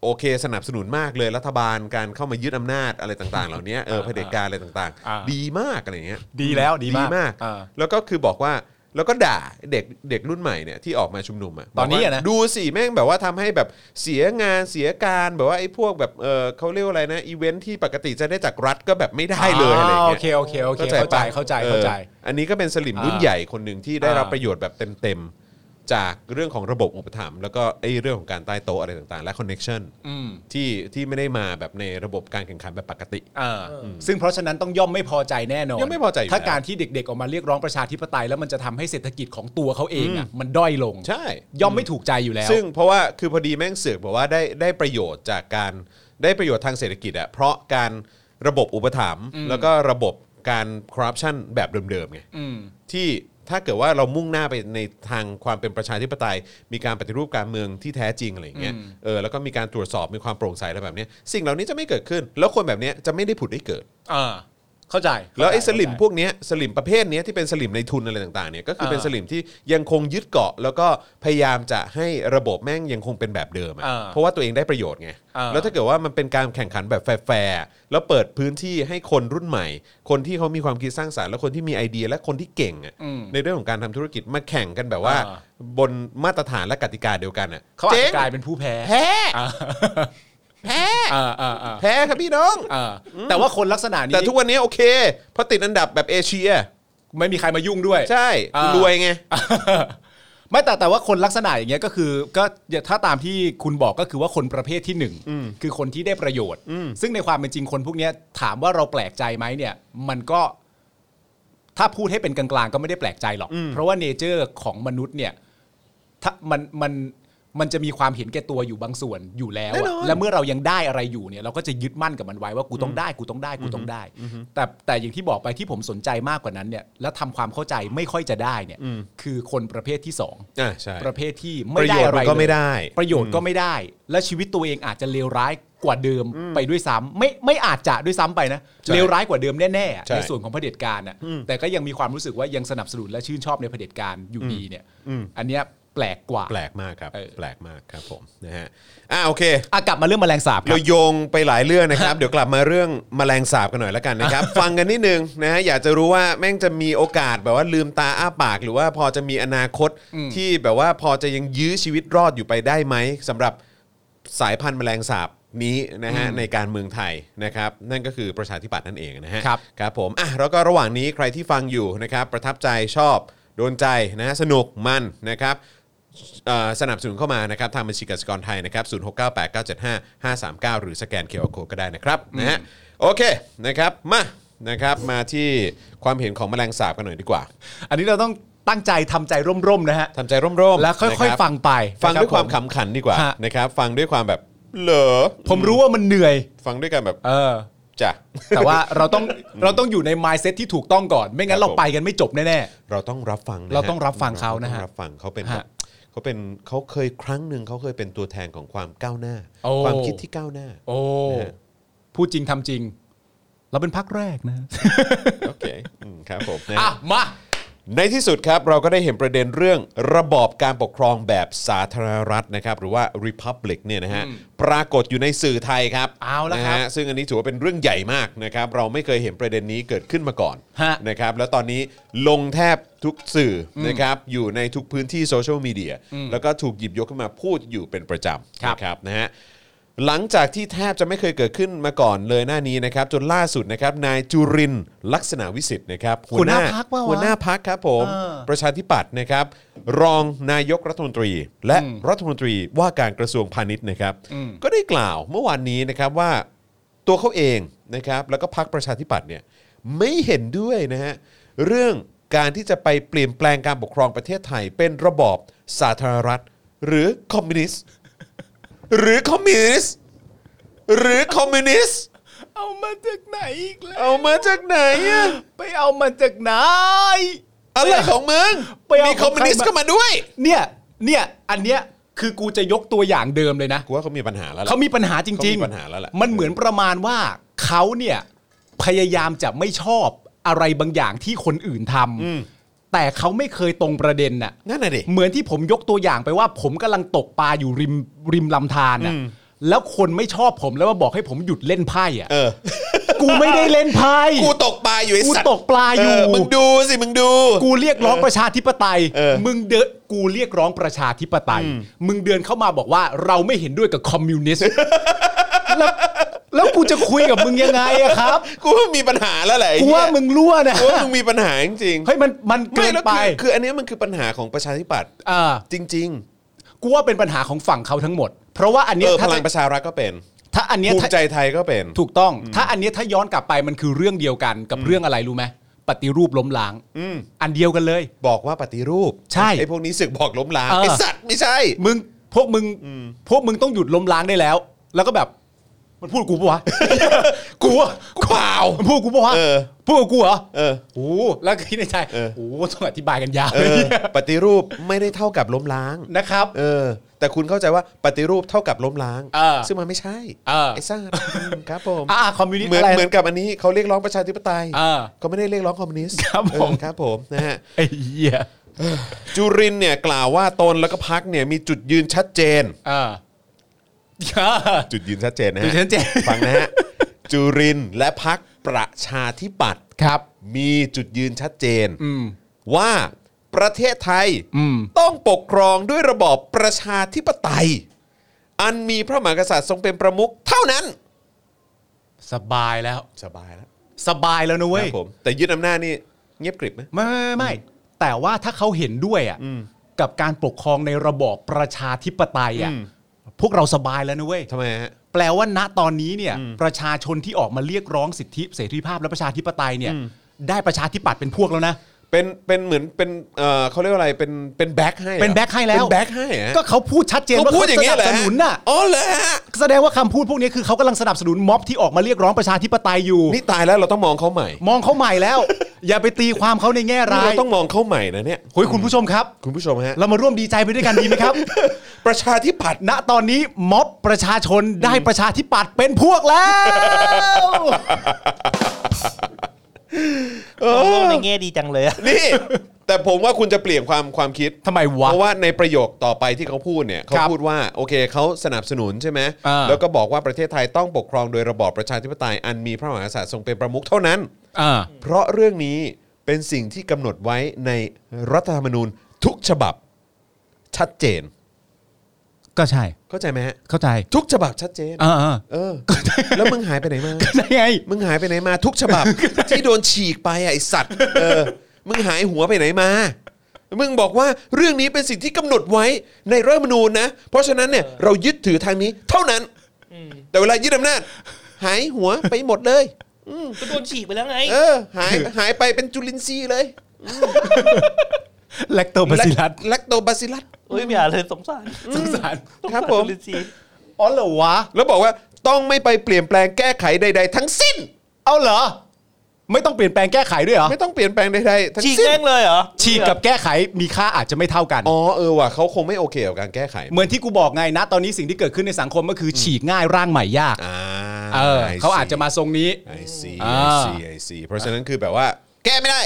โอเคสนับสนุนมากเลยรัฐบาลการเข้ามายึดอำนาจอะไรต่าง ๆ เหล่านี้เออเผด็จการอะไรต่าง อ่า ๆ ดีมากอะไรอย่างเงี้ย ๆดีแล้วดีมาก ดีมาก อ่า แล้วก็คือบอกว่าแล้วก็ด่าเด็กเด็กรุ่นใหม่เนี่ยที่ออกมาชุมนุมอ่ะ ตอนนี้อะ บกว่า นะ ดูสิแม่งแบบว่าทำให้แบบเสียงานเสียการแบบว่าไอ้พวกแบบเออเขาเรียกว่าอะไรนะอีเวนท์ที่ปกติจะได้จากรัฐก็แบบไม่ได้เลยอะไรอย่าง า เงี้ย โอเคโอเคโอเคเข้าใจ ปะ เข้าใจ ออ เข้าใจ อันนี้ก็เป็นสลิมรุ่น อ่า ใหญ่คนหนึ่งที่ได้รับ อ่า ประโยชน์แบบเต็มๆ จากเรื่องของระบบอุปถัมภ์แล้วก็ไอ้เรื่องของการใต้โต๊ะอะไรต่างๆ และคอนเน็ชัน อืม ที่ที่ไม่ได้มาแบบในระบบการแข่งขันแบบปกติ อ่าซึ่งเพราะฉะนั้นต้องย่อมไม่พอใจแน่นอน ย่อมไม่พอใจอยู่ ถ้า แล้ว การที่เด็กๆออกมาเรียกร้องประชาธิปไตยแล้วมันจะทำให้เศรษฐกิจของตัวเขาเองอ่ะมันด้อยลง ใช่ ย่อมไม่ถูกใจอยู่แล้ว ซึ่งเพราะว่าคือพอดีแม่งเสือกบอกว่าได้ได้ประโยชน์จากการได้ประโยชน์ทางเศรษฐกิจอะเพราะการระบบอุปถัมภ์แล้วก็ระบบการคอร์รัปชันแบบเดิมๆไง อืม ที่ถ้าเกิดว่าเรามุ่งหน้าไปในทางความเป็นประชาธิปไตย มีการปฏิรูปการเมืองที่แท้จริงอะไรอย่างเงี้ย อืม เออแล้วก็มีการตรวจสอบมีความโปร่งใสอะไรแบบเนี้ยสิ่งเหล่านี้จะไม่เกิดขึ้น แล้วคนแบบเนี้ยจะไม่ได้ผุดได้เกิด อ่าเข้าใจ แล้วไอ้ส เข้าใจ ลิมพวกเนี้ยสลิมประเภทเนี้ยที่เป็นสลิมในทุนอะไรต่างๆเนี่ยก็คือเป็น อ่า สลิมที่ยังคงยึดเกาะ แล้วก็พยายามจะให้ระบบแม่งยังคงเป็นแบบเดิมอะ อ่า เพราะว่าตัวเองได้ประโยชน์ไง อ่า แล้วถ้าเกิดว่ามันเป็นการแข่งขันแบบแฟร์ๆแล้วเปิดพื้นที่ให้คนรุ่นใหม่ คนที่เขามีความคิดสร้างสรรค์และคนที่มีไอเดียและคนที่เก่งอะ อืม ในเรื่องของการทำธุรกิจมาแข่งกันแบบว่า อ่า บนมาตรฐานและกติกาเดียวกันอ่ะ เขาอาจ จ๊ง จะกลายเป็นผู้แพ้ แพ้ อ่า แพ้ อ่าอ่าอ่า แพ้ครับพี่น้อง อ่าแต่ว่าคนลักษณะนี้ แต่ทุกวันนี้โอเคเพราะติดอันดับแบบเอเชีย ไม่มีใครมายุ่งด้วย ใช่ อ่าร ร วยไง ไม่แต่แต่ว่าคนลักษณะอย่างเงี้ยก็คือก็ถ้าตามที่คุณบอกก็คือว่าคนประเภทที่หนึ่งคือคนที่ได้ประโยชน์ ซึ่งในความเป็นจริงคนพวกเนี้ยถามว่าเราแปลกใจไหมเนี่ย มันก็ ถ้าพูดให้เป็นกลางๆก็ไม่ได้แปลกใจหรอก เพราะว่าเนเจอร์ของมนุษย์เนี่ย ถ้ามันมันมันจะมีความเห็นแก่ตัวอยู่บางส่วนอยู่แล้ว แน่ อะ นอน และเมื่อเรายังได้อะไรอยู่เนี่ย เราก็จะยึดมั่นกับมันไว้ว่ากูต้องได้กูต้องได้กูต้องได้ แต่แต่อย่างที่บอกไปที่ผมสนใจมากกว่านั้นเนี่ยแล้วทำความเข้าใจไม่ค่อยจะได้เนี่ย คือคนประเภทที่สอง อ่าใช่ ประเภทที่ ป ไม่ ระโย ได้ ช อะ น์ ไร มันก็ไม่ เลย ได้ ประโยชน์ก็ไม่ได้ และชีวิตตัวเองอาจจะเลวร้ายกว่าเดิมไปด้วยซ้ำไม่ไม่อาจจะด้วยซ้ำไปนะ ใช่ เลวร้ายกว่าเดิมแน่ๆอะ ใช่ ในส่วนของเผด็จการอ่ะแต่ก็ยังมีความรู้สึกว่ายังสนับสนุนและชื่นชอบในเผด็จการอยู่ดีเนี่ยอันเนี้ยแปลกกว่า แปลกมากครับ เออ แปลกมากครับผมนะฮะอ่าโอเค อ่ะกลับมาเรื่องแมลงสาบครั เรา บ โยงไปหลายเรื่องนะครับ เดี๋ยวกลับมาเรื่องแมลงสาบกันหน่อยแล้วกันนะครับ [LAUGHS] ฟังกันนิดนึงนะฮะอยากจะรู้ว่าแม่งจะมีโอกาสแบบว่าลืมตาอ้าปาก หรือว่าพอจะมีอนาคตที่แบบว่าพอจะยังยื้อชีวิตรอดอยู่ไปได้ไหมสำหรับสายพันธุ์แมลงสาบนี้นะฮะในการเมืองไทยนะครับ นั่นก็คือประชาธิปัตย์นั่นเองนะฮะ ครับ ครับผมอ่ะแล้วก็ระหว่างนี้ใครที่ฟังอยู่นะครับประทับใจชอบโดนใจนะฮะสนุกมันนะครับเอ่อสนับสนุนเข้ามานะครับทางบัญชีกสิกรไทยนะครับ0 6 9 8 9 7 5 5 3 9 หรือสแกนเคอร์โคก็ได้นะครับนะฮะโอเคนะครับมา นะครับมาที่ความเห็นของแมลงสาบกันหน่อยดีกว่า อันนี้เราต้องตั้งใจทำใจร่มๆนะฮะ ทำใจร่มๆ แล้วค่อย นะรับ ๆฟังไป ฟังด้วย นะ ค รั วา บ ม ผ ขำขันดีกว่า ฮะ นะครับ ฟังด้วยความแบบเหรอ ผมรู้ว่ามันเหนื่อย ฟังด้วยกันแบบ เออ จ้ะ แต่ว่าเราต้องเราต้องอยู่ใน mindset ที่ถูกต้องก่อน ไม่งั้น ครับ เรา ผม ไปกันไม่จบแน่ เราต้องรับฟังนะฮะ เราต้องรับฟังเขานะฮะ รต้องรับฟังเขาเป็นแบ ฮะ บเขาเป็นเขาเคยครั้งหนึ่งเขาเคยเป็นตัวแทนของความก้าวหน้า โอ้ ความคิดที่ก้าวหน้า ๆ โอ้ นะฮะ พูดจริงทำจริง เราเป็นพักแรกนะ โอเคอืมครับผมนะ อ่ะ ฮะ มา ในที่สุดครับเราก็ได้เห็นประเด็นเรื่องระบอบการปกครองแบบสาธารณรัฐนะครับหรือว่า Republic เนี่ยนะฮะปรากฏอยู่ในสื่อไทยครับ เอาละครับ นะฮะซึ่งอันนี้ถือว่าเป็นเรื่องใหญ่มากนะครับเราไม่เคยเห็นประเด็นนี้เกิดขึ้นมาก่อน ฮะ นะครับแล้วตอนนี้ลงแทบทุกสื่อนะครับอยู่ในทุกพื้นที่โซเชียลมีเดียแล้วก็ถูกหยิบยกขึ้นมาพูดอยู่เป็นประจำ ครับ นะครับนะฮะ หลังจากที่แทบจะไม่เคยเกิดขึ้นมาก่อนเลยหน้านี้นะครับ จนล่าสุดนะครับนายจุรินทร์ลักษณะวิสิทธิ์นะครับ หัวหน้าพรรคเปล่าวะ หัวหน้าพักครับผม เออ ประชาธิปัตย์นะครับ รองนายกรัฐมนตรี และ อืม รัฐมนตรีว่าการกระทรวงพาณิชย์นะครับ อืม ก็ได้กล่าวเมื่อวานนี้นะครับว่าตัวเขาเองนะครับแล้วก็พักประชาธิปัตย์เนี่ยไม่เห็นด้วยนะฮะเรื่องการที่จะไปเปลี่ยนแปลงการปกครองประเทศไทย เป็นระบอบสาธารณรัฐ หรือคอมมิวนิสต์หรือคอมมิวนิสต์ หรือคอมมิวนิสต์ เอามาจากไหนอีกแล้ว เอามาจากไหนอะ ไปเอามาจากไหน อะไรของมึง ไปเอามี มีคอมมิวนิสต์เข้ามาด้วย เนี่ยเนี่ยอันเนี้ยคือกูจะยกตัวอย่างเดิมเลยนะ กูว่าเขามีปัญหาแล้วล่ะ เขามีปัญหาจ เขา ริ มี ง ปัญหาแล้วแหละ มันเหมือนประมาณว่าเขาเนี่ยพยายามจะไม่ชอบอะไรบางอย่างที่คนอื่นทำแต่เขาไม่เคยตรงประเด็นน่ะ นั่นน่ะดิ เหมือนที่ผมยกตัวอย่างไปว่า ผมกำลังตกปลาอยู่ริมริมลำธารน่ะแล้วคนไม่ชอบผมแล้วมาบอกให้ผมหยุดเล่นไพ่อ่ะ เออ กูไม่ได้เล่นไพ่ กูตกปลาอยู่ไอ้ กู สัตว์ ตกปลาอยู่ เมึงดูสิมึงดู กูเรียกร้องประชาธิปไตย เออ มึงเดินกูเรียกร้องประชาธิปไตย มึงเดินเข้ามาบอกว่าเราไม่เห็นด้วยกับคอมมิวนิสต์ แล้วแล้วกูจะคุยกับมึงยังไงอะครับ กูว่ามีปัญหาแล้วแหละไอ้ กู เหี้ย ว่ามึงรั่วนะ กูว่ามึงมีปัญหาจริงๆ เฮ้ยมันมันเกิน แล้ว ไป คือคืออันเนี้ยมันคือปัญหาของประชาธิปัตย์ อ่า จริง กูว่าเป็นปัญหาของฝั่งเขาทั้งหมด เพราะว่าอัน ๆ เนี้ เอยอพ ถ้า ลังประชารัฐก็เป็น ถ้าอันเนี้ย ภู ถ้า มิใจไทยก็เป็น ถูกต้อง ถ้าอันเนี้ยถ้าย้อนกลับไปมันคือเรื่องเดียวกันกับเรื่องอะไรรู้ไหมปฏิรูปล้มล้าง อืม อันเดียวกันเลย บอกว่าปฏิรูป ใช่ ไอ้พวกนี้สึกบอกล้มล้าง เออ ไอ้สัตว์ไม่ใช่ มึงพวกมึงพวกมึงต้องหยุดล้มล้างได้แล้ว แล้วก็แบบ มันพูดกูปะวะ กูวะ กูเปล่า มันพูดกูปะวะ เออ พูดกับกูเหรอ เออ โอ้โหแล้วก็คิดในใจ เออ โอ้โหต้องอธิบายกันยาว เอ เลย อปฏิรูปไม่ได้เท่ากับล้มล้าง นะครับ เออ แต่คุณเข้าใจว่าปฏิรูปเท่ากับล้มล้าง เออ ซึ่งมันไม่ใช่ เออ ไอ้ซ่าครับผม อ่าคอมมิวนิสต์ เหมือน อะไร เหมือนกับอันนี้เขาเรียกร้องประชาธิปไตย เออ เขาไม่ได้เรียกร้องคอมมิวนิสต์ ครับผม เออครับผมนะฮะ ไอ้เหี้ย จุรินทร์เนี่ยกล่าวว่าตนแล้วก็พักเนี่ยมีจุดยืนชัดเจน เออ จุดยืนชัดเจนนะฮะ จุดยืนชัดเจน ฟังนะฮะจุรินทร์และพักประชาธิปัตย์ ครับ มีจุดยืนชัดเจน อืม ว่าประเทศไทย อืม ต้องปกครองด้วยระบอบประชาธิปไตย อันมีพระมหากษัตริย์ทรงเป็นประมุขเท่านั้น สบายแล้ว สบายแล้ว สบายแล้วนะเว้ ค ย รับผมแต่ยึดอำนาจนี่เงียบกริบนะ ไม่ไม่ไม่ไม่แต่ว่าถ้าเขาเห็นด้วยอ่ะกับการปกครองในระบอบประชาธิปไตยอ่ะ อืม พวกเราสบายแล้วนะเว้ย ทำไมฮะ แปลว่าณตอนนี้เนี่ยประชาชนที่ออกมาเรียกร้องสิทธิเสรีภาพและประชาธิปไตยเนี่ย ได้ประชาธิปัตย์เป็นพวกแล้วนะ เป็นเป็นเหมือนเป็นเอ่อเขาเรียกว่าอะไรเป็นเป็นแบ็คให้หรอ เป็นแบ็คให้แล้ว เป็นแบ็คให้เหรอฮะ ก็เขาพูดชัดเจน เขา ว่า พูด เขา อย่าง ส เงี้ย นับ เหรอ ส ฮะ นุนน่ะ อ๋อเหรอฮะ แสดงว่าคำพูดพวกนี้คือเขากำลังสนับสนุนม็อบที่ออกมาเรียกร้องประชาธิปไตยอยู่ นี่ตายแล้วเราต้องมองเขาใหม่ มองเขาใหม่แล้ว อย่าไปตีความเขาในแง่ร้า เรา ย ต้องมองเขาใหม่นะเนี่ย เฮ้ยคุณผู้ชมครับ คุณผู้ชมฮะ เรามาร่วมดีใจไปด้วยกันดีไหมครับ ประชาธิปัตย์ ณตอนนี้ม็อบประชาชนได้ประชาธิปัตย์เป็นพวกแล้ว ต้องมองในแง่ดีจังเลยอะ [LAUGHS] นี่ แต่ผมว่าคุณจะเปลี่ยนความความคิด ทำไมวะ เพราะว่าในประโยคต่อไปที่เขาพูดเนี่ยเขา ครับ พูดว่าโอเคเขาสนับสนุนใช่ไหม อ่า แล้วก็บอกว่าประเทศไทยต้องปกครองโดยระบอบประชาธิปไตยอันมีพระมหากษัตริย์ทรงเป็นประมุขเท่านั้น อ่า เพราะเรื่องนี้เป็นสิ่งที่กำหนดไว้ในรัฐธรรมนูญทุกฉบับชัดเจน ก็ใช่ เข้าใจไหมฮะ เข้าใจ ทุกฉบับชัดเจน อ่าอ่า เออ แล้วมึงหายไปไหนมา [LAUGHS] ได้ไง มึงหายไปไหนมาทุกฉบั [LAUGHS] บ ที่โดนฉีกไปอ่ะไอสัตว์เออมึงหายหัวไปไหนมา มึงบอกว่าเรื่องนี้เป็นสิ่งที่กำหนดไว้ในรัฐธรรมนูญนะ เพราะฉะนั้นเนี่ยเรายึดถือทางนี้เท่านั้น แต่เวลายึดอำนาจหายหัวไปหมดเลย ก็โดนฉีกไปแล้วไง เออหายหายไปเป็นจุลินทรีย์เลย แลคโตบาซิลัส แลคโตบาซิลัส เอ้ยอย่าเลยสงสาร สงสาร สง ค สา รับผม จุลินทรีย์ อ๋อเหรอวะ แล้วบอกว่าต้องไม่ไปเปลี่ยนแปลงแก้ไขใด ๆ ทั้งสิ้น เอาเหรอ ไม่ต้องเปลี่ยนแปลงแก้ไขด้วยเหรอ ไม่ต้องเปลี่ยนแปลงใดๆทั้ง ฉีก สิ้ แม่ น งเลยเหรอ ฉีกกับแก้ไขมีค่าอาจจะไม่เท่ากัน อ๋อเออว่ะเขาคงไม่โอเคกับการแก้ไข เหมือนที่กูบอกไงนะ ตอนนี้สิ่งที่เกิดขึ้นในสังคมก็คืออฉีกง่ายร่างใหม่ยาก อ่า เออ I เขาอาจจะ see มาทรงนี้ I see อ่า I see I see เพราะฉะนั้นคือแบบว่า แก้ไม่ได้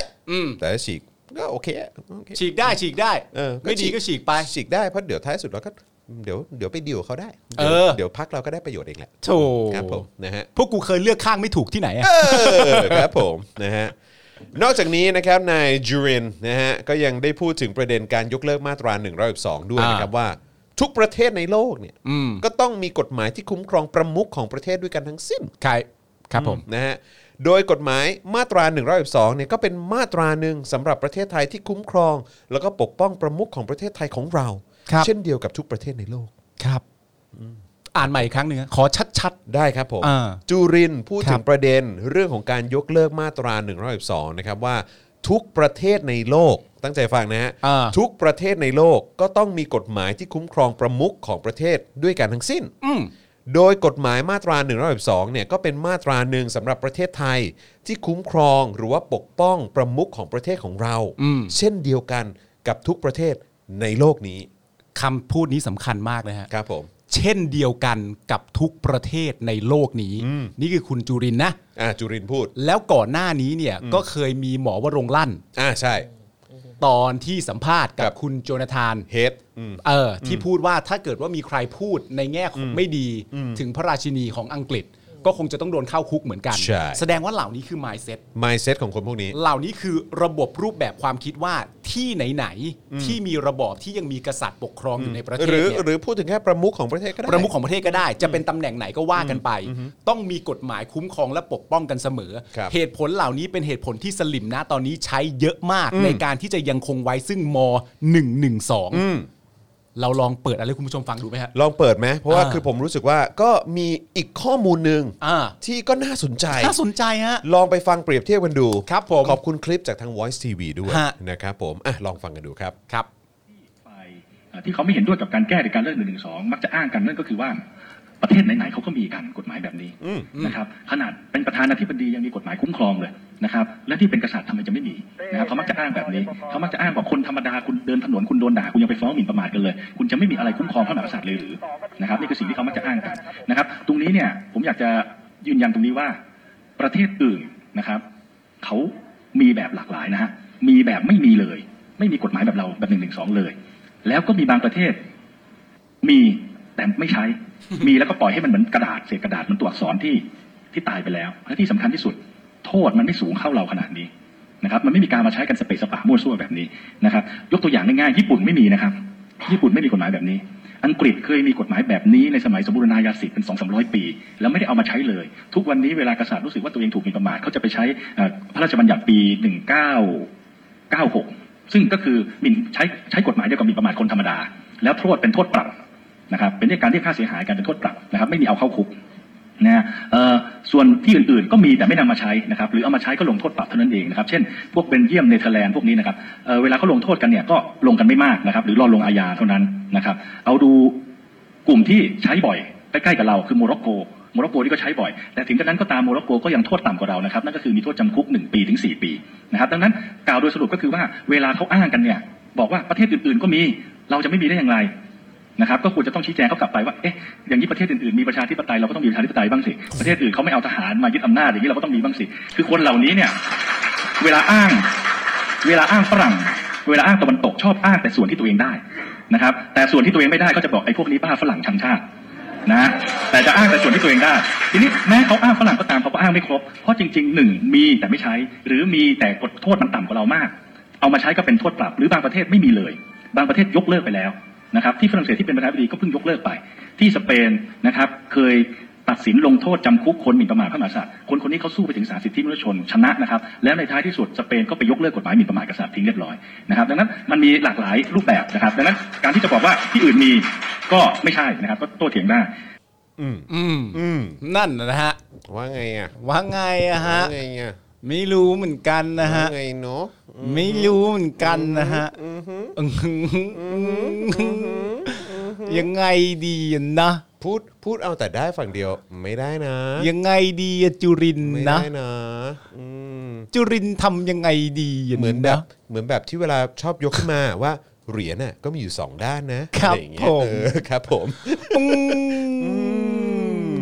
แต่ถ้าฉีกก็โอเคอะโอเค ฉีกได้ฉีกได้ เออ ไม่ดีก็ฉีกไป ฉีกได้เพราะเดี๋ยวท้ายสุดเราก็เดี๋ยวเดี๋ยวไปดีลกับเขาได้ เออ เดี๋ยวพักเราก็ได้ประโยชน์เองแหละ โถ่ ครับผมนะฮะ พวกกูเคยเลือกข้างไม่ถูกที่ไหนอะ เออครับผมนะฮะนอกจากนี้นะครับนายจูรินนะฮะก็ยังได้พูดถึงประเด็นการยกเลิกมาตรา 112 ด้วยนะครับ อ่า ว่าทุกประเทศในโลกเนี่ยก็ต้องมีกฎหมายที่คุ้มครองประมุขของประเทศด้วยกันทั้งสิ้น ใครครับผม นะฮะโดยกฎหมายมาตรา 112 เนี่ยก็เป็นมาตราหนึ่งสำหรับประเทศไทยที่คุ้มครอง แล้วก็ปกป้องประมุขของประเทศไทยของเรา ครับ เช่นเดียวกับทุกประเทศในโลก ครับ อ่านใหม่อีกครั้งหนึ่งอะขอชัด ได้ครับผม อ่า จูรินทร์พูด ครั ถึ บ งประเด็นเรื่องของการยกเลิกมาตรา1นึนะครับว่าทุกประเทศในโลกตั้งใจฟังนะฮะ อ่า ทุกประเทศในโลกก็ต้องมีกฎหมายที่คุ้มครองประมุขของประเทศด้วยกันทั้งสิ้น ๆ อืม โดยกฎหมายมาตรา1นึเนี่ยก็เป็นมาตราหนึ่งสำหรับประเทศไทยที่คุ้มครองหรือว่าปกป้องประมุขของประเทศของเรา อืม เช่นเดียวกันกับทุกประเทศในโลกนี้ คำพูดนี้สำคัญมากเลยฮะ ครับผม เช่นเดียวกันกับทุกประเทศในโลกนี้ นี่คือคุณจุรินทร์นะ อ่าจูรินทร์พูด แล้วก่อนหน้านี้เนี่ยก็เคยมีหมอวรงค์ลั่น อ่าใช่ ตอนที่สัมภาษณ์ ครั กับบ คุณโจนาธาน เฮดอืม เออที่พูดว่าถ้าเกิดว่ามีใครพูดในแง่ของไม่ดีถึงพระราชินีของอังกฤษ ก็คงจะต้องโดนเข้าคุกเหมือนกัน ใช่ แสดงว่าเหล่านี้คือ mindset mindset ของคนพวกนี้ เหล่านี้คือระบบรูปแบบความคิดว่าที่ไหนๆที่มีระบอบที่ยังมีกษัตริย์ปกครองอยู่ในประเทศ หรือ เนี่ย หรือพูดถึงแค่ประมุขของประเทศก็ได้ ประมุขของประเทศก็ได้ จะเป็นตำแหน่งไหนก็ว่ากันไป ต้องมีกฎหมายคุ้มครองและปกป้องกันเสมอ เหตุผลเหล่านี้เป็นเหตุผลที่สลิมนะตอนนี้ใช้เยอะมากในการที่จะยังคงไว้ซึ่งม 112 เราลองเปิดอะไรให้คุณผู้ชมฟังดูไหมฮะ ลองเปิดไหมเพราะว่า อ่า คือผมรู้สึกว่าก็มีอีกข้อมูลหนึ่ง อ่า ที่ก็น่าสนใจ น่าสนใจฮะ ลองไปฟังเปรียบเทียบกันดู ครับผม ขอบคุณคลิปจากทาง Voice TV ด้วย ฮะ นะครับผมอ่ะลองฟังกันดูครับ ครับ ฝ่ายเอ่อที่เขาไม่เห็นด้วยกับการแก้ในการเลือกหนึ่งหนึ่งสองมักจะอ้างกันนั่นก็คือว่าประเทศไหนๆเขาก็มีกันกฎหมายแบบนี้นะครับขนาดเป็นประธานาธิบดียังมีกฎหมายคุ้มครองเลยนะครับและที่เป็นกษัตริย์ทำไมจะไม่มีนะครับเขามักจะอ้างแบบนี้เขามักจะอ้างว่าคนธรรมดาคุณเดินถนนคุณโดนด่าคุณยังไปฟ้องหมิ่นประมาทกันเลย คุณจะไม่มีอะไรคุ้มครองพระมหากษัตริย์เลยหรือนะครับนี่คือสิ่งที่เขามักจะอ้างกันนะครับ ตรงนี้เนี่ยผมอยากจะยืนยันตรงนี้ว่า ประเทศอื่นนะครับเขามีแบบหลากหลายนะฮะมีแบบไม่มีเลย ไม่มีกฎหมายแบบเราแบบหนึ่งหนึ่งสองเลย แล้วก็มีบางประเทศ มีแต่ไม่ใช้ มีแล้วก็ปล่อยให้มันเหมือนกระดาษเศษกระดาษมันตัวอักษรที่ที่ตายไปแล้ว และที่สำคัญที่สุด โทษมันไม่สูงเข้าเราขนาดนี้นะครับ มันไม่มีการมาใช้กันสเปซสปะมั่วซั่วแบบนี้นะครับ ยกตัวอย่างง่ายๆญี่ปุ่นไม่มีนะครับ ญี่ปุ่นไม่มีกฎหมายแบบนี้ อังกฤษเคยมีกฎหมายแบบนี้ในสมัยสมบูรณาญาสิทธิ์เป็นสองสามร้อยปี แล้วไม่ได้เอามาใช้เลย ทุกวันนี้เวลากษัตริย์รู้สึกว่าตัวเองถูกหมิ่นประมาทเขาจะไปใช้เอ่อพระราชบัญญัติปีหนึ่งเก้า 96 ซึ่งก็คือหมิ่นใช้ใช้กฎหมายเดียวกับหมิ่นประมาทคนธรรมดา แล้วโทษเป็นโทษปรับนะครับ เป็นเรื่องการเรียกค่าเสียหายการเป็นโทษปรับนะครับ ไม่มีเอาเข้าคุกนะฮะเอ่อส่วนที่อื่นๆก็มีแต่ไม่นำมาใช้นะครับ หรือเอามาใช้ก็ลงโทษปรับเท่านั้นเองนะครับ เช่น พวกเบนเยียมเนเธอร์แลนด์พวกนี้นะครับเอ่อเวลาเขาลงโทษกันเนี่ยก็ลงกันไม่มากนะครับ หรือรอลงอาญาเท่านั้นนะครับ เอาดู กลุ่มที่ใช้บ่อยใกล้ๆกับเราคือโมร็อกโกโมร็อกโกนี่ก็ใช้บ่อย แต่ถึงกระนั้นก็ตามโมร็อกโกก็ยังโทษต่ำกว่าเรานะครับนั่นก็คือมีโทษจำคุก 1 ปีถึง 4 ปีนะครับดังนั้นกล่าวโดยสรุปก็คือว่าเวลาเขาอ้างกันเนี่ยบอกว่าประเทศอื่นๆก็มีเราจะไม่มีได้อย่างไรนะครับก็ควรจะต้องชี้แจงเขากลับไปว่าเอ๊ะอย่างนี้ประเทศอื่นๆมีประชาธิปไตยเราก็ต้องมีประชาธิปไตยบ้างสิประเทศอื่นเขาไม่เอาทหารมายึดอำนาจอย่างนี้เราก็ต้องมีบ้างสิคือคนเหล่านี้เนี่ยเวลาอ้าง เวลาอ้างฝรั่ง เวลาอ้างตะวันตกชอบอ้างแต่ส่วนที่ตัวเองได้นะครับ แต่ส่วนที่ตัวเองไม่ได้ก็จะบอกไอ้พวกนี้บ้าฝรั่งชังชาตินะแต่จะอ้างแต่ส่วนที่ตัวเองได้ ทีนี้แม้เขาอ้างฝรั่งก็ตามเขาก็อ้างไม่ครบเพราะจริงๆหนึ่งมีแต่ไม่ใช้ หรือมีแต่กฎโทษมันต่ำกว่าเรามาก เอามาใช้ก็เป็นโทษปรับ หรือบางประเทศไม่มีเลย บางประเทศยกเลิกไปแล้วนะครับ ที่ฝรั่งเศสที่เป็นประธานาธิบดีก็เพิ่งยกเลิกไป ที่สเปนนะครับเคย ตัดสินลงโทษจำคุกคนหมิ่นประมาทพระมหากษัตริย์คนคนนี้เขาสู้ไปถึงศาลสิทธิมนุษยชนชนะนะครับ แล้วในท้ายที่สุดสเปนก็ไปยกเลิกกฎหมายหมิ่นประมาทกษัตริย์ทิ้งเรียบร้อยนะครับ ดังนั้นมันมีหลากหลายรูปแบบนะครับ ดังนั้นการที่จะบอกว่าที่อื่นมีก็ไม่ใช่นะครับ ก็โต้เถียงได้ อืม อืม นั่นนะฮะ ว่าไงอ่ะ ว่าไงอะฮะ ว่าไงอ่ะ ไม่รู้เหมือนกันนะฮะ ว่าไงเนาะ ไม่รู้เหมือนกันนะฮะยังไงดีอะนะ พูดพูดเอาแต่ได้ฝั่งเดียวไม่ได้นะ ยังไงดีอะจุรินทร์ ไม่ นะ ได้นะอืม จุรินทร์ทำยังไงดีะ เหมือนแบบ ะ เหมือนแบบที่เวลาชอบยกขึ้นมาว่าเหรียญน่ะก็มีอยู่สองด้านนะครับ อะไอย่างเงี้ย ผม เออครับผม อืม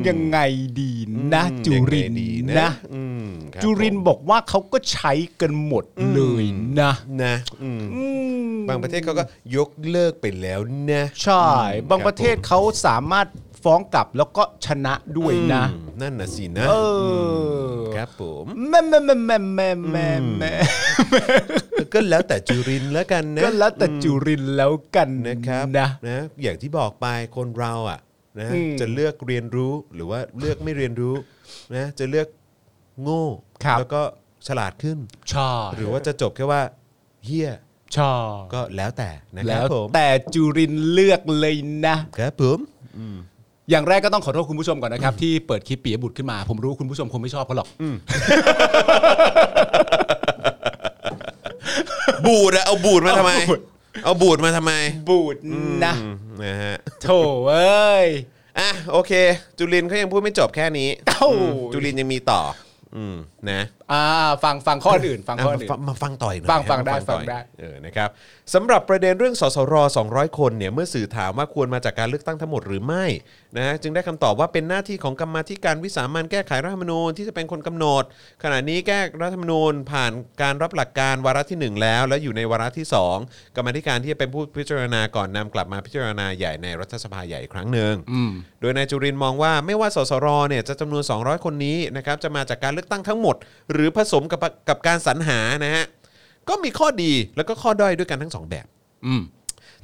ยังไงดีนะ จุรินท ยังไง ร์ ดี นะ อืมคบ จุรินทร์บอกว่าเขาก็ใช้กันหมดเลยนะ ผมนะอืม อืม บางประเทศเขาก็ยกเลิกไปแล้วนะ ใช่ บางประเทศเขาสามารถฟ้องกลับแล้วก็ชนะด้วยนะ อืมนั่นน่ะสินะ เออ ครับผม แม่แม่แม่แม่แม่แม่แม่ ก็แล้วแต่จุรินทร์แล้วกันนะ ก็แล้วแต่จุรินทร์แล้วกัน นะครับ นะ นะอย่างที่บอกไปคนเราอ่ะนะ อืม จะเลือกเรียนรู้หรือว่าเลือกไม่เรียนรู้นะจะเลือกโง่แล้วก็ฉลาดขึ้น ชอ หรือว่าจะจบแค่ว่าเฮีย ชอ ก็แล้วแต่นะค แล้ รับ ว ผม แต่จุรินทร์เลือกเลยนะ ครับผม อย่างแรกก็ต้องขอโทษคุณผู้ชมก่อนนะครับ ที่เปิดคลิปปียบุตรขึ้นมา ผมรู้คุณผู้ชมคงไม่ชอบเขาหรอก บูดอะเอาบูดมาทำไม เอาบูด เอาบูดมาทำไม บูดนะ อืมนะฮะ โถเอ้ย อ่ะโอเค จุรินทร์เขายังพูดไม่จบแค่นี้ เอ้า จุลินยังมีต่อ อืมนะ อ่าฟังฟังข้ออื่น ฟังข้อ อ่ะ อื่น มามาฟังต่อยหน่อย ฟัง นะ ฟังได้ มาต่อย ฟังได้ เออนะครับสำหรับประเด็นเรื่องสสร 200 คนเนี่ยเมื่อสื่อถามว่าควรมาจากการเลือกตั้งทั้งหมดหรือไม่นะฮะจึงได้คำตอบว่าเป็นหน้าที่ของกรรมาธิการวิสามันแก้ไขรัฐธรรมนูญที่จะเป็นคนกำหนด ขณะนี้แก้รัฐธรรมนูญผ่านการรับหลักการวาระทีหนึ่งแล้ว และอยู่ในวาระที่ 2 กรรมาธิการที่จะเป็นผู้พิจารณาก่อนนำกลับมาพิจารณาใหญ่ในรัฐสภาใหญ่อีกครั้งหนึ่ง อืม โดยนายจุรินทร์มองว่าไม่ว่าสสรเนี่ยจะจำนวน 200 คนนี้นะครับจะมาจากการเลือกตั้งทั้งหมด หรือผสมกับกับการสรรหานะฮะก็มีข้อดีแล้วก็ข้อด้อยด้วยกันทั้งสองแบบ อืม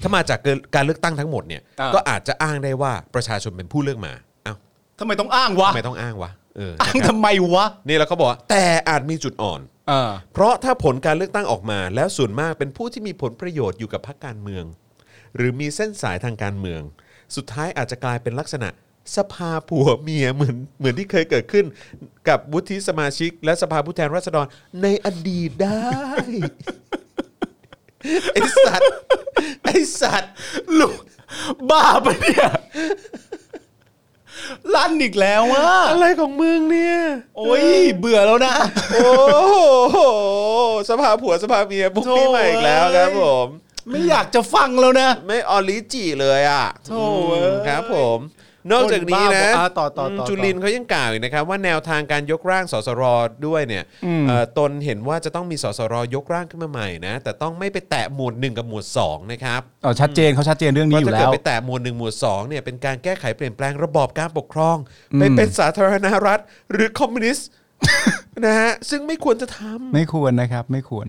ถ้ามาจากเกินการเลือกตั้งทั้งหมดเนี่ย อ่า ก็อาจจะอ้างได้ว่าประชาชนเป็นผู้เลือกมาเอ้า ทำไมต้องอ้างวะ ทำไมต้องอ้างวะเออ อ้าง นะครั ทำ บ ไมวะ นี่แล้วเขาบอกว่าแต่อาจมีจุดอ่อน อ่า เพราะถ้าผลการเลือกตั้งออกมา แล้วส่วนมากเป็นผู้ที่มีผลประโยชน์อยู่กับพรรคการเมือง หรือมีเส้นสายทางการเมือง สุดท้ายอาจจะกลายเป็นลักษณะ สภาผัวเมียเหมือนเหมือนที่เคยเกิดขึ้น กับวุฒิสมาชิก และสภาผู้แทนราษฎรในอดีตได้ ไอสัตว์ไอสัตว์ ลูกบ้าปะเนี่ยลั่นอีกแล้ววะ อะไรของมึงเนี่ย โอ้ยเบื่อแล้วนะ โอ้โหสภาผัวสภาเมียบุกนี่มาอีกแล้วครับผม ไม่อยากจะฟังแล้วนะ ไม่ออริจิเลยอ่ะ โถ่เอ้ย ครับผม นอกจากนี้นะ คนบ้าบอกอ่ะต่อต่อต่อต่อ จุลินเขายังกล่าวอีกนะครับว่าแนวทางการยกร่างสสรด้วยเนี่ยเอ่อตนเห็นว่าจะต้องมีสสรยกร่างขึ้นมาใหม่นะแต่ต้องไม่ไปแตะหมวด1กับหมวด2นะครับ ๋อชัดเจนเขาชัดเจนเรื่องนี้ ว่า อ ถ้า ยู่แล้เกิด ว ไปแตะหมวด1หมวด2เนี่ยเป็นการแก้ไขเปลี่ยนแปลงระบอบการปกครองไปเป็นสาธารณรัฐ หรือคอมมิวนิสต์ นะฮะซึ่งไม่ควรจะท ไม่ควรนะครับ ไม่ควร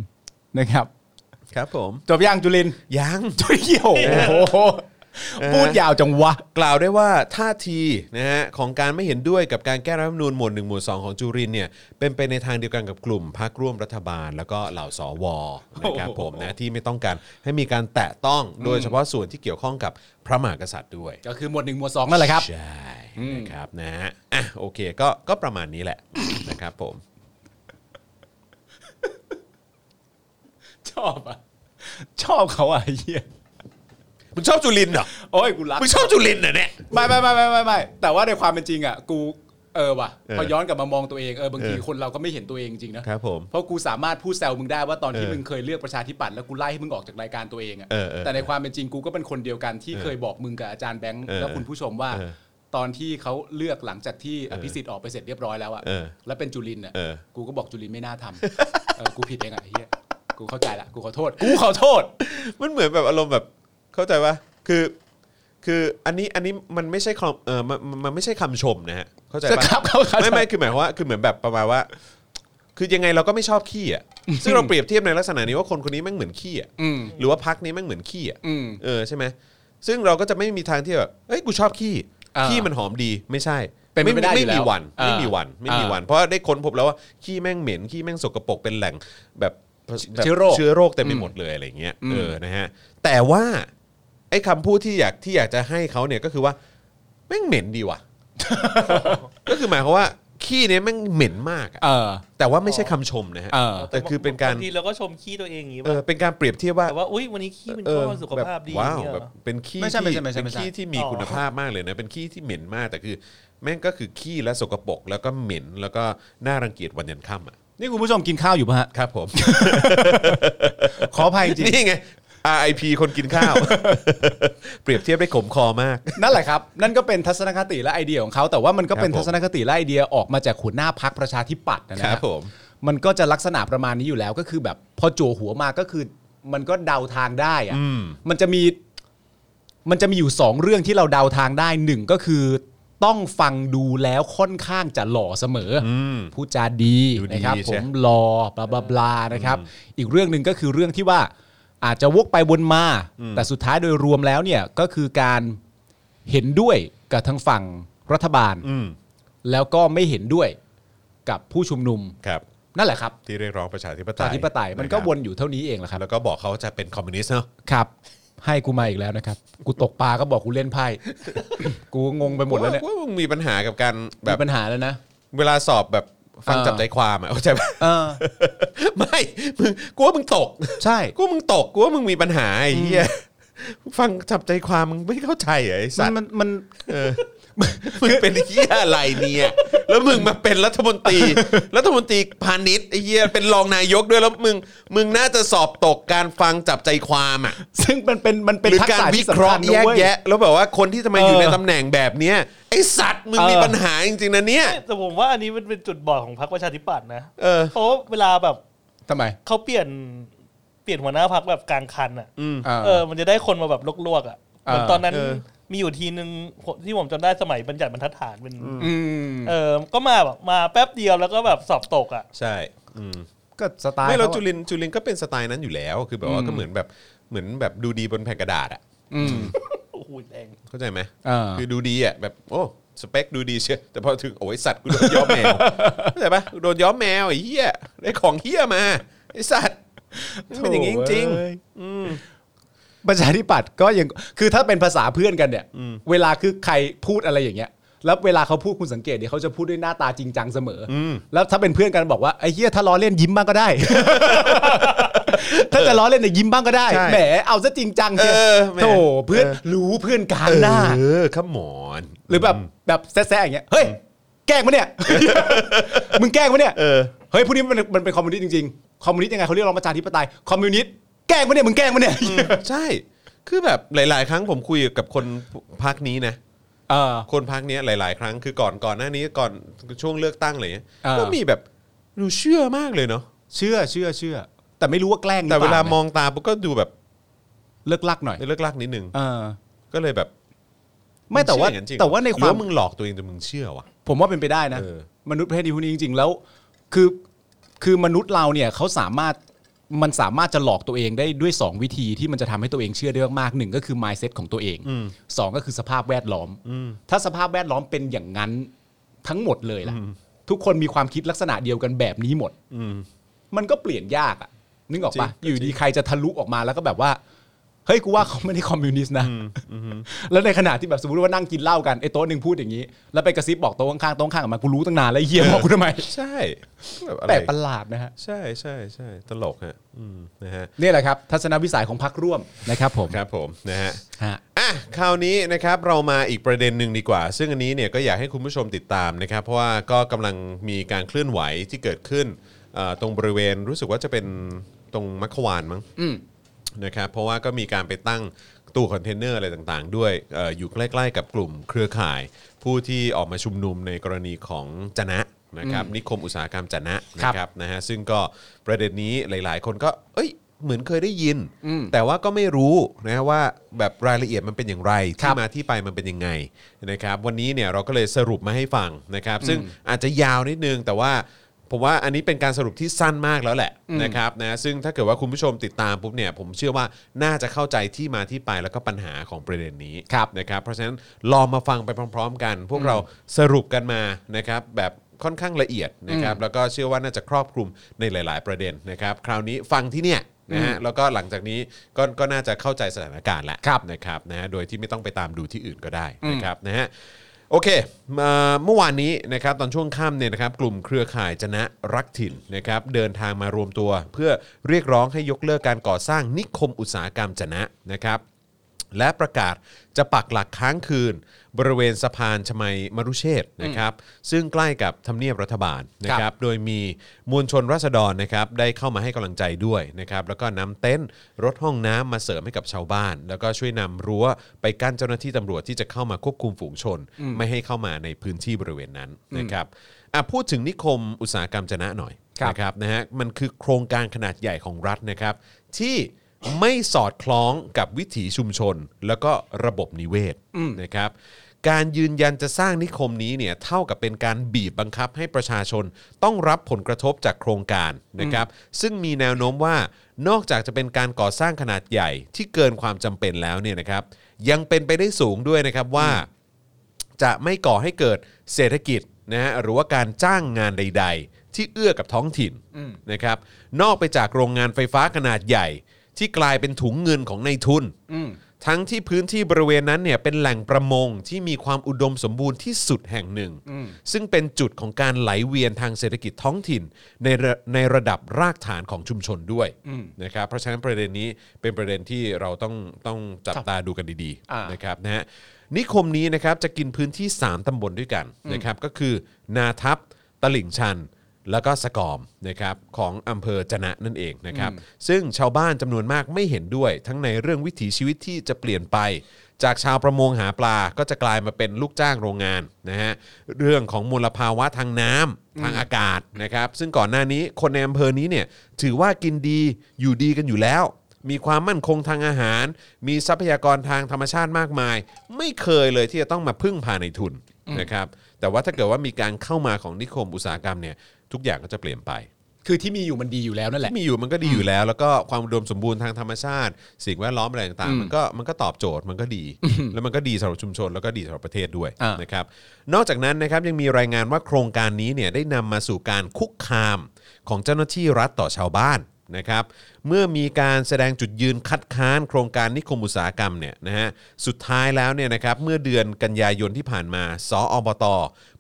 นะครับ ำครับผม จบย่างจุลิน ยัง จุเหี่ยวโอ้โหพูดยาวจังวะ กล่าวได้ว่าท่าทีนะฮะของการไม่เห็นด้วยกับการแก้รัฐธรรมนูญหมวด1หมวด2ของจุรินทร์เนี่ยเป็นไปในทางเดียวกันกับกลุ่มพรรคร่วมรัฐบาล แล้วก็เหล่าสวนะครับ โอ้โห ผมนะที่ไม่ต้องการให้มีการแตะต้องโดยเฉพาะส่วนที่เกี่ยวข้องกับพระมหากษัตริย์ด้วย ก็คือหมวดหนึ่งหมวดสองนั่นแหละครับ ใช่นะครับนะฮะอ่ะโอเคก็ก็ประมาณนี้แหละ นะครับผม ชอบอ่ะ ชอบเขาอ่ะไอ้เหี้ย มึงชอบจุรินทร์เหรอ โอ้ยกูรัก มึงชอบจุรินทร์เหรอเนี่ย ไม่ไม่ไม่ไม่ไม่ไม่แต่ว่าในความเป็นจริงอ่ะ กูเออว่ะ เออ พอย้อนกลับมามองตัวเองเออบางที เออ คนเราก็ไม่เห็นตัวเองจริงนะครับ ผม เพราะกูสามารถพูดแซวมึงได้ว่าตอนที่ เออ มึงเคยเลือกประชาธิปัตย์แล้วกูไล่ให้มึงออกจากรายการตัวเองอ่ะ เออเออ แต่ในความเป็นจริงกูก็เป็นคนเดียวกันที่เคยบอกมึงกับอาจารย์แบงค์ เออ และคุณผู้ชมว่า เออ ตอนที่เขาเลือกหลังจากที่อภิสิทธิ์ออกไปเสร็จเรียบร้อยแล้วอ่ะ เออ แล้วเป็นจุลินอ่ะ เออ กูก็บอกจุลินไม่น่าทำ [LAUGHS] เออกูผิดเองอ่ะไอ้เฮียกูเข้าใจละกูขอโทษกูขอโท [LAUGHS] ษ มันเหมือนแบบอารมณ์แบบเข้าใจปะคือ คืออันนี้อันนี้มันไม่ใช่คำเออมันมันมันไม่ใช่คำชมนะฮะเข้าใจปะ ครับเข้าใจ ไม่ไม่คือหมายความว่าคือเหมือนแบบประมาณว่า คือยังไงเราก็ไม่ชอบขี้อ่ะซึ่งเราเปรียบเทียบในลักษณะนี้ว่าคนคนนี้แม่งเหมือนขี้อ่ะ อืม หรือว่าพักนี้แม่งเหมือนขี้อ่ะ อืม เออใช่ไหมซึ่งเราก็จะไม่มีทางที่แบบเอ้ยกูชอบขี้ อ่า ขี้มันหอมดีไม่ใช่ เป็นไปไม่ได้อยู่ ไม่ แล้ มี ว วัน อ่า ไม่มีวันไม่มี อ่า วัน เพราะได้ค้นพบแล้วว่าขี้แม่งเหม็นขี้แม่งสกปรกเป็นแหล่งแบบแบบ เชื้อโรค เชื้อ เชื้อโรคเต็มไปหมดเลยอะไรอย่างเงี้ย อืม เออ นะฮะ แต่ว่าไอ้คำพูดที่อยากที่อยากจะให้เขาเนี่ยก็คือว่าแม่งเหม็นดีว่ะ ก็คือหมายความว่า ขี้เนี่ยแม่งเหม็นมากอะ เออ แต่ว่าไม่ใช่คำชมนะฮะ เออ แต่คือเป็นการ บงทีเราก็ชมขี้ตัวเองอย่างนี้ เอ ป่ะ อเป็นการเปรียบเทียบว่า แต่ว่าอุ้ยวันนี้ขี้มัน เอ ก็ อ สุขภาพดี แบบว้าว อย่างเงี้ย แบ เหบรอ เป็นขี้ ไม่ใช่ ที่ ไม่ใช่ไม่ใช่ เป็นขี้ ไม่ใช่ ที่มี อ๋อ คุณภาพมากเลยนะเป็นขี้ที่เหม็นมากแต่คือ แม่งก็คือขี้และสกปรกแล้วก็เหม็นแล้วก็น่ารังเกียจวันยันค่ำอ่ะ นี่คุณผู้ชมกินข้าวอยู่ป่ะฮะ ครับผม [LAUGHS] ขออภัยจริง นี่ไง RIP คนกินข้าว [LAUGHS] เปรียบเทียบได้ขมคอมาก นั่นแหละครับ นั่นก็เป็นทัศนคติและไอเดียของเขา แต่ว่ามันก็เป็น ครับผม ทัศนคติและไอเดียออกมาจากหัวหน้าพักประชาธิปัตย์นะ ค นะ รับ ฮะ ผม มันก็จะลักษณะประมาณนี้อยู่แล้วก็คือแบบพอจั่วหัวมาก็คือมันก็เดาทางได้อะ อืม มันจะมีมันจะมีอยู่สองเรื่องที่เราเดาทางได้หนึ่งก็คือต้องฟังดูแล้วค่อนข้างจะหล่อเสมออ อืม พูดจาดี ดูดี นะครับ ใช่ ผมหล่อบลาบลาบลานะครับ อีกเรื่องหนึ่งก็คือเรื่องที่ว่าอาจจะวกไปวนมา แต่สุดท้ายโดยรวมแล้วเนี่ยก็คือการเห็นด้วยกับทางฝั่งรัฐบาล อืม แล้วก็ไม่เห็นด้วยกับผู้ชุมนุม ครับ นั่นแหหละครับ ที่เรียกร้องประชาธิปปไตระ ย ชาธิปไตยมันก็ ะครับ วนอยู่เท่านี้เองแหละครับ แล้วก็บอกเขาจะเป็นคอมมิวนิสต์เนาะ ครับ ให้กูมาอีกแล้วนะครับ กูตกปลาก็บอกกูเล่นไพ่ [LAUGHS] กูงงไปหมดแล้วเนี่ย ว่ามึงมีปัญหากับการแบ มี บ ปัญหาแล้วนะ เวลาสอบแบบฟัง เออ จับใจความอ่ะเข้ [LAUGHS] าใจไหม เออ [LAUGHS] ไม่มึงกลัวมึงตก ใช่ กูมึงตกกูว่ามึงมีปัญหาไอ้เหี้ยฟังจับใจความมึงไม่เข้าใจเหรอไอ้สั มั ต น ว์ มันมัน เออมึงเป็นเหี้ยอะไรเนี่ยแล้วมึงมาเป็นรัฐมนตรี รัฐมนตรีพาณิชย์ไอ้เหี้ยเป็นรองนายกด้วยแล้วมึงมึงน่าจะสอบตกการฟังจับใจความอ่ะ ซึ่งมันเป็นมันเป็น หรือ ทัก การ ษะ วิ ที่ เค สำ ราะ คัญ ห์ นะ แยก เว้ย แยะ แล้วแบบว่าคนที่จะมาอยู่ เออ ในตำแหน่งแบบเนี้ยไอ้สัตว์มึง เออ มีปัญหาจริงๆนะเนี่ย แต่ผมว่าอันนี้มันเป็นจุดบอดของพรรคประชาธิปัตย์นะ เออ เพราะเวลาแบบ ทำไม เขาเปลี่ยนเปลี่ยนหัวหน้าพักแบบกลางคันอ่ะ เออ เออ มันจะได้คนมาแบบลวกๆอ่ะเหมือน เออ ตอนนั้น เออ มีอยู่ทีนึงผมที่ผมจำได้สมัยบัญญัติบรรทัดฐานเป็น ม เออ ก็มาแบบมาแป๊บเดียวแล้วก็แบบสอบตกอ่ะ ใช่อืม ก็สไตล์ ไม่เรา เขาอะ จุลินจุลินก็เป็นสไตล์นั้นอยู่แล้ว คือแบบว่า อืม ก็เหมือนแบบเหมือนแบบดูดีบนแผ่นกระดาษอ่ะ อืม โอ้โหแรง เข้าใจไหม เออ คือดูดีอ่ะแบบโอ้สเปคดูดีเชียวแต่พอถึงโอ้ยสัตว์กูโดนย้อมแมวเข้าใจปะโดนย้อมแมวไอ้เหี้ยได้ของเหี้ยมาไอ้สัตว์มันเป็นอย่างนี้จริงโถ่ๆเว้ยประชาธิปัตย์ก็ยังคือถ้าเป็นภาษาเพื่อนกันเนี่ย เวลาคือใครพูดอะไรอย่างเงี้ย แล้วเวลาเขาพูดคุณสังเกตเดี๋ยวเขาจะพูดด้วยหน้าตาจริงจังเสมออแล้วถ้าเป็นเพื่อนกันบอกว่าไอ้เฮียถ้าล้อเล่นยิ้มบ้าง [LAUGHS] ก็ได้ ถ้าจะล้อเล่นเนี่ยยิ้มบ้างก็ได้ ใช่ แหมเอาซะจริงจังเชียว เออแหม โถเพื่อนรู้เพื่อนการหน้า เออขมอน หรือแบบแบบแซ่ๆอย่างเงี้ยเฮ้ยแกล้งปะเนี่ย มึงแกล้งปะเนี่ย เออ เฮ้ยพวกนี้มันมันเป็นคอมมิวนิสต์จริงๆคอมมิวนิสต์ยังไงเขาเรียกร้องประชาธิปไตยคอมมิวนิสต์แกล้งปะเนี่ยมึงแกล้งปะเนี่ย ใช่ คือแบบหลาย ๆ ครั้งผมคุยกับคนพักนี้นะ เออ คนพักนี้ยหลาย ๆ ครั้งคือก่อนก่อนหน้านี้ก่อนช่วงเลือกตั้งอะไรเงี้ย เออ ก็มีแบบดูเชื่อมากเลยเนาะ เชื่อเชื่อเชื่อ แต่ไม่รู้ว่าแกล้งหรื แต่ อป เวลา ไ มองตาปุ๊บก็ดูแบบ เลิกลักหน่อย เลิกลักนิดนึง เออ ก็เลยแบบ ไม่แต่ว่า งเชื่ออย่งนั้นจริงเหรอ แต่ว่าใน ห ค รือ วาม มึงหลอกตัวเองจนมึงเชื่อวะ ผมว่าเป็นไปได้นะ เออ มนุษย์ประเภทนี้พวกนี้จริง ๆ แล้ว คือคือมนุษย์เราเนี่ยเขาสามารถมันสามารถจะหลอกตัวเองได้ด้วย 2 วิธีที่มันจะทำให้ตัวเองเชื่อได้มากๆหนึ่งก็คือ mindset ของตัวเองสองก็คือสภาพแวดล้อม ถ้าสภาพแวดล้อมเป็นอย่างนั้นทั้งหมดเลยล่ะ ทุกคนมีความคิดลักษณะเดียวกันแบบนี้หมด อืม มันก็เปลี่ยนยากอะนึกออกปะ จริง อยู่ดีใครจะทะลุออกมาแล้วก็แบบว่า เฮ้ยกูว่าเขาไม่ได้คอมมิวนิสต์นะแล้วในขณะที่แบบสมมติว่านั่งกินเหล้ากันไอ้โต๊ะหนึ่งพูดอย่างนี้ แล้วไปกระซิบบอกโต๊ะข้างๆโต๊ะข้างกับมันกูรู้ตั้งนานแล้วไอ้เฮีย [LAUGHS] บอกกูทำไม ใช่แบบอะไร แปลกประหลาดนะฮะ ใช่ใช่ใช่ตลกฮะอืมนะฮะ นี่แหละครับ ทัศนวิสัยของพรรคร่วมนะครับผม ครับผมนะฮะ ฮะ อ่ะคราวนี้นะครับเรามาอีกประเด็นหนึ่งดีกว่า ซึ่งอันนี้เนี่ยก็อยากให้คุณผู้ชมติดตามนะครับเพราะว่าก็กำลังมีการเคลื่อนไหวที่เกิดขึ้นเอ่อตรงบริเวณรู้สึกว่าจะเป็นตรงมัคควานมั้ง อืม นะครับเพราะว่าก็มีการไปตั้งตู้คอนเทนเนอร์อะไรต่างๆ ด้วยเอออยู่ใกล้ๆกับกลุ่มเครือข่าย ผู้ที่ออกมาชุมนุมในกรณีของจนะนะครับนิคมอุตสาหกรรมจนะนะครับนะฮะซึ่งก็ประเด็นนี้หลาย ๆ คนก็เอ้ยเหมือนเคยได้ยิน แต่ว่าก็ไม่รู้นะว่าแบบรายละเอียดมันเป็นอย่างไร ครับที่มาที่ไปมันเป็นยังไงนะครับ วันนี้เนี่ยเราก็เลยสรุปมาให้ฟังนะครับ ซึ่งอาจจะยาวนิดนึง แต่ว่าผมว่าอันนี้เป็นการสรุปที่สั้นมากแล้วแหละนะครับนะซึ่งถ้าเกิดว่าคุณผู้ชมติดตามปุ๊บเนี่ยผมเชื่อว่าน่าจะเข้าใจที่มาที่ไปแล้วก็ปัญหาของประเด็นนี้นะครับ เพราะฉะนั้นลองมาฟังไปพร้อม ๆ กัน พวกเราสรุปกันมานะครับแบบค่อนข้างละเอียดนะครับแล้วก็เชื่อว่าน่าจะครอบคลุมในหลาย ๆ ประเด็นนะครับคราวนี้ฟังที่เนี่ยนะฮะแล้วก็หลังจากนี้ก็ก็น่าจะเข้าใจสถานการณ์แหละ ครับ นะครับนะฮะโดยที่ไม่ต้องไปตามดูที่อื่นก็ได้นะครับนะฮะ โอเคมาเมื่อวานนี้นะครับตอนช่วงค่ำเนี่ยนะครับกลุ่มเครือข่ายจนะรักถิ่นนะครับเดินทางมารวมตัว เพื่อเรียกร้องให้ยกเลิกการก่อสร้างนิคมอุตสาหกรรมจนะนะครับ และประกาศจะปักหลักค้างคืน บริเวณสะพานชมัยมรุเชษฐ์นะครับ ซึ่งใกล้กับทำเนียบรัฐบาลนะครับ โดยมีมวลชนราษฎรนะครับได้เข้ามาให้กำลังใจด้วยนะครับ แล้วก็นำเต็นท์รถห้องน้ำมาเสริมให้กับชาวบ้าน แล้วก็ช่วยนำรั้วไปกั้นเจ้าหน้าที่ตำรวจที่จะเข้ามาควบคุมฝูงชน ไม่ให้เข้ามาในพื้นที่บริเวณนั้นนะครับอ่ะพูดถึงนิคมอุตสาหกรรมจะนะหน่อย ครับ นะครับ ครับนะฮะมันคือโครงการขนาดใหญ่ของรัฐนะครับ ที่ไม่สอดคล้องกับวิถีชุมชน แล้วก็ระบบนิเวศนะครับ การยืนยันจะสร้างนิคมนี้เนี่ยเท่ากับเป็นการบีบบังคับให้ประชาชนต้องรับผลกระทบจากโครงการนะครับ ซึ่งมีแนวโน้มว่านอกจากจะเป็นการก่อสร้างขนาดใหญ่ที่เกินความจำเป็นแล้วเนี่ยนะครับ ยังเป็นไปได้สูงด้วยนะครับว่า จะไม่ก่อให้เกิดเศรษฐกิจนะฮะหรือว่าการจ้างงานใด ๆ ที่เอื้อกับท้องถิ่นนะครับ นอกไปจากโรงงานไฟฟ้าขนาดใหญ่ ที่กลายเป็นถุงเงินของในายทุน ทั้งที่พื้นที่บริเวณนั้นเนี่ยเป็นแหล่งประมงที่มีความอุดมสมบูรณ์ที่สุดแห่งหนึ่ง ซึ่งเป็นจุดของการไหลเวียนทางเศรษฐกิจท้องถิ่นในระในระดับรากฐานของชุมชนด้วยนะครับเพราะฉะนั้นประเด็นนี้เป็นประเด็นที่เราต้องต้องจับตาดูกันดี อ่า ๆ นะครับนะฮะนิคมนี้นะครับจะกินพื้นที่ 3 ตำบลด้วยกันนะครับก็คือนาทับตลิ่งชัน แล้วก็สกอมนะครับของอำเภอจะนะนั่นเองนะครับ ซึ่งชาวบ้านจำนวนมากไม่เห็นด้วย ทั้งในเรื่องวิถีชีวิตที่จะเปลี่ยนไป จากชาวประมงหาปลาก็จะกลายมาเป็นลูกจ้างโรงงานนะฮะเรื่องของมลภาวะทางน้ำทางอากาศนะครับ ซึ่งก่อนหน้านี้คนในอำเภอนี้เนี่ยถือว่ากินดีอยู่ดีกันอยู่แล้ว มีความมั่นคงทางอาหาร มีทรัพยากรทางธรรมชาติมากมาย ไม่เคยเลยที่จะต้องมาพึ่งพาในทุนนะครับ แต่ว่าถ้าเกิดว่ามีการเข้ามาของนิคมอุตสาหกรรมเนี่ย ทุกอย่างก็จะเปลี่ยนไป คือที่มีอยู่มันดีอยู่แล้วนั่นแหละ ที่มีอยู่มันก็ดีอยู่แล้ว แล้วก็ความอุดมสมบูรณ์ทางธรรมชาติ สิ่งแวดล้อมอะไรต่างๆ มันก็มันก็ตอบโจทย์มันก็ดี แล้วมันก็ดีสำหรับชุมชนแล้วก็ดีสำหรับประเทศด้วย อ่าน นะครับนอกจากนั้นนะครับยังมีรายงานว่าโครงการนี้เนี่ยได้นำมาสู่การคุกคามของเจ้าหน้าที่รัฐต่อชาวบ้านนะครับเมื่อมีการแสดงจุดยืนคัดค้าน โครงการนิคมอุตสาหกรรมเนี่ยนะฮะสุดท้ายแล้วเนี่ยนะครับเมื่อเดือนกันยายนที่ผ่านมาสออบต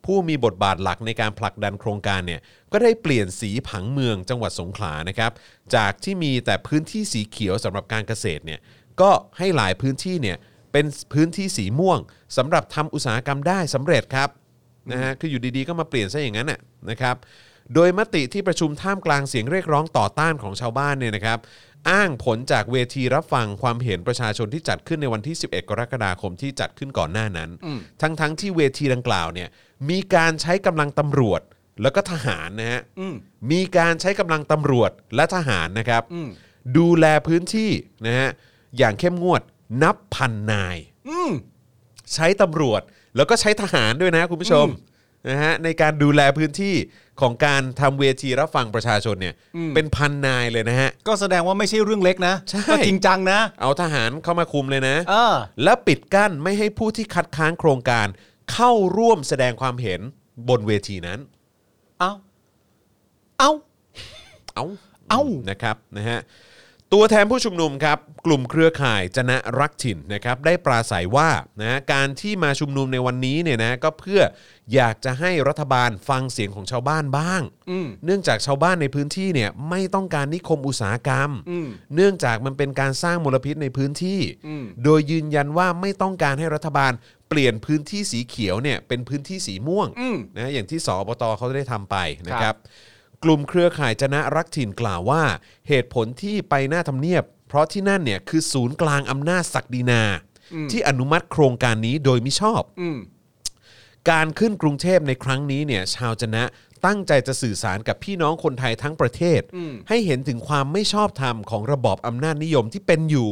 ผู้มีบทบาทหลักในการผลักดันโครงการเนี่ยก็ได้เปลี่ยนสีผังเมืองจังหวัดสงขลานะครับจากที่มีแต่พื้นที่สีเขียวสำหรับการเกษตรเนี่ยก็ให้หลายพื้นที่เนี่ยเป็นพื้นที่สีม่วงสำหรับทำอุตสาหกรรมได้สำเร็จครับนะฮะคืออยู่ดีๆก็มาเปลี่ยนซะอย่างนั้นน่ะนะครับ โดยมติที่ประชุมท่ามกลางเสียงเรียกร้องต่อต้านของชาวบ้านเนี่ยนะครับ อ้างผลจากเวทีรับฟังความเห็นประชาชนที่จัดขึ้นในวันที่ 11 กรกฎาคมที่จัดขึ้นก่อนหน้านั้น ทั้งๆทที่เวทีดังกล่าวเนี่ยมีการใช้กำลังตำรวจแล้วก็ทหารนะฮะมีการใช้กำลังตำรวจและทหารนะครับ ดูแลพื้นที่นะฮะอย่างเข้มงวดนับพันนาย ใช้ตำรวจแล้วก็ใช้ทหารด้วยนะคุณผู้ชมนะฮะในการดูแลพื้นที่ของการทำเวทีรับฟังประชาชนเนี่ยเป็นพันนายเลยนะฮะ ก็แสดงว่าไม่ใช่เรื่องเล็กนะ ใช่ ก็จริงจังนะ เอาทหารเข้ามาคุมเลยนะ เออ และปิดกั้นไม่ให้ผู้ที่คัดค้านโครงการ เข้าร่วมแสดงความเห็นบนเวทีนั้น เอาเอา เอา เอ้า นะครับนะฮะตัวแทนผู้ชุมนุมครับกลุ่มเครือข่ายจนะรักถิ่นนะครับได้ปราศัยว่านะการที่มาชุมนุมในวันนี้เนี่ยนะก็เพื่ออยากจะให้รัฐบาลฟังเสียงของชาวบ้านบ้าง เนื่องจากชาวบ้านในพื้นที่เนี่ยไม่ต้องการนิคมอุตสาหกรรม เนื่องจากมันเป็นการสร้างมลพิษในพื้นที่ โดยยืนยันว่าไม่ต้องการให้รัฐบาลเปลี่ยนพื้นที่สีเขียวเนี่ยเป็นพื้นที่สีม่วงนะอย่างที่สอบตเขาได้ทำไปนะค ครั รับ บ กลุ่มเครือข่ายจนะรักถิ่นกล่าวว่า เหตุผลที่ไปหน้าทำเนียบ เพราะที่นั่นเนี่ยคือศูนย์กลางอำนาจศักดินา ที่อนุมัติโครงการนี้โดยมิชอบ การขึ้นกรุงเทพในครั้งนี้เนี่ยชาวจนะตั้งใจจะสื่อสารกับพี่น้องคนไทยทั้งประเทศ ให้เห็นถึงความไม่ชอบธรรมของระบอบอำนาจนิยมที่เป็นอยู่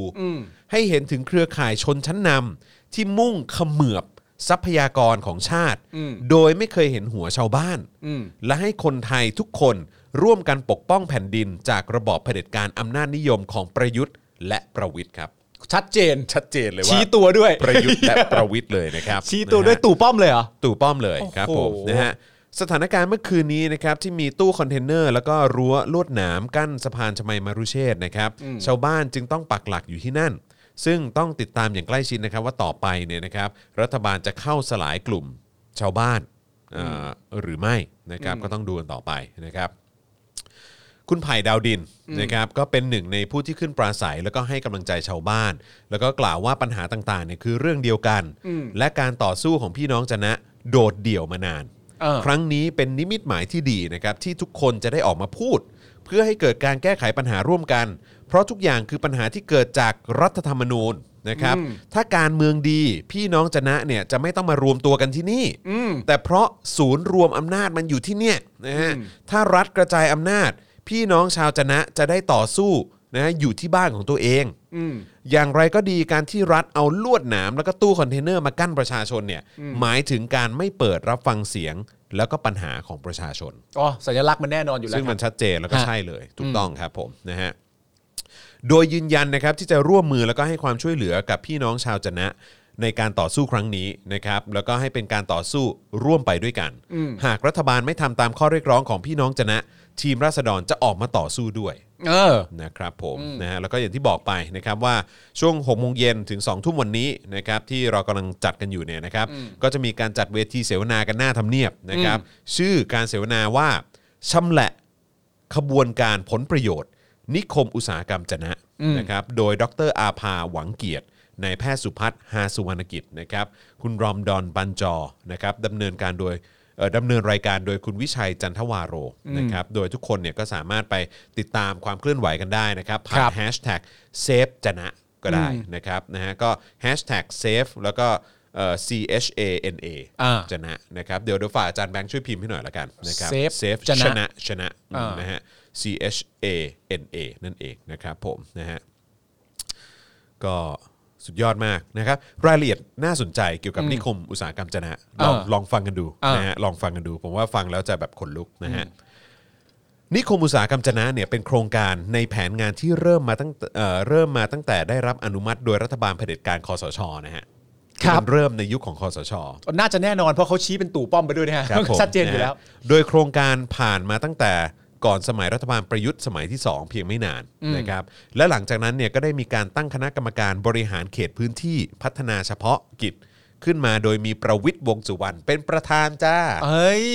ให้เห็นถึงเครือข่ายชนชั้นนำที่มุ่งเขมือบทรัพยากรของชาติ โดยไม่เคยเห็นหัวชาวบ้าน และให้คนไทยทุกคนร่วมกันปกป้องแผ่นดิน จากระบอบเผด็จการอำนาจนิยมของประยุทธ์และประวิทย์ครับ ชัดเจน ชัดเจนเลยว่า ชี้ตัวด้วย ประยุทธ์และประวิทย์เลยนะครับ [LAUGHS] ชี้ตัวด้วย นะฮะ ตู่ป้อมเลยเหรอ ตู่ป้อมเลยครับ โอ้ ผ โห มนะฮะสถานการณ์เมื่อคืนนี้นะครับที่มีตู้คอนเทนเนอร์ แล้วก็รั้วลวดหนามกั้นสะพานชมัยมารุเชษฐ์นะครับชาวบ้านจึงต้องปักหลักอยู่ที่นั่น ซึ่งต้องติดตามอย่างใกล้ชิดนะครับว่าต่อไปเนี่ยนะครับรัฐบาลจะเข้าสลายกลุ่ม ชาวบ้านเอ่ออหรือไม่นะครับก็ต้องดูกันต่อไปนะครับ คุณไผ่ดาวดินนะครับก็เป็นหนึ่งในผู้ที่ขึ้นปราศัย แล้วก็ให้กำลังใจชาวบ้าน แล้วก็กล่าวว่าปัญหาต่างๆเนี่ยคือเรื่องเดียวกัน และการต่อสู้ของพี่น้องจะนะโดดเดี่ยวมานาน เออ ครั้งนี้เป็นนิมิตหมายที่ดีนะครับที่ทุกคนจะได้ออกมาพูด เพื่อให้เกิดการแก้ไขปัญหาร่วมกัน เพราะทุกอย่างคือปัญหาที่เกิดจากรัฐธรรมนูญนะครับ ถ้าการเมืองดีพี่น้องจะนะเนี่ยจะไม่ต้องมารวมตัวกันที่นี่ แต่เพราะศูนย์รวมอำนาจมันอยู่ที่เนี่ยนะฮะถ้ารัฐกระจายอำนาจ พี่น้องชาวจะนะจะได้ต่อสู้นะฮะอยู่ที่บ้านของตัวเอง อย่างไรก็ดีการที่รัฐเอาลวดหนามแล้วก็ตู้คอนเทนเนอร์มากั้นประชาชนเนี่ยหมายถึงการไม่เปิดรับฟังเสียงแล้วก็ปัญหาของประชาชน อ๋อสัญลักษณ์มันแน่นอนอยู่แล้ว ซึ่งมัคนรับ ชัดเจนแล้วก็ ฮะ ใช่เลยถูกต้องครับผมนะฮะโดยยืนยันนะครับที่จะร่วมมือแล้วก็ให้ความช่วยเหลือกับพี่น้องชาวจะนะในการต่อสู้ครั้งนี้นะครับแล้วก็ให้เป็นการต่อสู้ร่วมไปด้วยกัน หากรัฐบาลไม่ทำตามข้อเรียกร้องของพี่น้องจะนะ ทีมราษฎรจะออกมาต่อสู้ด้วย เออ นะครับผมนะฮะแล้วก็อย่างที่บอกไปนะครับว่าช่วง6โมงเย็นถึง 2 ทุ่มวันนี้นะครับที่เรากำลังจัดกันอยู่เนี่ยนะครับ ก็จะมีการจัดเวทีเสวนากันหน้าทำเนียบนะครับ ชื่อการเสวนาว่าชำแหละขบวนการผลประโยชน์ นิคมอุตสาหกรรมจะนะนะครับ โดยดรอาภาหวังเกียรตินายแพทย์สุพัฒน์ฮาสุวรรณกิจนะครับ คุณรอมดอนปันจอนะครับดำเนินการโดย เอ่อดำเนินรายการโดยคุณวิชัยจันทวาโรนะครับ โดยทุกคนเนี่ยก็สามารถไปติดตามความเคลื่อนไหวกันได้นะครับคผ่าน รับ แฮชแท็กเซฟจนะก็ได้นะครับนะฮะก็แฮชแท็กเซฟแล้วก็เอ่อ C H A N A อ่า จะนะนะครับเดี๋ยวเดี๋ยวฝากอาจารย์แบงค์ช่วยพิมพ์ให้หน่อยละกันนะครับ Save เซฟ จะ ช นะ นะชนะ อ่าน นะฮะ C H A N A นั่นเองนะครับผมนะฮะ ก็สุดยอดมากนะครับ รายละเอียดน่าสนใจเกี่ยวกับนิคมอุตสาหกรรมจะนะลอง อ่า ลองฟังกันดู อ่าน นะฮะลองฟังกันดู ผมว่าฟังแล้วจะแบบขนลุกนะฮะนิคมอุตสาหกรรมจะนะเนี่ยเป็นโครงการในแผนงานที่เริ่มมาตั้งเอ่อเริ่มมาตั้งแต่ได้รับอนุมัติโดยรัฐบาลเผด็จการคอสชนะฮะ ครับ มันเริ่มในยุคของคอสช น่าจะแน่นอนเพราะเขาชี้เป็นตู่ป้อมไปด้วยนะฮะ ครับผม [LAUGHS] ชัดเจนอยู่แล้ว ะฮะโดยโครงการผ่านมาตั้งแต่ก่อนสมัยรัฐบาลประยุทธ์สมัยที่ 2 เพียงไม่นานนะครับ และหลังจากนั้นเนี่ยก็ได้มีการตั้งคณะกรรมการบริหารเขตพื้นที่พัฒนาเฉพาะกิจ ขึ้นมาโดยมีประวิทย์วงษ์สุวรรณเป็นประธานจ้า เอ้ย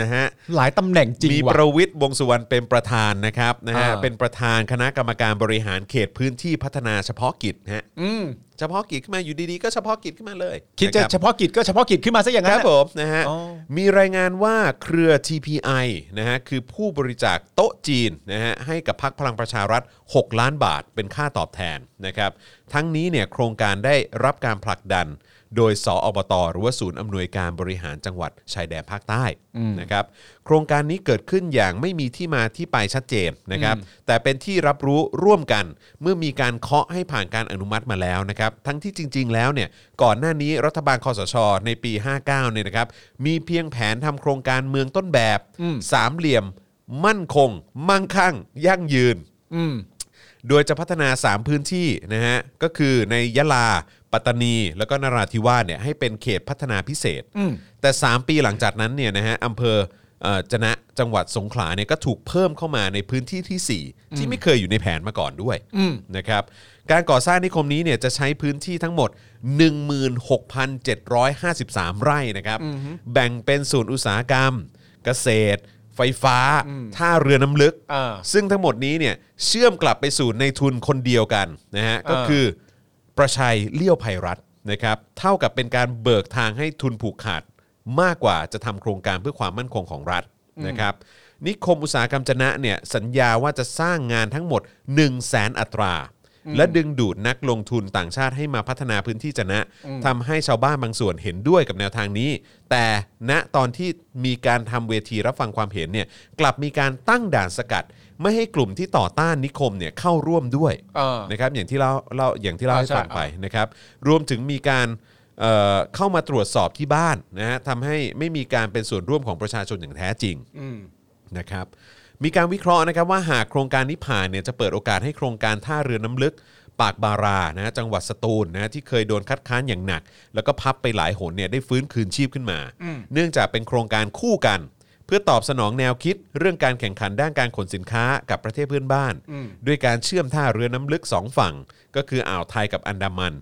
นะฮะ หลายตำแหน่งจริง มี ว่ะ ประวิทย์วงษ์สุวรรณเป็นประธานนะครับนะฮะ อ่า เป็นประธานคณะกรรมการบริหารเขตพื้นที่พัฒนาเฉพาะกิจนะฮะ อืม เฉพาะกิจขึ้นมาอยู่ดีๆก็เฉพาะกิจขึ้นมาเลย คิดจะ นรับ เฉพาะกิจก็เฉพาะกิจขึ้นมาซะอย่าง ค นั้ รั นน่ะบผมนะฮะ อ๋อ มีรายงานว่าเครือ TPI นะฮะคือผู้บริจาคโต๊ะจีนนะฮะให้กับพักพลังประชารัฐ 6 ล้านบาทเป็นค่าตอบแทนนะครับทั้งนี้เนี่ยโครงการได้รับการผลักดัน โดยสออบตหรือว่าศูนย์อำนวยการบริหารจังหวัดชายแดนภาคใต้นะครับโครงการนี้เกิดขึ้นอย่างไม่มีที่มาที่ไปชัดเจนนะครับแต่เป็นที่รับรู้ร่วมกันเมื่อมีการเคาะให้ผ่านการอนุมัติมาแล้วนะครับทั้งที่จริง ๆ แล้วเนี่ยก่อนหน้านี้รัฐบาลคอสช ในปี 59เนี่ยนะครับมีเพียงแผนทำโครงการเมืองต้นแบบ สามเหลี่ยม มั่นคง มั่งคั่ง ยั่งยืน ืม โดยจะพัฒนา 3 พื้นที่นะฮะก็คือในยะลา ปัตตานี แล้วก็นราธิวาสเนี่ยให้เป็นเขตพัฒนาพิเศษ อืม แต่ 3 ปีหลังจากนั้นเนี่ยนะฮะอำเภอเอ่อจะนะจังหวัดสงขลาเนี่ยก็ถูกเพิ่มเข้ามาในพื้นที่ที่ 4 ที่ไม่เคยอยู่ในแผนมาก่อนด้วยนะครับการก่อสร้างนิคมนี้เนี่ยจะใช้พื้นที่ทั้งหมด 16,753 ไร่นะครับแบ่งเป็นศูนย์อุตสาหกรรม เกษตร ไฟฟ้า ท่าเรือน้ำลึก อ่า ซึ่งทั้งหมดนี้เนี่ยเชื่อมกลับไปสู่ในทุนคนเดียวกันนะฮะก็คือประชัยเลี้ยวภัยรัฐนะครับเท่ากับเป็นการเบิกทางให้ทุนผูกขาดมากกว่าจะทำโครงการเพื่อความมั่นคงของรัฐนะครับนิคมอุตสาหกรรมจะนะเนี่ยสัญญาว่าจะสร้างงานทั้งหมด 1 0 0 0 0แสนอัตรา และดึงดูดนักลงทุนต่างชาติให้มาพัฒนาพื้นที่จะนะทำให้ชาวบ้านบางส่วนเห็นด้วยกับแนวทางนี้ แต่ณตอนที่มีการทำเวทีรับฟังความเห็นเนี่ยกลับมีการตั้งด่านสกัด ไม่ให้กลุ่มที่ต่อต้านนิคมเนี่ยเข้าร่วมด้วย เออ นะครับอย่างที่เราเราอย่างที่เรา อ่า ให้ ใช่ ฟังไปนะครับรวมถึงมีการเอ่อเข้ามาตรวจสอบที่บ้านนะฮะทำให้ไม่มีการเป็นส่วนร่วมของประชาชนอย่างแท้จริง อืม นะครับมีการวิเคราะห์นะครับว่าหากโครงการนี้ผ่านเนี่ยจะเปิดโอกาสให้โครงการท่าเรือน้ำลึก ปากบารานะจังหวัดสตูลนะที่เคยโดนคัดค้านอย่างหนัก แล้วก็พับไปหลายหนเนี่ยได้ฟื้นคืนชีพขึ้นมา เนื่องจากเป็นโครงการคู่กัน เพื่อตอบสนองแนวคิดเรื่องการแข่งขันด้านการขนสินค้ากับประเทศเพื่อนบ้าน ด้วยการเชื่อมท่าเรือน้ำลึกสองฝั่ง ก็คืออ่าวไทยกับอันดามัน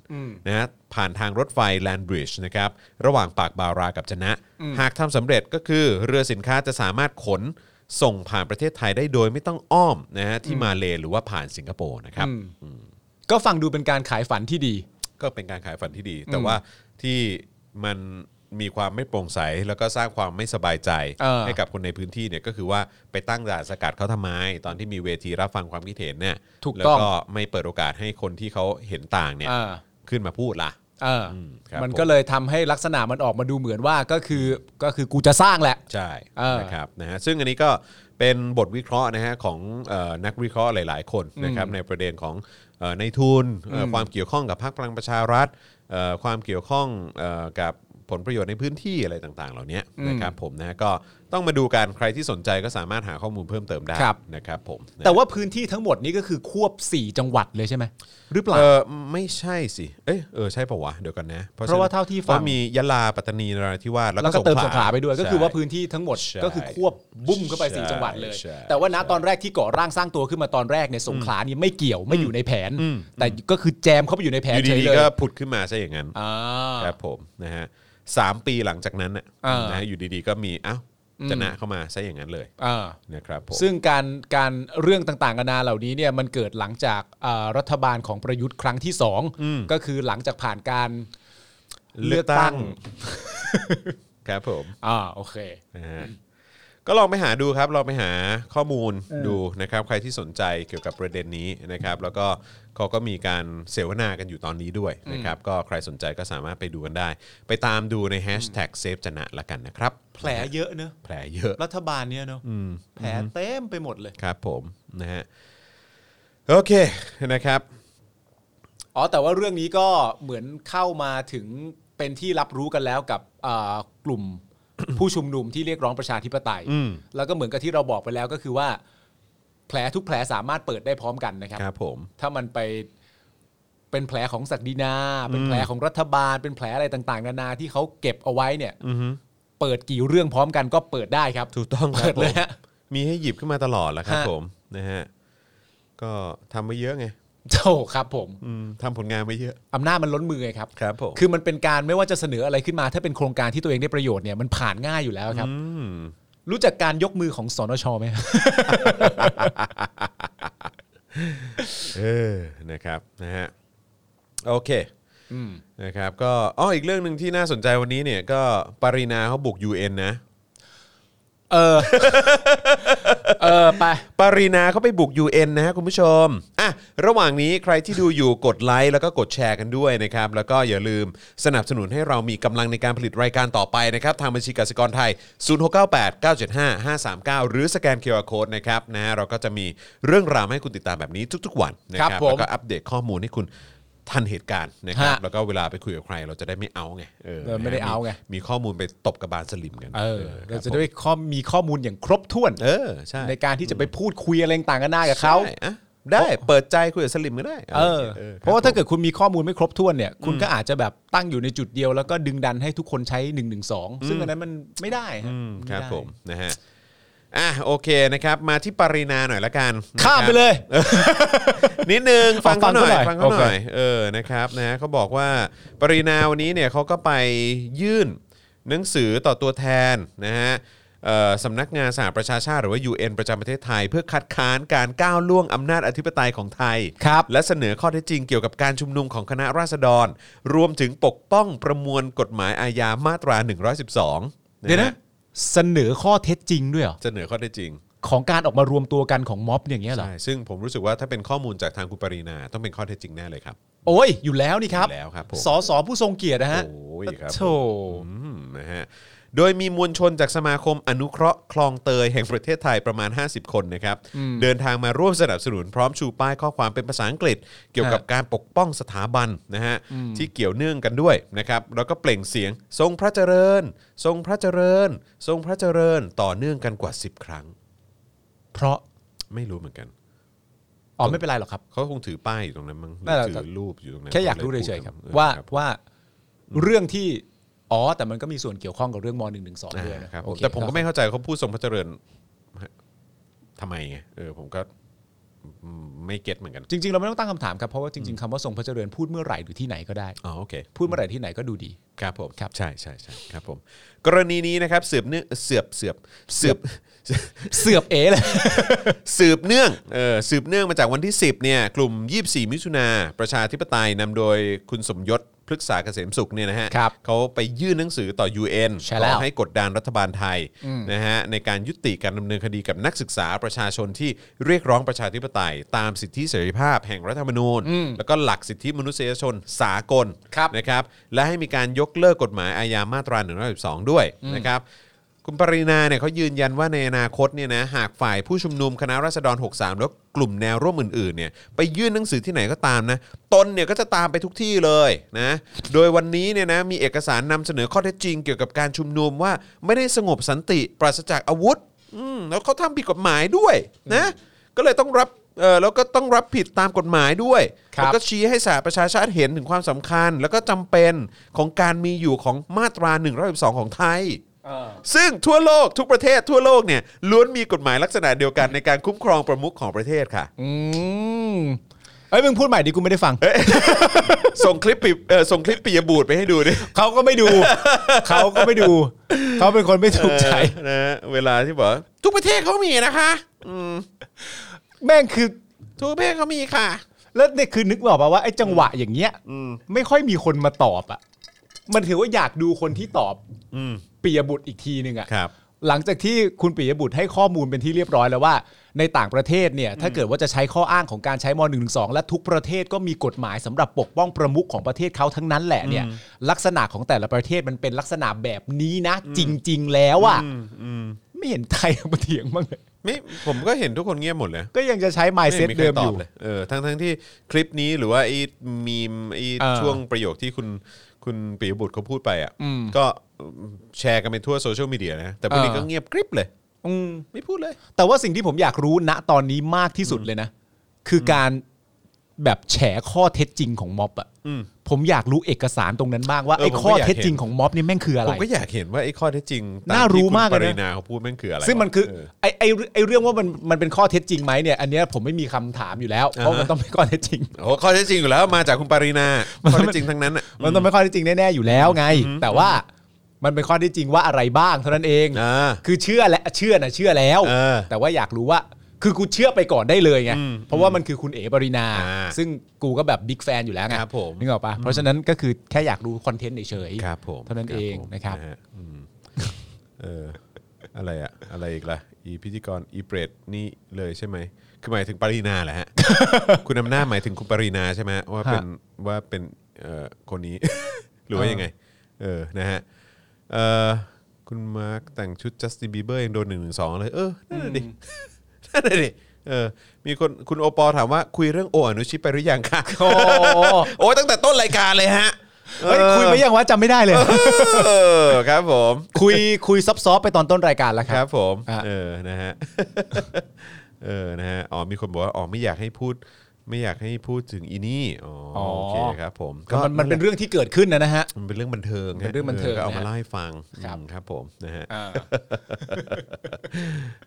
นะฮะผ่านทางรถไฟแลนบริดจ์นะครับระหว่างปากบารากับจะนะ หากทำสำเร็จก็คือเรือสินค้าจะสามารถขนส่งผ่านประเทศไทยได้โดยไม่ต้องอ้อมนะฮะที่มาเลหรือว่าผ่านสิงคโปร์นะครับ ก็ฟังดูเป็นการขายฝันที่ดี ก็เป็นการขายฝันที่ดี แต่ อืม ว่าที่มันมีความไม่โปร่งใส แล้วก็สร้างความไม่สบายใจ เออ ให้กับคนในพื้นที่เนี่ยก็คือว่าไปตั้งด่านสกัดเขาทำไม ตอนที่มีเวทีรับฟังความคิดเห็นเนี่ย ถูก แล้ว ต้อง ก็ไม่เปิดโอกาสให้คนที่เขาเห็นต่างเนี่ย เออ ขึ้นมาพูดล่ะ เอออ มครับ มัน ผม ก็เลยทำให้ลักษณะมันออกมาดูเหมือนว่าก็คือก็คือกูจะสร้างแหละ ใช่ เออ นะครับนะฮะซึ่งอันนี้ก็เป็นบทวิเคราะห์นะฮะของเอ่อนักวิเคราะห์หลาย ๆ คนนะครับในประเด็นของเอ่อในทุนเอ่ออความเกี่ยวข้องกับพรรคพลังประชารัฐเอ่อความเกี่ยวข้องเอ่อกับผลประโยชน์ในพื้นที่อะไรต่าง ๆ เหล่านี้นะครับผมนะฮะก็ต้องมาดูกันใครที่สนใจก็สามารถหาข้อมูลเพิ่มเติมได้ ครับ นะครับผมนะ แต่ว่าพื้นที่ทั้งหมดนี้ก็คือควบ 4 จังหวัดเลยใช่ไหมหรือเปล่า เออไม่ใช่สิเอ้ยเออใช่ปะวะเดี๋ยวกันนะ เพราะว่าเท่าที่ฟัง พระมียะลาปัตตานีนราธิวาสแล้ว แล้ว ก็ ก็เติมสงขลา ขลา ไปด้วย ก็คือว่า ใช่ พื้นที่ทั้งหมด ใช่ ก็คือควบบุ้มเข้าไปสี่ ใช่ จังหวัดเลย ใช่ แต่ว่าณตอนแรกที่ก่อร่างสร้างตัวขึ้นมาตอนแรกเนี่ยสงขลานี่ไม่เกี่ยวไม่อยู่ในแผน แต่ก็คือแจมเข้าไปอยู่ในแผ อน ยู่ เฉย ดี เล ๆ ย ก็ผุดขึ้นมาซะอย่างนั้น อ่า ครับผมนะฮะสามปีหลังจากนั้นน่ะ อ่าน นะฮะอยู่ดีๆก็มีเอ้า อืม ชนะเข้ามาซะอย่างนั้นเลย อ่า นะครับผม ซึ่งการการเรื่องต่างๆนานาเหล่านี้เนี่ยมันเกิดหลังจากอ่ารัฐบาลของประยุทธ์ครั้งที่สองก็คือหลังจากผ่านการ [LAUGHS] ครับผม อ่าโอเค นะฮะก็ลองไปหาดูครับลองไปหาข้อมูลดูนะครับ ใครที่สนใจเกี่ยวกับประเด็นนี้นะครับ แล้วก็เขาก็มีการเสวนากันอยู่ตอนนี้ด้วยนะครับ ก็ใครสนใจก็สามารถไปดูกันได้ ไปตามดูในแฮชแท็กเซฟจนะละกันนะครับ แผลเยอะเนอะ แผลเยอะ รัฐบาลเนี่ยเนอะแผลเต็มไปหมดเลย ครับผมนะฮะโอเคนะครับ อ๋อแต่ว่าเรื่องนี้ก็เหมือนเข้ามาถึงเป็นที่รับรู้กันแล้วกับเอ่อกลุ่ม ผู้ชุมนุมที่เรียกร้องประชาธิปไตย อืม แล้วก็เหมือนกับที่เราบอกไปแล้วก็คือว่า แผลทุกแผลสามารถเปิดได้พร้อมกันนะครับ ครับผม ถ้ามันไปเป็นแผลของศักดินา เป็นแผลของรัฐบาล เป็นแผลอะไรต่างๆ นานาที่เขาเก็บเอาไว้เนี่ยเปิดกี่เรื่องพร้อมกันก็เปิดได้ครับ ถูกต้องครั เปิ บ ด ผ เล ม ยฮะ มีให้หยิบขึ้นมาตลอดแหล้วครับ ฮะ ผมนะฮะก็ทำไว้เยอะไง โถ่ครับ ผม อืมทำผลงานไว้เยอะ อำนาจมันล้นมือไงครับ ครับผม คือมันเป็นการไม่ว่าจะเสนออะไรขึ้นมา ถ้าเป็นโครงการที่ตัวเองได้ประโยชน์เนี่ยมันผ่านง่ายอยู่แล้วครับ อืม รู้จักการยกมือของสนชไหม เออนะครับนะฮะโอเคนะครับก็อ๋ออีกเรื่องหนึ่งที่น่าสนใจวันนี้เนี่ยก็ปรินาเขาบุก UN นะ เออ เออไป ปรินาเขาไปบุก UN นะฮะคุณผู้ชมอ่ะระหว่างนี้ใครที่ดูอยู่กดไลค์แล้วก็กดแชร์กันด้วยนะครับ แล้วก็อย่าลืมสนับสนุนให้เรามีกำลังในการผลิตรายการต่อไปนะครับ ทางบัญชีกสิกรไทย 0698 975 539 หรือสแกน QR Code นะครับนะฮะเราก็จะมีเรื่องราวให้คุณติดตามแบบนี้ทุกๆ วันนะครั ครับ บผม แล้วก็อัปเดตข้อมูลให้คุณทันเหตุการณ์นะครับ ฮะ แล้วก็เวลาไปคุยกับใครเราจะได้ไม่เอาไงเออ เออไม่ได้เอาไง มีข้อมูลไปตบกระบาลสลิมกัน เออเราจะ ครับผม ได้ข้อมีข้อมูลอย่างครบถ้วน เออใช่ ในการที่จะไปพูดคุยอะไรต่างกันหน้ากับเขา ใช่อะได้เปิดใจคุยกับสลิมก็ได้ เออ ออ เพราะว่า ค ถ้า บผม เกิดคุณมีข้อมูลไม่ครบถ้วนเนี่ย คุณก็อาจจะแบบตั้งอยู่ในจุดเดียวแล้วก็ดึงดันให้ทุกคนใช้1นึซึ่งอันนั้นมันไม่ได้ฮะ อืมครับ ไได้ ผมนะฮะอ่ะโอเคนะครับ มาที่ปรินาหน่อยละกัน ข้ามไปเลย นะครับ [LAUGHS] นิดนึงฟังเขาหน่อย ฟั ฟัง ง เขา เขา ห หน่อย น่อยเออนะครับนะฮะเขาบอกว่าปรินาวันนี้เนี่ยเขาก็ไปยื่นหนังสือต่อตัวแทนนะฮะเอ่อสำนักงานสหประชาชาติหรือว่า UN ประจำประเทศไทย เพื่อคัดค้านการก้าวล่วงอำนาจอธิปไตยของไทย ครับ และเสนอข้อเท็จจริงเกี่ยวกับการชุมนุมของคณะราษฎร รวมถึงปกป้องประมวลกฎหมายอาญามาตรา 112 เดี๋ยวนะ ฮ เสนอข้อเท็จจริงด้วยเหรอ เสนอข้อเท็จจริง ของการออกมารวมตัวกันของม็อบอย่างเงี้ยเหรอ ใช่ซึ่งผมรู้สึกว่าถ้าเป็นข้อมูลจากทางคุณปรินาต้องเป็นข้อเท็จจริงแน่เลยครับ โอ้ยอยู่แล้วนี่ครับ อยู่แล้วครับผม สอสอผู้ทรงเกียรตินะฮะ โอ้ยครับ โถ อืมนะฮะโดยมีมวลชนจากสมาคมอนุเคราะห์คลองเตยแห่งประเทศไทยประมาณ 50 คนนะครับ เดินทางมาร่วมสนับสนุนพร้อมชูป้ายข้อความเป็นภาษาอังกฤษ เกี่ยวกับการปกป้องสถาบันนะฮะที่เกี่ยวเนื่องกันด้วยนะครับ แล้วก็เปล่งเสียงทรงพระเจริญ ทรงพระเจริญ ทรงพระเจริญต่อเนื่องกันกว่า 10 ครั้ง เพราะ ไม่รู้เหมือนกัน อ๋อไม่เป็นไรหรอกครับ เขาคงถือป้ายอยู่ตรงนั้นมั้งหรือ น่าจะ ถือรูปอยู่ตรงนั้น แค่อยากรู้เฉยๆครับ ออ ว่า ครับ ว่าเรื่องที่ อ๋อ แต่มันก็มีส่วนเกี่ยวข้องกับเรื่องม .112 ด้วย อ่า นะครับ ผ โอ ม เค แต่ผมก็ไม่เข้าใจเขาพูดทรงพระเจริญทำไมไงเออผมก็ไม่เก็ตเหมือนกัน จริง ๆ เราไม่ต้องตั้งคำถามครับ เพราะว่าจริง ๆคำว่าทรงพระเจริญพูดเมื่อไหร่หรือที่ไหนก็ได้ อ๋อโอเค พูดเมื่อไหร่ที่ไหนก็ดูดี ครับผม ครับ ใช่ใช่ใช่ครับผมกรณีนี้นะครับสืบเนื่องเสือบเสือบสืบ เสือบเอ๋เลย [LAUGHS] สืบเนื่องเออสืบเนื่องมาจากวันที่ 10เนี่ยกลุ่ม 24 มิถุนาประชาธิปไตยนำโดยคุณสมยศพฤกษาเกษมสุขเนี่ยนะฮะ ครับ เขาไปยื่นหนังสือต่อ UN ใช่ ข แล้ อ ว ให้กดดันรัฐบาลไทยนะฮะในการยุติการดำเนินคดีกับนักศึกษาประชาชนที่เรียกร้องประชาธิปไตย ตามสิทธิเสรีภาพแห่งรัฐธรรมนูญ แล้วก็หลักสิทธิมนุษยชนสากล ครับ นะครับและให้มีการยกเลิกกฎหมายอาญามาตรา112ด้วยนะครับ คุณปรินาเนี่ยเขายืนยันว่าในอนาคตเนี่ยนะหากฝ่ายผู้ชุมนุมคณะราษฎร 63 แล้วกลุ่มแนวร่วมอื่นๆเนี่ยไปยื่นหนังสือที่ไหนก็ตามนะตนเนี่ยก็จะตามไปทุกที่เลยนะโดยวันนี้เนี่ยนะมีเอกสารนำเสนอข้อเท็จจริงเกี่ยวกับการชุมนุมว่าไม่ได้สงบสันติปราศจากอาวุธอืมแล้วเขาทำผิดกฎหมายด้วยนะก็เลยต้องรับเออแล้วก็ต้องรับผิดตามกฎหมายด้วย ครับ แล้วก็ ชี้ให้สาประชาชาติเห็นถึงความสำคัญ แล้วก็จำเป็นของการมีอยู่ของมาตรา1นึของไทย ซึ่งทั่วโลกทุกประเทศทั่วโลกเนี่ยล้วนมีกฎหมายลักษณะเดียวกันในการคุ้มครองประมุขของประเทศ [LAUGHS] ค่ะ อืมเอ้ยมึงพูดใหม่ดิกูไม่ได้ฟัง ส่งคลิปปิเอ่อส่งคลิปปิยบูตรไปให้ดูดิ เขาก็ไม่ดู เขาก็ไม่ดู เขาเป็นคนไม่ถูกใจ เออนะเวลาที่บอกว่าทุกประเทศเขามีนะคะอืม แม่งคือ ทุกประเทศเขามีค่ะ แล้วเนี่ยคือนึกไม่ออกป่ะว่าไอ้จังหวะอย่างเงี้ยไม่ค่อยมีคนมาตอบอ่ะ มันถือว่าอยากดูคนที่ตอบ อืม ปิยบุตรอีกทีหนึ่งอ่ะ ครับ หลังจากที่คุณปิยบุตรให้ข้อมูลเป็นที่เรียบร้อยแล้วว่า ในต่างประเทศเนี่ยถ้าเกิดว่าจะใช้ข้ออ้างของการใช้ม .112 และทุกประเทศก็มีกฎหมายสำหรับปกป้องประมุขของประเทศเขาทั้งนั้นแหละเนี่ยลักษณะของแต่ละประเทศมันเป็นลักษณะแบบนี้นะ จริง ๆ แล้วอ่ะไม่เห็นไทยมาเถียงบ้างเลย ไม่ผมก็เห็นทุกคนเงียบหมดเลย ก็ยังจะใช้ไมเซ็ต ไค เดิมอยู่ ตบลเออ ทั้งทั้งที่คลิปนี้หรือว่าไอ้มีมไอ้ เออ ช่วงประโยคที่คุณคุณปิยบุตรเขาพูดไปอ่ะ อืม ก็แชร์กันไปทั่วโซเชียลมีเดียนะ แต่พวกนี้ เออ ก็เงียบกริบเลย อืม ไม่พูดเลย แต่ว่าสิ่งที่ผมอยากรู้ณตอนนี้มากที่สุดเลยนะ คือการแบบแฉข้อเท็จจริงของม็อบอะ อืม ผมอยากรู้เอกสารตรงนั้นบ้างว่า เออ ไอ้ ผมก็ ข้อเท็จ อยากเห็น จริงของม็อบนี่แม่งคืออะไร ผมก็อยากเห็นว่าไอ้ข้อเท็จจริงต น่ารู้ ที่คุณ มากเลย ป นะ รินาเขาพูดแม่งคืออะไร ซึ่งมันคือ เ ไอ้ไอ้ไอ้เรื่องว่ามันมันเป็นข้อเท็จจริงไหมเนี่ย อันเนี้ยผมไม่มีคำถามอยู่แล้วเพราะมันต้องเป็นข้อเท็จจริง โอ้ข้อเท็จจริงอยู่แล้วมาจากคุณปรินาข้อเท็จจริงทั้งนั้นอ่ะ มันต้องเป็นข้อเท็จจริงแน่ๆอยู่แล้วไง แต่ว่ามันเป็นข้อเท็จจริงว่าอะไรบ้างเท่านั้นเอง อ่า คือเชื่อและเชื่อนะเชื่อแล้ว เออ แต่ว่าอยากรู้ว่าคือกูเชื่อไปก่อนได้เลยไง อืม เพราะว่ามันคือคุณเอ๋ปรินา อ่า ซึ่งกูก็แบบบิ๊กแฟนอยู่แล้วไง ครับผม นึกออกปะเพราะฉะนั้นก็คือแค่อยากรู้คอนเทนต์เฉยๆ ครับผม เท่านั้นเอง ผม นะครับ ฮอืมเอออะไรอะอะไรอีกล่ะ อีพิธีกรอีเปรตนี่เลยใช่ไหมคือหมายถึงปรีนา [LAUGHS] แหละฮะ คุณอำนาจหมายถึงคุณปรีนาใช่ไหมว่าเป็นว่าเป็นเอ่อคนนี้ [LAUGHS] หรือว่ายังไง เออนะฮะเออคุณมาร์คแต่งชุดจัสตินบีเบอร์ยังโดนหนึ่งหนึ่งสองเลย เออนั่นน่ะดิ [LAUGHS] นั่นน่ะดิเออมีคนคุณโอปอล์ถามว่าคุยเรื่องโออนุชิตไปหรือยังคะ [LAUGHS] โอ้ [LAUGHS] โอ้ตั้งแต่ต้นรายการเลยฮะ เฮ้ยคุยไปยังวะจำไม่ได้เลย [LAUGHS] เออครับผม คุยคุยซับซ้อฟๆไปตอนต้นรายการแล้วค ครั รับ บผม อ่ะ เออนะ [LAUGHS] ฮะ เออนะฮะอ๋อมีคนบอกว่าอ๋อไม่อยากให้พูด ไม่อยากให้พูดถึงอีนี่อ๋ออโอเคครับผม ก็มันมันเป็นเรื่องที่เกิดขึ้นนะนะฮะ มันเป็นเรื่องบันเทิง เป็นเรื่องบันเทิง ก็เอานะมาฮะ เล่าให้ฟัง ครับ อืมครับผมนะฮะ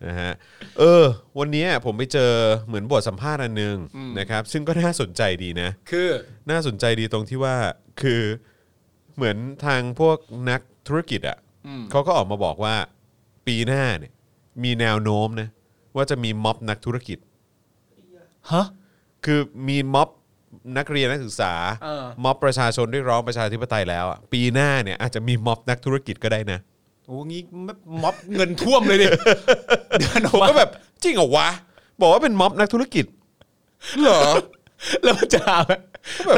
นะฮะเออ วันเนี้ยผมไปเจอเหมือนบทสัมภาษณ์อันหนึงนะครับ ซึ่งก็น่าสนใจดีนะ คือ น่าสนใจดีตรงที่ว่าคือเหมือนทางพวกนักธุรกิจอะ่ะเขาก็ออกมาบอกว่าปีหน้าเนี่ยมีแนวโน้มนะว่าจะมีม็อบนักธุรกิจ ฮะ คือมีม็อบนักเรียนนักศึกษา เออ ม็อบประชาชนเรียกร้องประชาธิปไตยแล้วอะปีหน้าเนี่ยอาจจะมีม็อบนักธุรกิจก็ได้นะ โอ้งี้ม็อบเงินท่วมเลยดิ เดินอ ผ อก ม มา ก็แบบจริงเหรอวะ บอกว่าเป็นม็อบนักธุร [LAUGHS] กิจเหรอ แล้วมันจะหาไหม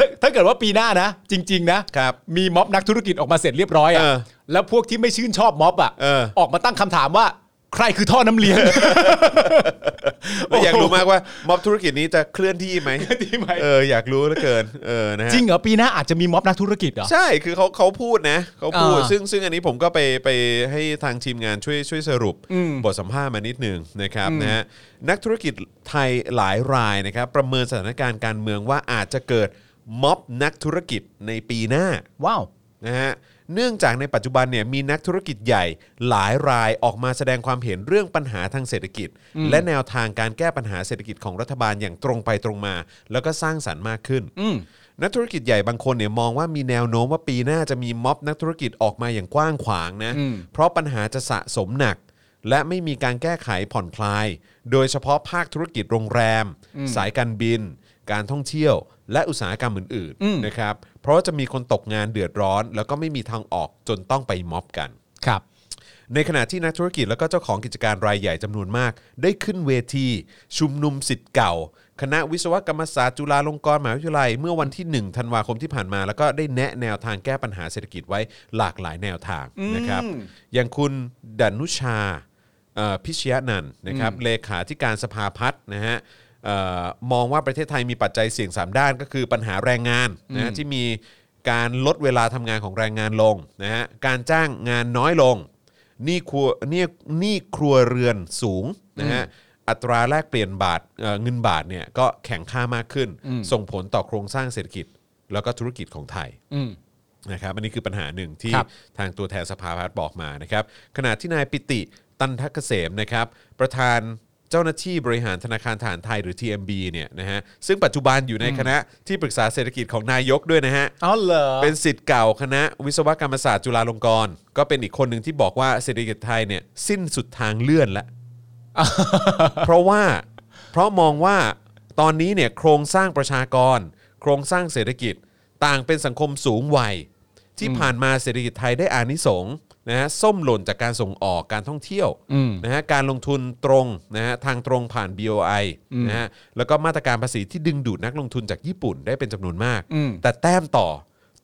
ถ้าถ้าเกิดว่าปีหน้านะ จริง ๆ นะครับมีม็อบนักธุรกิจออกมาเสร็จเรียบร้อย เออ อะ่ะแล้วพวกที่ไม่ชื่นชอบม็อบอ่ะ เออ ออกมาตั้งคำถามว่า ใครคือท่อน้ำเลี้ยง แล้วอยากรู้มากว่าม็อบธุรกิจนี้จะเคลื่อนที่ไหม เคลื่อนที่ไหม เอออยากรู้เหลือเกินเออนะฮะ จริงเหรอปีหน้าอาจจะมีม็อบนักธุรกิจเหรอ ใช่คือเขาเขาพูดนะเขาพูด อ่า ซึ่งซึ่งอันนี้ผมก็ไปไปให้ทางทีมงานช่วยช่วยสรุป อืม บทสัมภาษณ์มานิดหนึ่งนะครับนะฮะนักธุรกิจไทยหลายรายนะครับ ประเมินสถานการณ์การเมืองว่าอาจจะเกิดม็อบนักธุรกิจในปีหน้า ว้าว นะฮะ เนื่องจากในปัจจุบันเนี่ยมีนักธุรกิจใหญ่หลายรายออกมาแสดงความเห็นเรื่องปัญหาทางเศรษฐกิจ และแนวทางการแก้ปัญหาเศรษฐกิจของรัฐบาลอย่างตรงไปตรงมา แล้วก็สร้างสรรค์มากขึ้น อืม นักธุรกิจใหญ่บางคนเนี่ยมองว่ามีแนวโน้มว่าปีหน้าจะมีม็อบนักธุรกิจออกมาอย่างกว้างขวางนะ อืม เพราะปัญหาจะสะสมหนัก และไม่มีการแก้ไขผ่อนคลาย โดยเฉพาะภาคธุรกิจโรงแรม สายการบิน การท่องเที่ยว และอุตสาหกรรมอื่นๆนะครับเพราะว่าจะมีคนตกงานเดือดร้อน แล้วก็ไม่มีทางออกจนต้องไปม็อบกัน ครับ ในขณะที่นักธุรกิจและก็เจ้าของกิจการรายใหญ่จำนวนมาก ได้ขึ้นเวที ชุมนุมสิทธิ์เก่า คณะวิศวกรรมศาสตร์จุฬาลงกรณ์มหาวิทยาลัย เมื่อวันที่ 1 ธันวาคมที่ผ่านมา แล้วก็ได้แนะแนวทางแก้ปัญหาเศรษฐกิจไว้หลากหลายแนวทางนะครับ อย่างคุณดนุชาเอ่อพิชยนันท์นะครับเลขาธิการสภาพัฒน์นะฮะเอ่อมองว่าประเทศไทยมีปัจจัยเสี่ยง 3 ด้านก็คือปัญหาแรงงานนะฮะที่มีการลดเวลาทำงานของแรงงานลงนะฮะการจ้างงานน้อยลง หนี้ครัวหนี้หนี้ครัวเรือนสูงนะฮะอัตราแลกเปลี่ยนบาทเอ่อเงินบาทเนี่ยก็แข็งค่ามากขึ้น ส่งผลต่อโครงสร้างเศรษฐกิจ แล้วก็ธุรกิจของไทย อืม นะครับอันนี้คือปัญหาหนึ่งที่ ครับ ทางตัวแทนสภาพัฒน์บอกมานะครับขณะที่นายปิติตันทกเกษมนะครับประธานเจ้าหน้าที่บริหารธนาคารฐานไทยหรือ TMB เนี่ยนะฮะซึ่งปัจจุบันอยู่ในคณะที่ปรึกษาเศรษฐกิจของนายกด้วยนะฮะ อ๋อเหรอ เป็นสิทธิ์เก่าคณะวิศวกรรมศาสตร์จุฬาลงกรณ์ก็เป็นอีกคนหนึ่งที่บอกว่าเศรษฐกิจไทยเนี่ยสิ้นสุดทางเลื่อนแล้ว เพราะว่าเพราะมองว่าตอนนี้เนี่ยโครงสร้างประชากร โครงสร้างเศรษฐกิจต่างเป็นสังคมสูงวัย ที่ผ่านมาเศรษฐกิจไทยได้อานิสงส์นะฮะส้มหล่นจากการส่งออกการท่องเที่ยว อืม นะฮะการลงทุนตรงนะฮะทางตรงผ่าน BOI นะฮะแล้วก็มาตรการภาษีที่ดึงดูดนักลงทุนจากญี่ปุ่นได้เป็นจำนวนมาก อืม แต่แต้มต่อ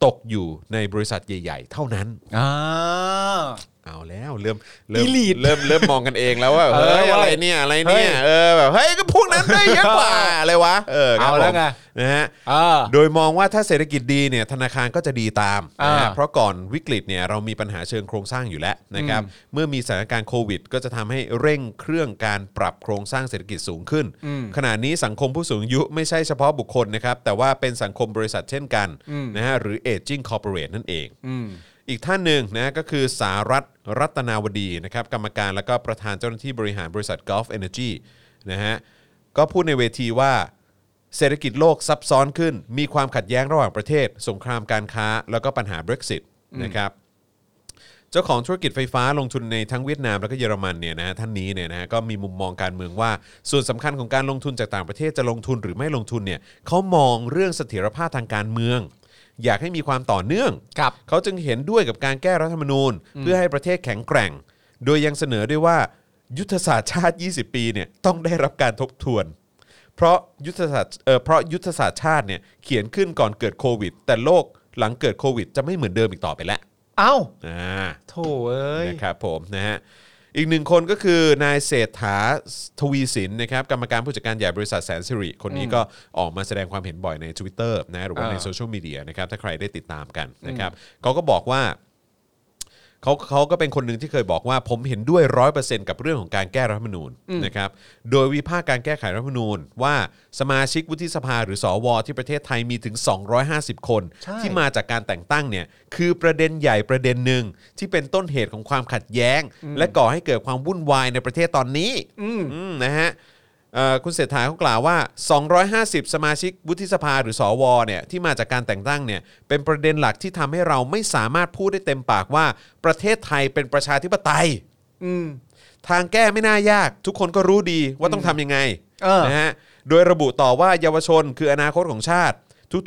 ตกอยู่ในบริษัทใหญ่ ๆ เท่านั้น อ่า เอาแล้วเริ่มเริ่ม Elite เริ่มเริ่มมองกันเองแล้วว่า เออ เฮ้ย ว่า อะไรเนี่ยอะไร เฮ้ เนี่ย ยเออแบบเฮ้ยก็พวกนั้นได้เยอะกว่า อะไรวะเออครับ เอาแล้ว ผม ไง นะฮะ อ่า โดยมองว่าถ้าเศรษฐกิจดีเนี่ยธนาคารก็จะดีตาม อ่า นะฮะเพราะก่อนวิกฤตเนี่ยเรามีปัญหาเชิงโครงสร้างอยู่แล้วนะครับ อืม เมื่อมีสถานการณ์โควิด ก็จะทำให้เร่งเครื่องการปรับโครงสร้างเศรษฐกิจสูงขึ้น อืม ขณะนี้สังคมผู้สูงอายุไม่ใช่เฉพาะบุคคลนะครับแต่ว่าเป็นสังคมบริษัทเช่นกันนะฮะหรือ aging corporate นั่นเอง อืม อีกท่านหนึ่งนะก็คือสารัตน์รัตนาวดีนะครับกรรมการและก็ประธานเจ้าหน้าที่บริหารบริษัท Gulf Energy นะฮะก็พูดในเวทีว่า เศรษฐกิจโลกซับซ้อนขึ้น มีความขัดแย้งระหว่างประเทศ สงครามการค้า แล้วก็ปัญหา Brexit นะครับ เจ้าของธุรกิจไฟฟ้าลงทุนในทั้งเวียดนามแล้วก็เยอรมันเนี่ยนะฮะท่านนี้เนี่ยนะฮะก็มีมุมมองการเมืองว่า ส่วนสำคัญของการลงทุนจากต่างประเทศจะลงทุนหรือไม่ลงทุนเนี่ยเขามองเรื่องเสถียรภาพทางการเมือง อยากให้มีความต่อเนื่อง ครับ เขาจึงเห็นด้วยกับการแก้รัฐธรรมนูญ เพื่อให้ประเทศแข็งแกร่ง โดยยังเสนอด้วยว่ายุทธศาสตร์ชาติ 20 ปีเนี่ยต้องได้รับการทบทวน เพราะยุทธศาสตร์เอ่อเพราะยุทธศาสตร์ชาติเนี่ยเขียนขึ้นก่อนเกิดโควิด แต่โลกหลังเกิดโควิด จะไม่เหมือนเดิมอีกต่อไปแล้ว เอ้า อ่า โถเอ้ย นะครับผมนะฮะอีกหนึ่งคนก็คือนายเศรษฐาทวีสินนะครับกรรมการผู้จัดการใหญ่บริษัทแสนสิริคนนี้ก็ออกมาแสดงความเห็นบ่อยใน Twitter นะหรือว่า อ่า ในโซเชียลมีเดียนะครับถ้าใครได้ติดตามกันนะครับเขาก็บอกว่าเขาเขาก็เป็นคนหนึ่งที่เคยบอกว่า ผมเห็นด้วย 100%กับเรื่องของการแก้รัฐธรรมนูญนะครับโดยวิพากษ์การแก้ไขรัฐธรรมนูญ ว่าสมาชิกวุฒิสภาหรือสวที่ประเทศไทยมีถึง 250 คน ใช่ ที่มาจากการแต่งตั้งเนี่ยคือประเด็นใหญ่ประเด็นหนึ่งที่เป็นต้นเหตุของความขัดแย้ง และก่อให้เกิดความวุ่นวายในประเทศตอนนี้อืมนะฮะเอ่อคุณเศรษฐาเขากล่าวว่า 250 สมาชิกวุฒิสภาหรือสอวเนี่ยที่มาจากการแต่งตั้งเนี่ยเป็นประเด็นหลักที่ทำให้เราไม่สามารถพูดได้เต็มปากว่า ประเทศไทยเป็นประชาธิปไตย อืม ทางแก้ไม่น่ายาก ทุกคนก็รู้ดีว่าต้องทำยังไง เออ นะฮะโดยระบุต่อว่าเยาวชนคืออนาคตของชาติ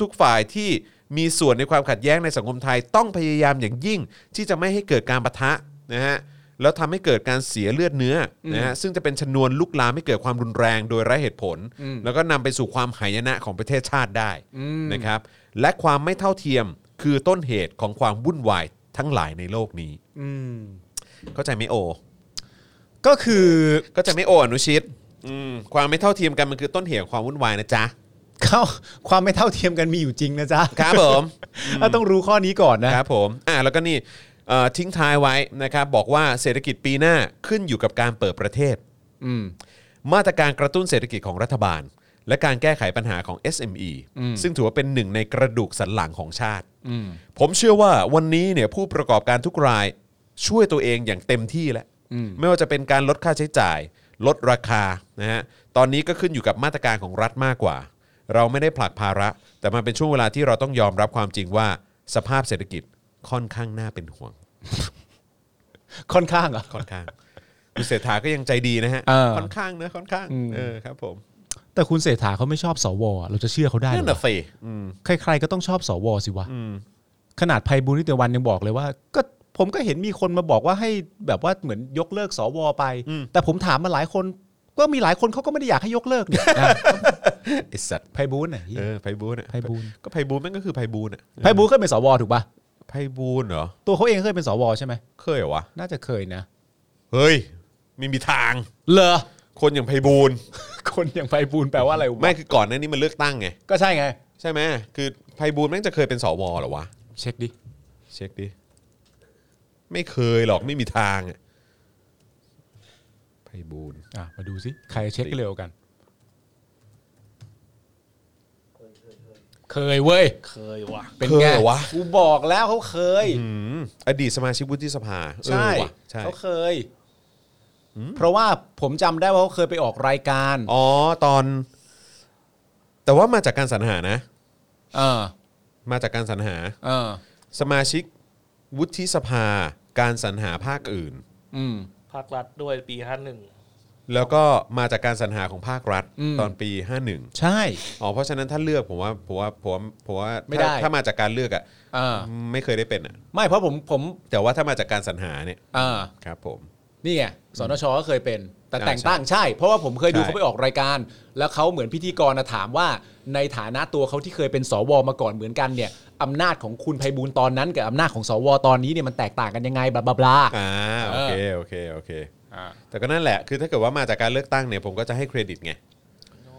ทุกๆฝ่ายที่มีส่วนในความขัดแย้งในสังคมไทยต้องพยายามอย่างยิ่ง ที่จะไม่ให้เกิดการปะทะนะฮะแล้วทำให้เกิดการเสียเลือดเนื้ออนะฮะซึ่งจะเป็นชนวนลุกลามให้เกิดความรุนแรงโดยไร้เหตุผล แล้วก็นำไปสู่ความหายนะของประเทศชาติได้นะครับและความไม่เท่าเทียมคือต้นเหตุของความวุ่นวายทั้งหลายในโลกนี้ อืม เข้าใจไหมโอ ก็คือ ก็จะไม่โออนุชิตอืมความไม่เท่าเทียมกันมันคือต้นเหตุของความวุ่นวายนะจ๊ะ เข้าความไม่เท่าเทียมกันมีอยู่จริงนะจ๊ะ ครับผม เราต้องรู้ข้อนี้ก่อนนะ ครับผมอ่าแล้วก็นี่เอ่อทิ้งท้ายไว้นะครับ บอกว่าเศรษฐกิจปีหน้าขึ้นอยู่กับการเปิดประเทศ อืม มาตรการกระตุ้นเศรษฐกิจของรัฐบาล และการแก้ไขปัญหาของ SME ซึ่งถือว่าเป็นหนึ่งในกระดูกสันหลังของชาติ ผมเชื่อว่าวันนี้เนี่ยผู้ประกอบการทุกรายช่วยตัวเองอย่างเต็มที่แล้ว ไม่ว่าจะเป็นการลดค่าใช้จ่าย ลดราคานะฮะตอนนี้ก็ขึ้นอยู่กับมาตรการของรัฐมากกว่า เราไม่ได้ผลักภาระ แต่มันเป็นช่วงเวลาที่เราต้องยอมรับความจริงว่าสภาพเศรษฐกิจค่อนข้างน่าเป็นห่วง ค่อนข้างเหรอ ค่อนข้างคุณเศรษฐาก็ยังใจดีนะฮะ เออ ค่อนข้างนะค่อนข้าง อืม เออครับผม แต่คุณเศรษฐาเขาไม่ชอบสวอะเราจะเชื่อเขาได้เหร นั่น อ น่ะ วะ สิอืม ใครๆก็ต้องชอบสวสิวะ อืม ขนาดภัยบุญนิติวันยังบอกเลยว่า ก็ผมก็เห็นมีคนมาบอกว่าให้แบบว่าเหมือนยกเลิกสวไป แต่ผมถามมาหลายคน ก็มีหลายคนเขาก็ไม่ได้อยากให้ยกเลิกเนี่ย ไอสัตว์ ภัยบุญน่ะเหี้ย เออไพบูลย์อะ ไพบูลย์ ก็ไพบูลย์มันก็คือไพบูลย์อะ ภัยบุญเคยเป็นสวถูกป่ะ ไพบูลย์เหรอ ตัวเขาเองเคยเป็นสวใช่ไหม เคยเหรอวะ น่าจะเคยนะ เฮ้ยไม่มีทาง เลอ คนอย่างไพบูลย์ คนอย่างไพบูลย์แปลว่าอะไรวะ ไม่คือก่อนหน้านี้มันเลือกตั้งไง ก็ใช่ไง ใช่ไหมคือไพบูลย์แม่งจะเคยเป็นสวเหรอวะ เช็คดิ เช็คดิไม่เคยหรอกไม่มีทางอะไพบูลย์ อ่ะมาดูสิใครเช็คเร็วกัน เคยเว้ย เคยว่ะ เป็น เคย ไง เหรอวะ กูบอกแล้วเขาเคย อืมอดีตสมาชิกวุฒิสภาเออ ใช่ ว่ะใช่ เขาเคย เพราะว่าผมจำได้ว่าเขาเคยไปออกรายการ อ๋อตอน แต่ว่ามาจากการสรรหานะ เออ มาจากการสรรหา เออ สมาชิกวุฒิสภา การสรรหาภาคอื่น อืม ภาครัฐด้วยปีห้าหนึ่ง แล้วก็มาจากการสรรหาของภาครัฐ อืม ตอนปี 51 ใช่ อ๋อเพราะฉะนั้นถ้าเลือกผมว่าผมว่าผมว่าผมว่า ไม่ได้ ถ้าถ้ามาจากการเลือกอะ เออ ่ะไม่เคยได้เป็นอะ่ะ ไม่เพราะผมผม แต่ว่าถ้ามาจากการสรรหาเนี่ย เออ ครับผม นี่ไงสนชก็เคยเป็น แต่ ใช่ แต่งตั้งใช่ เพราะว่าผมเคยดู ใช่ เขาไปออกรายการ แล้วเขาเหมือนพิธีกรนะถามว่า ในฐานะตัวเขาที่เคยเป็นสวมาก่อนเหมือนกันเนี่ยอำนาจของคุณไพบูลย์ตอนนั้นกับอำนาจของสวตอนนี้เนี่ยมันแตกต่างกันยังไงบลาบลาบลา อ่าโอเค เออ โอเคโอเค แต่ก็นั่นแหละคือถ้าเกิดว่ามาจากการเลือกตั้งเนี่ยผมก็จะให้เครดิตไง อ๋อ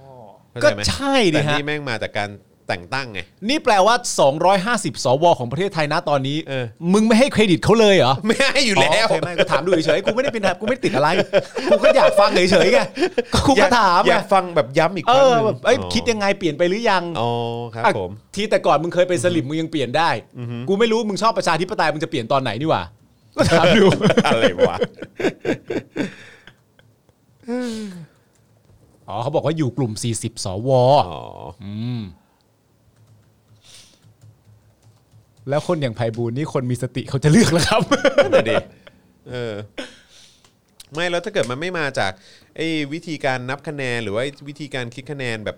เข้า ก็ ใจไหม ใช่ดิ แต่ ฮะ นี่แม่งมาจากการแต่งตั้งไง นี่แปลว่า 250 สวของประเทศไทยนะตอนนี้ เออ มึงไม่ให้เครดิตเขาเลยเหรอ ไม่ให้อยู่แล้ว โอเคไม่กูถามดูเฉยๆกูไม่ได้เป็นแบบกูไม่ได้ติดอะไร กูก็อยากฟังเฉยๆไงก็กู อ ก็ ยา ถาม อ ไง ยากฟังแบบย้ำอีกค เอ รั้ง อ หนึ่ง แบบเอ้ย อ๋อ คิดยังไงเปลี่ยนไปหรือยัง อ๋อครับ อ่ะ ผม ทีแต่ก่อนมึงเคยเป็นสลิมมึงยังเปลี่ยนได้ กูไม่รู้มึงชอบประชาธิปไตยมึงจะเปลี่ยนตอนไหนนี่หว่าก็ถามดู อะไรวะ อ๋อเขาบอกว่าอยู่กลุ่ม 40 สว อ๋อ แล้วคนอย่างไพบูลย์นี่คนมีสติเขาจะเลือกแล้วครับ นั่นน่ะดิเออไม่แล้วถ้าเกิดมันไม่มาจากไอ้วิธีการนับคะแนนหรือว่าวิธีการคิดคะแนนแบบ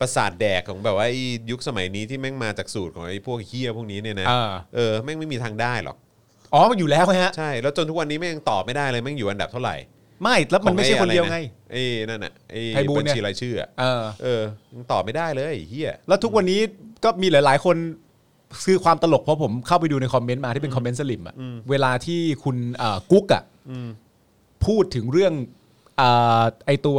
ประสาทแดกของแบบว่าไอ้ยุคสมัยนี้ที่แม่งมาจากสูตรของไอ้พวกเฮียพวกนี้เนี่ยนะ อ่า เออแม่งไม่มีทางได้หรอก อ๋อมันอยู่แล้วไงฮะ ใช่แล้วจนทุกวันนี้แม่งยังตอบไม่ได้เลยแม่งอยู่อันดับเท่าไหร่ ไม่แล้วมันไม่ใช่คนเดียวไง ไอ้นั่นน่ะไอ้ ไพบูลย์ บัญ เนี่ย ชีรายชื่ออะ เออ เออยังตอบไม่ได้เลยไอ้เฮีย แล้วทุกวันนี้ก็มีหลาย ๆ คนคือความตลกเพราะผมเข้าไปดูในคอมเมนต์มาที่เป็นคอมเมนต์สลิมอะเวลาที่คุณเอ่อกุ๊กอะพูดถึงเรื่องเออไอตัว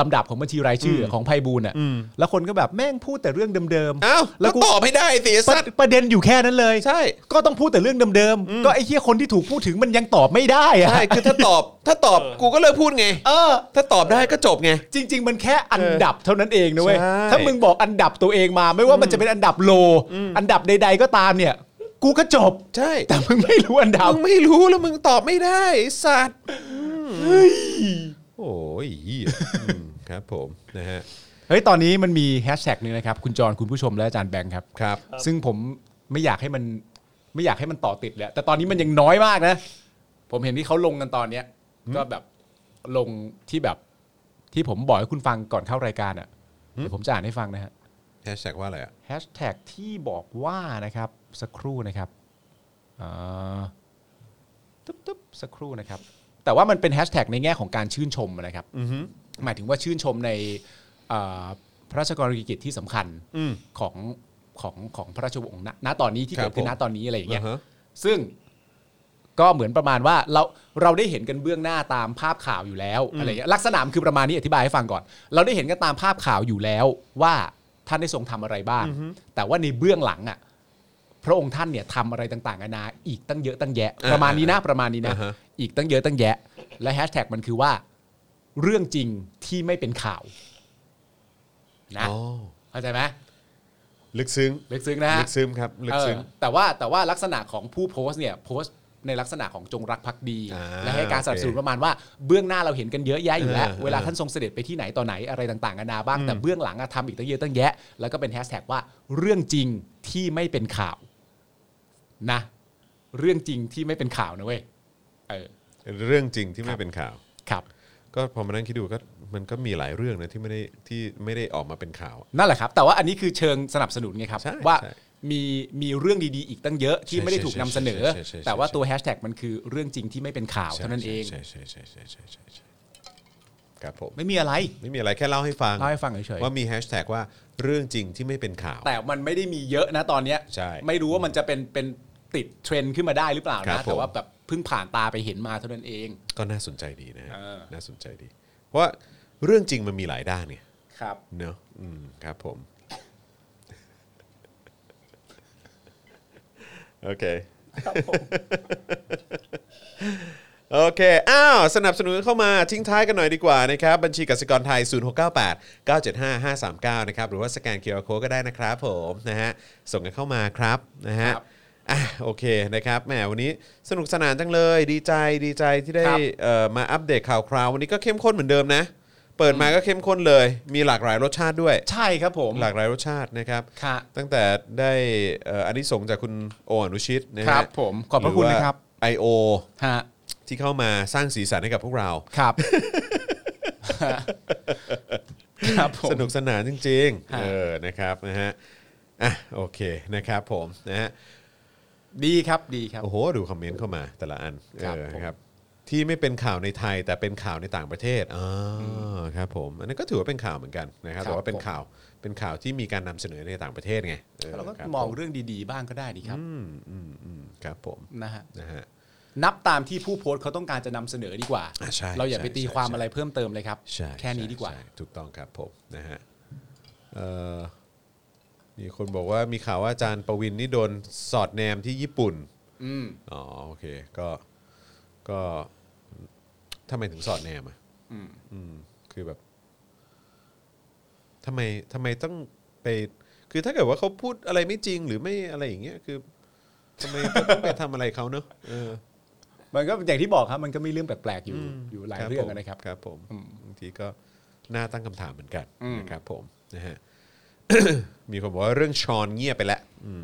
ลำดับของบัญชีรายชื่อของไพบูลย์อะแล้วคนก็แบบแม่งพูดแต่เรื่องเดิม อ้าว แล้ แล้ว ว กู ตอบไม่ได้สิไอ้ ป สั ระ ตว์ ประเด็นอยู่แค่นั้นเลย ใช่ ก็ต้องพูดแต่เรื่องเดิมๆก็ไอ้เหี้ยคนที่ถูกพูดถึงมันยังตอบไม่ได้อะ ใช่ คือถ้าตอบ ถ้าตอบ กูก็เลิกพูดไง เออ ถ้าตอบได้ก็จบไง จริง ๆ มันแค่อันดับเท่านั้นเองนะเว้ย ใช่ ถ้ามึงบอกอันดับตัวเองมา ไม่ว่ามันจะเป็นอันดับโล อันดับใด ๆ ก็ตามเนี่ย กูก็จบ ใช่ แต่มึงไม่รู้อันดับ มึงไม่รู้แล้วมึงตอบไม่ได้ไอ้สัตว์อืมโอ้ยเหี้ยอืมครับผม นะฮะ เฮ้ย ตอนนี้มันมีแฮชแท็กนึงนะครับ คุณจรคุณผู้ชมและอาจารย์แบงค์ครับ ครับ ซึ่งผมไม่อยากให้มันไม่อยากให้มันต่อติดแหละแต่ตอนนี้มันยังน้อยมากนะ ผมเห็นที่เขาลงกันตอนเนี้ย ก็แบบลงที่แบบที่ผมบอกให้คุณฟังก่อนเข้ารายการอ่ะเดี๋ยวผมจะอ่านให้ฟังนะฮะ แฮชแท็กว่าอะไรอ่ะ แฮชแท็กที่บอกว่านะครับ สักครู่นะครับเอ่อตึ๊บตึ๊บสักครู่นะครับ แต่ว่ามันเป็นแฮชแท็กในแง่ของการชื่นชมนะครับ อือฮึ หมายถึงว่าชื่นชมในเอ่อพระราชกรณียกิจที่สำคัญ อืม ของของของพระราชวงศ์ณณตอนนี้ที่ ครับ เกิดขึ้น ผม ณตอนนี้อะไรอย่างเงี้ย อ่าฮะ ซึ่งก็เหมือนประมาณว่าเราเราได้เห็นกันเบื้องหน้าตามภาพข่าวอยู่แล้วอะไรเงี้ยลักษณะมันคือประมาณนี้อธิบายให้ฟังก่อน เราได้เห็นกันตามภาพข่าวอยู่แล้วว่าท่านได้ทรงทำอะไรบ้าง แต่ว่าในเบื้องหลังอ่ะพระองค์ท่านเนี่ยทำอะไรต่างๆนานาอีกตั้งเยอะตั้งแยะ อ่า ประมาณนี้นะประมาณนี้นะ อ่าฮะ อีกตั้งเยอะตั้งแยะ และแฮชแท็กมันคือว่า เรื่องจริงที่ไม่เป็นข่าว นะ อ๋อ เข้าใจไหม ลึกซึ้ง ลึกซึ้งนะฮะ ลึกซึ้งครับลึกซึ้ง เออแต่ว่าแต่ว่าลักษณะของผู้โพสต์เนี่ยโพสต์ในลักษณะของจงรักภักดี อ่า และให้การสนับสนุน โอเค ประมาณว่าเบื้องหน้าเราเห็นกันเยอะแยะอยู่แล้ว เออเออ เวลาท่านทรงเสด็จไปที่ไหนต่อไหนอะไรต่างๆนานาบ้าง แต่เบื้องหลังอะทำอีกตั้งเยอะตั้งแยะ แล้วก็เป็นแฮชแท็กว่าเรื่องจริงที่ไม่เป็นข่าวนะเรื่องจริงที่ไม่เป็นข่าวนะเว้ยเออ เรื่องจริงที่ ครั ไม่ บ เป็นข่าว ครับ ก็พอมานั่งคิดดูก็มันก็มีหลายเรื่องนะที่ไม่ได้ที่ไม่ได้ออกมาเป็นข่าวอะ นั่นแหละครับ แต่ว่าอันนี้คือเชิงสนับสนุนไงครับ ใช่ ว่า ใช่ มีมีเรื่องดีๆ อีกตั้งเยอะที่ ใช่ ไม่ได้ถูกนำเสนอ ใช่ใช่ใช่ใช่ แต่ว่าตัวแฮชแท็กมันคือเรื่องจริงที่ไม่เป็นข่าวเท่านั้นเอง ใช่ใช่ใช่ใช่ใช่ใช่ใช่ครับผม ไม่มีอะไร ไม่มีอะไรแค่เล่าให้ฟัง เล่าให้ฟังเฉยๆ ว่ามีแฮชแท็กว่าเรื่องจริงที่ไม่เป็นข่าว แต่มันไม่ได้มีเยอะนะตอนเนี้ย ใช่ ไม่รู้ว่ามันจะเป็นเป็นติดเทรนด์ขึ้นมาได้หรือเปล่า ครั นะ บผม แต่ว่าแบบเพิ่งผ่านตาไปเห็นมาเท่านั้นเอง ก็น่าสนใจดีนะฮะ เออ น่าสนใจดี เพราะว่าเรื่องจริงมันมีหลายด้านเนี่ย ครับ เนอะอืมครับผม [LAUGHS] โอเค ครับผม โอเค อ้าว สนับสนุนเข้ามาทิ้งท้ายกันหน่อยดีกว่านะครับ บัญชีกสิกรไทย 0698 975 539 นะครับ หรือว่าสแกนเคอร์โคก็ได้นะครับผมนะฮะ ส่งกันเข้ามาครับนะฮะ ครับ อ่ะ โอเคนะครับแหมวันนี้สนุกสนานจังเลย ดีใจดีใจที่ได้ ครับ เอ่อมาอัปเดตข่าวคราว วันนี้ก็เข้มข้นเหมือนเดิมนะ เปิดมาก็เข้มข้นเลย มีหลากหลายรสชาติด้วย ใช่ครับผม หลากหลายรสชาตินะครับ ค่ะ ตั้งแต่ได้เอ่ออันนี้ส่งส์จากคุณโออนุชิตนะฮะ ครับผมขอบพระคุณนะครับ ไอโอ IO ฮะ ที่เข้ามาสร้างสีสันให้กับพวกเรา ครับ ครับผม สนุกสนานจริงๆ ฮะ เออนะครับนะฮะอ่ะโอเคนะครับผมนะฮะ ดีครับดีครับ โอ้โหดูคอมเมนต์เข้ามาแต่ละอันเอ ครับ อ ผม ครับที่ไม่เป็นข่าวในไทยแต่เป็นข่าวในต่างประเทศอ๋ออครับผมอันนั้นก็ถือว่าเป็นข่าวเหมือนกันนะครับแต่ว่าเป็นข่าวเป็นข่าวที่มีการนำเสนอในต่างประเทศไงออ เราก็ คบ มอง ผ เรื่องดีๆ บ้างก็ได้ดีครับ อืมอืมอืมครับผม นะฮะ นะฮะ นับตามที่ผู้โพสต์เขาต้องการจะนำเสนอดีกว่า อ่ะใช่ เราอย่าไป ใช่ ตีความ ใช่ อะไรเพิ่มเติมเลยครับ ใช่ แค่นี้ ใช่ ดีกว่า ใช่ถูกต้องครับผมนะฮะเอ่อมีคนบอกว่ามีข่าวว่าอาจารย์ประวินนี่โดนสอดแนมที่ญี่ปุ่น อืม อ๋อโอเคก็ก็ทำไมถึงสอดแนมอ่ะ อืม อืมคือแบบทำไมทำไมต้องไป คือถ้าเกิดว่าเขาพูดอะไรไม่จริงหรือไม่อะไรอย่างเงี้ยคือทำไมต้องไปทำอะไรเขาเนอะเออ มันก็อย่างที่บอกครับ มันก็มีเรื่องแปลกๆอยู่ ม อยู่หลาย บ เรื่อง ผม นะครับ ครับผม อืม บางทีก็น่าตั้งคำถามเหมือนกัน อืม นะครับผมนะฮะ [COUGHS] มีคนบอกว่าเรื่องชอนเงียบไปแล้วอืม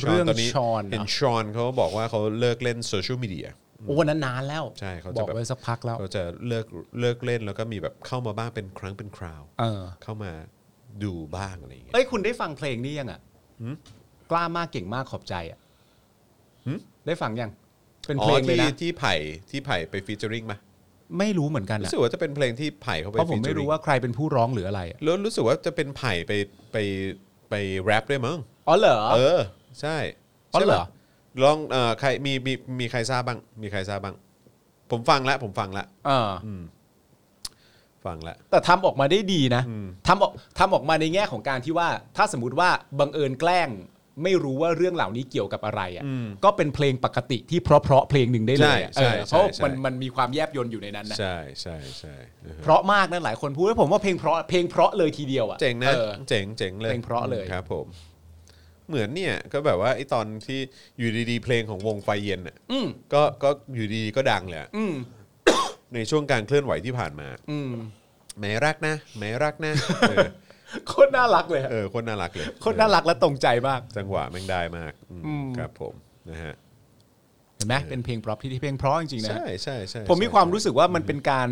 ชน เรื่อง ตนนี้ ชอน เห็น อ่ะ ชอนเขาบอกว่าเขาเลิกเล่นโซเชียลมีเดีย โอ้วันนั้นนานแล้ว ใช่เขาจะ บอก แบบ ไว้สักพักแล้ว เขาจะเลิกเลิกเล่นแล้วก็มีแบบเข้ามาบ้างเป็นครั้งเป็นคราว เออ เข้ามาดูบ้างอะไรอย่างเงี้ย เอ้ยคุณได้ฟังเพลงนี้ยังอ่ะกล้ามากเก่งมากขอบใจอ่ะ หืม ได้ฟังยัง เป็น อ๋ เพล อง เลย ที่ นะ ที่ไผ่ที่ไผ่ไปฟีเจอริงมา ไม่รู้เหมือนกัน รู้ อ่ะ สึกว่าจะเป็นเพลงที่ไผ่เขาไป เพราะผ ฟี ม เจอ ไม่ ริ รู้ ง ว่าใครเป็นผู้ร้องหรืออะไรอะ แล้วรู้สึกว่าจะเป็นไผ่ไปไปไปแรปด้วยมั้ง อ๋อเหรอ เออ ใช่ อ๋อ ใช่ปะ เหรอ ลองเอ่อใครมีมีมีใครทราบบ้าง มีใครทราบบ้าง ผมฟังแล้วผมฟังแล้ว เออ ฟังแล้ว แต่ทำออกมาได้ดีนะ อืม ทำออกทำออกมาในแง่ของการที่ว่า ถ้าสมมติว่าบังเอิญแกล้ง ไม่รู้ว่าเรื่องเหล่านี้เกี่ยวกับอะไรอ่ะก็เป็นเพลงปกติที่เพราะเพราะๆเพลงหนึ่งได้เลยอะ ใช่ใช่ เออ ใช่ เพราะ ใช่ มันมันมีความแยบยนต์อยู่ในนั้นนะ ใช่ใช่ใช่นะฮะ เพราะมากนะหลายคนพูดแล้วผมว่าเพลงเพราะเพลงเพราะเลยทีเดียวอ่ะ เจ๋งนะ ออ เจ๋งเจ๋งเลย เพลงเพราะเลย ครับผม เหมือนเนี่ย ก็แบบว่าไอ้ตอนที่อยู่ดีๆ เพลงของวงไฟเย็นอ่ะ อืม ก็ก็อยู่ดีๆก็ดังเลยอะ อืม ในช่วงการเคลื่อนไหวที่ผ่านมา อืม แหมรักนะแหมรักนะเออ โคตรน่ารักเลยอะ เออคนน่ารักเลย โคตรน่ารักและตรงใจมาก จังหวะแม่งได้มากอืม อืม ครับผมนะฮะ เห็นไหมเป็นเพลงเพราะที่ที่เพลงเพราะจริงๆนะ ใช่ใช่ใช่ ผมมี ใช่ ความ ใช่ รู้สึกว่ามันเป็นการ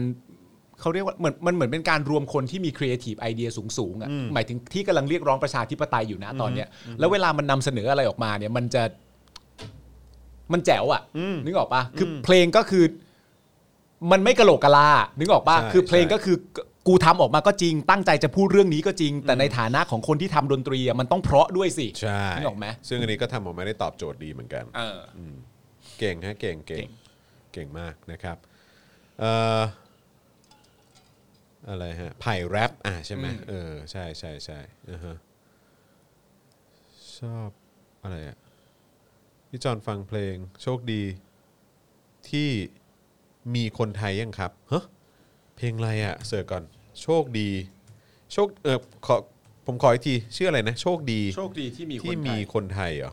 เขาเรียกว่าเหมือนมันเหมือนเป็นการรวมคนที่มีครีเอทีฟไอเดียสูงๆอ่ะหมายถึงที่กำลังเรียกร้องประชาธิปไตยอยู่นะตอนเนี้ยแล้วเวลามันนำเสนออะไรออกมาเนี่ย มันจะมันแจ๋วอ่ะนึกออกปะคือเพลงก็คือ มันไม่กะโหลกกะลา นึกออกปะ ใช่ คือเพลง ใช่ ก็คือกูทำออกมาก็จริง ตั้งใจจะพูดเรื่องนี้ก็จริง แต่ในฐานะของคนที่ทำดนตรีอ่ะมันต้องเพราะด้วยสิ ใช่ นึกออกไหม ซึ่งอันนี้ก็ทำออกมาได้ตอบโจทย์ดีเหมือนกัน เออ เก่งฮะเก่งเก่ เก่งงเก่งมากนะครับเอ่ออะไรฮะไผ่แรปอ่ะใช่ไหมเออใช่ใช่ใช่อ่าฮะชอบอะไรอ่ะพี่จอนฟังเพลงโชคดีที่มีคนไทยยังครับฮะเพลงอะไรอ่ะเสิร์ชก่อนโชคดี โชคเออขอ ผมขออีกทีชื่ออะไรนะ โชคดี โชคดีที่มีคน ที่ ไท มี ย คนไทยเหรอ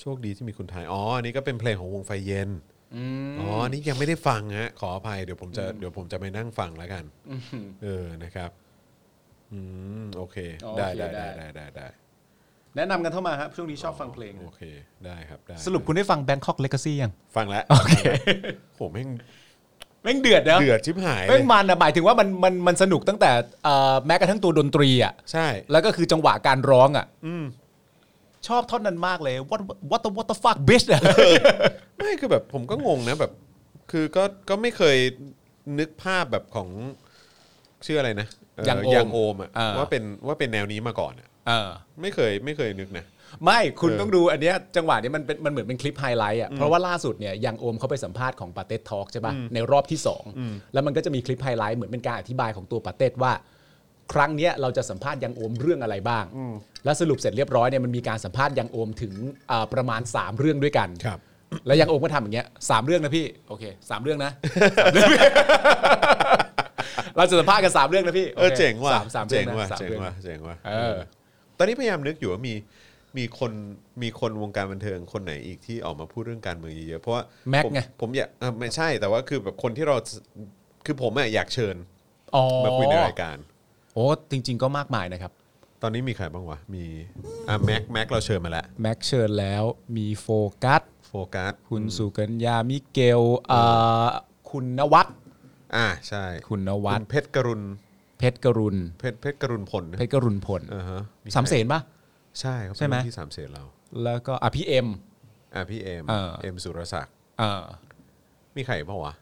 โชคดีที่มีคนไทยอ๋ออันนี้ก็เป็นเพลงของวงไฟเย็น อืม อ๋ออันนี่ยังไม่ได้ฟังฮะขออภัยเดี๋ยวผมจะเดี๋ยวผมจะไปนั่งฟังแล้วกัน ม เออนะครับอืมโอเค อ๋อ ได้ โอเค ได้ ได้ ได้ได้ได้ได้ แนะนำกันเข้ามาครับช่วงนี้ชอบฟังเพลง โอเคได้ครับได้ สรุปคุณได้ฟัง Bangkok Legacy ยัง ฟังแล้ว โอเค โหแม่ง แม่งเดือดนะ เดือดชิบหายเล แม่ ย งมันอะหมายถึงว่ามันมันมันสนุกตั้งแต่เอ่อแม้กระทั่งตัวดนตรีอ่ะ ใช่ แล้วก็คือจังหวะการร้องอ่ะ อืม ชอบท่อนนั้นมากเลย what what the what the fuck bitch อะ ไม่คือแบบผมก็งงนะแบบ คือก็ก็ไม่เคยนึกภาพแบบของชื่ออะไรนะเ ยังโอม ยังโอมอะ เออ ว่าเป็นว่าเป็นแนวนี้มาก่อนอะ เออ ไม่เคยไม่เคยนึกนะ ไม่คุณ เออ ต้องดูอันเนี้ยจังหวะนี้มันเป็นมันเหมือนเป็นคลิปไฮไลท์อ่ะเพราะว่าล่าสุดเนี่ยยังโอมเขาไปสัมภาษณ์ของปาเต้ทอล์กใช่ป่ะในรอบที่ 2 แล้วมันก็จะมีคลิปไฮไลท์เหมือนเป็นการอธิบายของตัวปาเต้ว่า ครั้งเนี้ยเราจะสัมภาษณ์ยังโอมเรื่องอะไรบ้าง แล้วสรุปเสร็จเรียบร้อยเนี่ยมันมีการสัมภาษณ์ยังโอมถึงเอ่อประมาณ 3 เรื่องด้วยกัน ครับ แล้วยังโอมก็ทำอย่างเงี้ยสามเรื่องนะพี่โอเคสามเรื่องนะ เราจะสัมภาษณ์กันสามเรื่องนะพี่ เออเจ๋งว่ะ สามสามเรื่อเจ๋ง ง นะ ว่ะ สาม เจ๋ง เรื่อง ว่ะ นะ เจ๋งว่ะ เออ ตอนนี้พยายามนึกอยู่ว่ามีมีคนมีคนวงการบันเทิงคนไหนอีกที่ออกมาพูดเรื่องการเมืองเยอะๆเพราะว่า แม็ก ผ ไง ผมอยากเออไม่ใช่แต่ว่าคือแบบคนที่เราคือผมอะอยากเชิญ อ๋อ มาคุยในรายการ โอ้จริง ๆ ก็มากมายนะครับ ตอนนี้มีใครบ้างวะมีอ่ะแม็กแม็กเราเชิญมาแล้ว แม็กเชิญแล้วมีโฟกัส โฟกัส คุณสุกัญญามิเกลเอ่อคุณนวัด อ่าใช่คุ คุณน ณ วัด เพชรกรุณ เพชรกรุณ เพชรเพชรกรุณพลนะ เพชรกรุณพล อ่าฮะ สามเสนปะ ใช่เขาเป็น ใช่ไหม รุ่นที่สามเสนเรา แล้วก็อ่ะพี่เอ็ม อ่ะพี่เอ็ม เออ เอ็มสุรศักดิ์ เออ มีใครบ้างวะ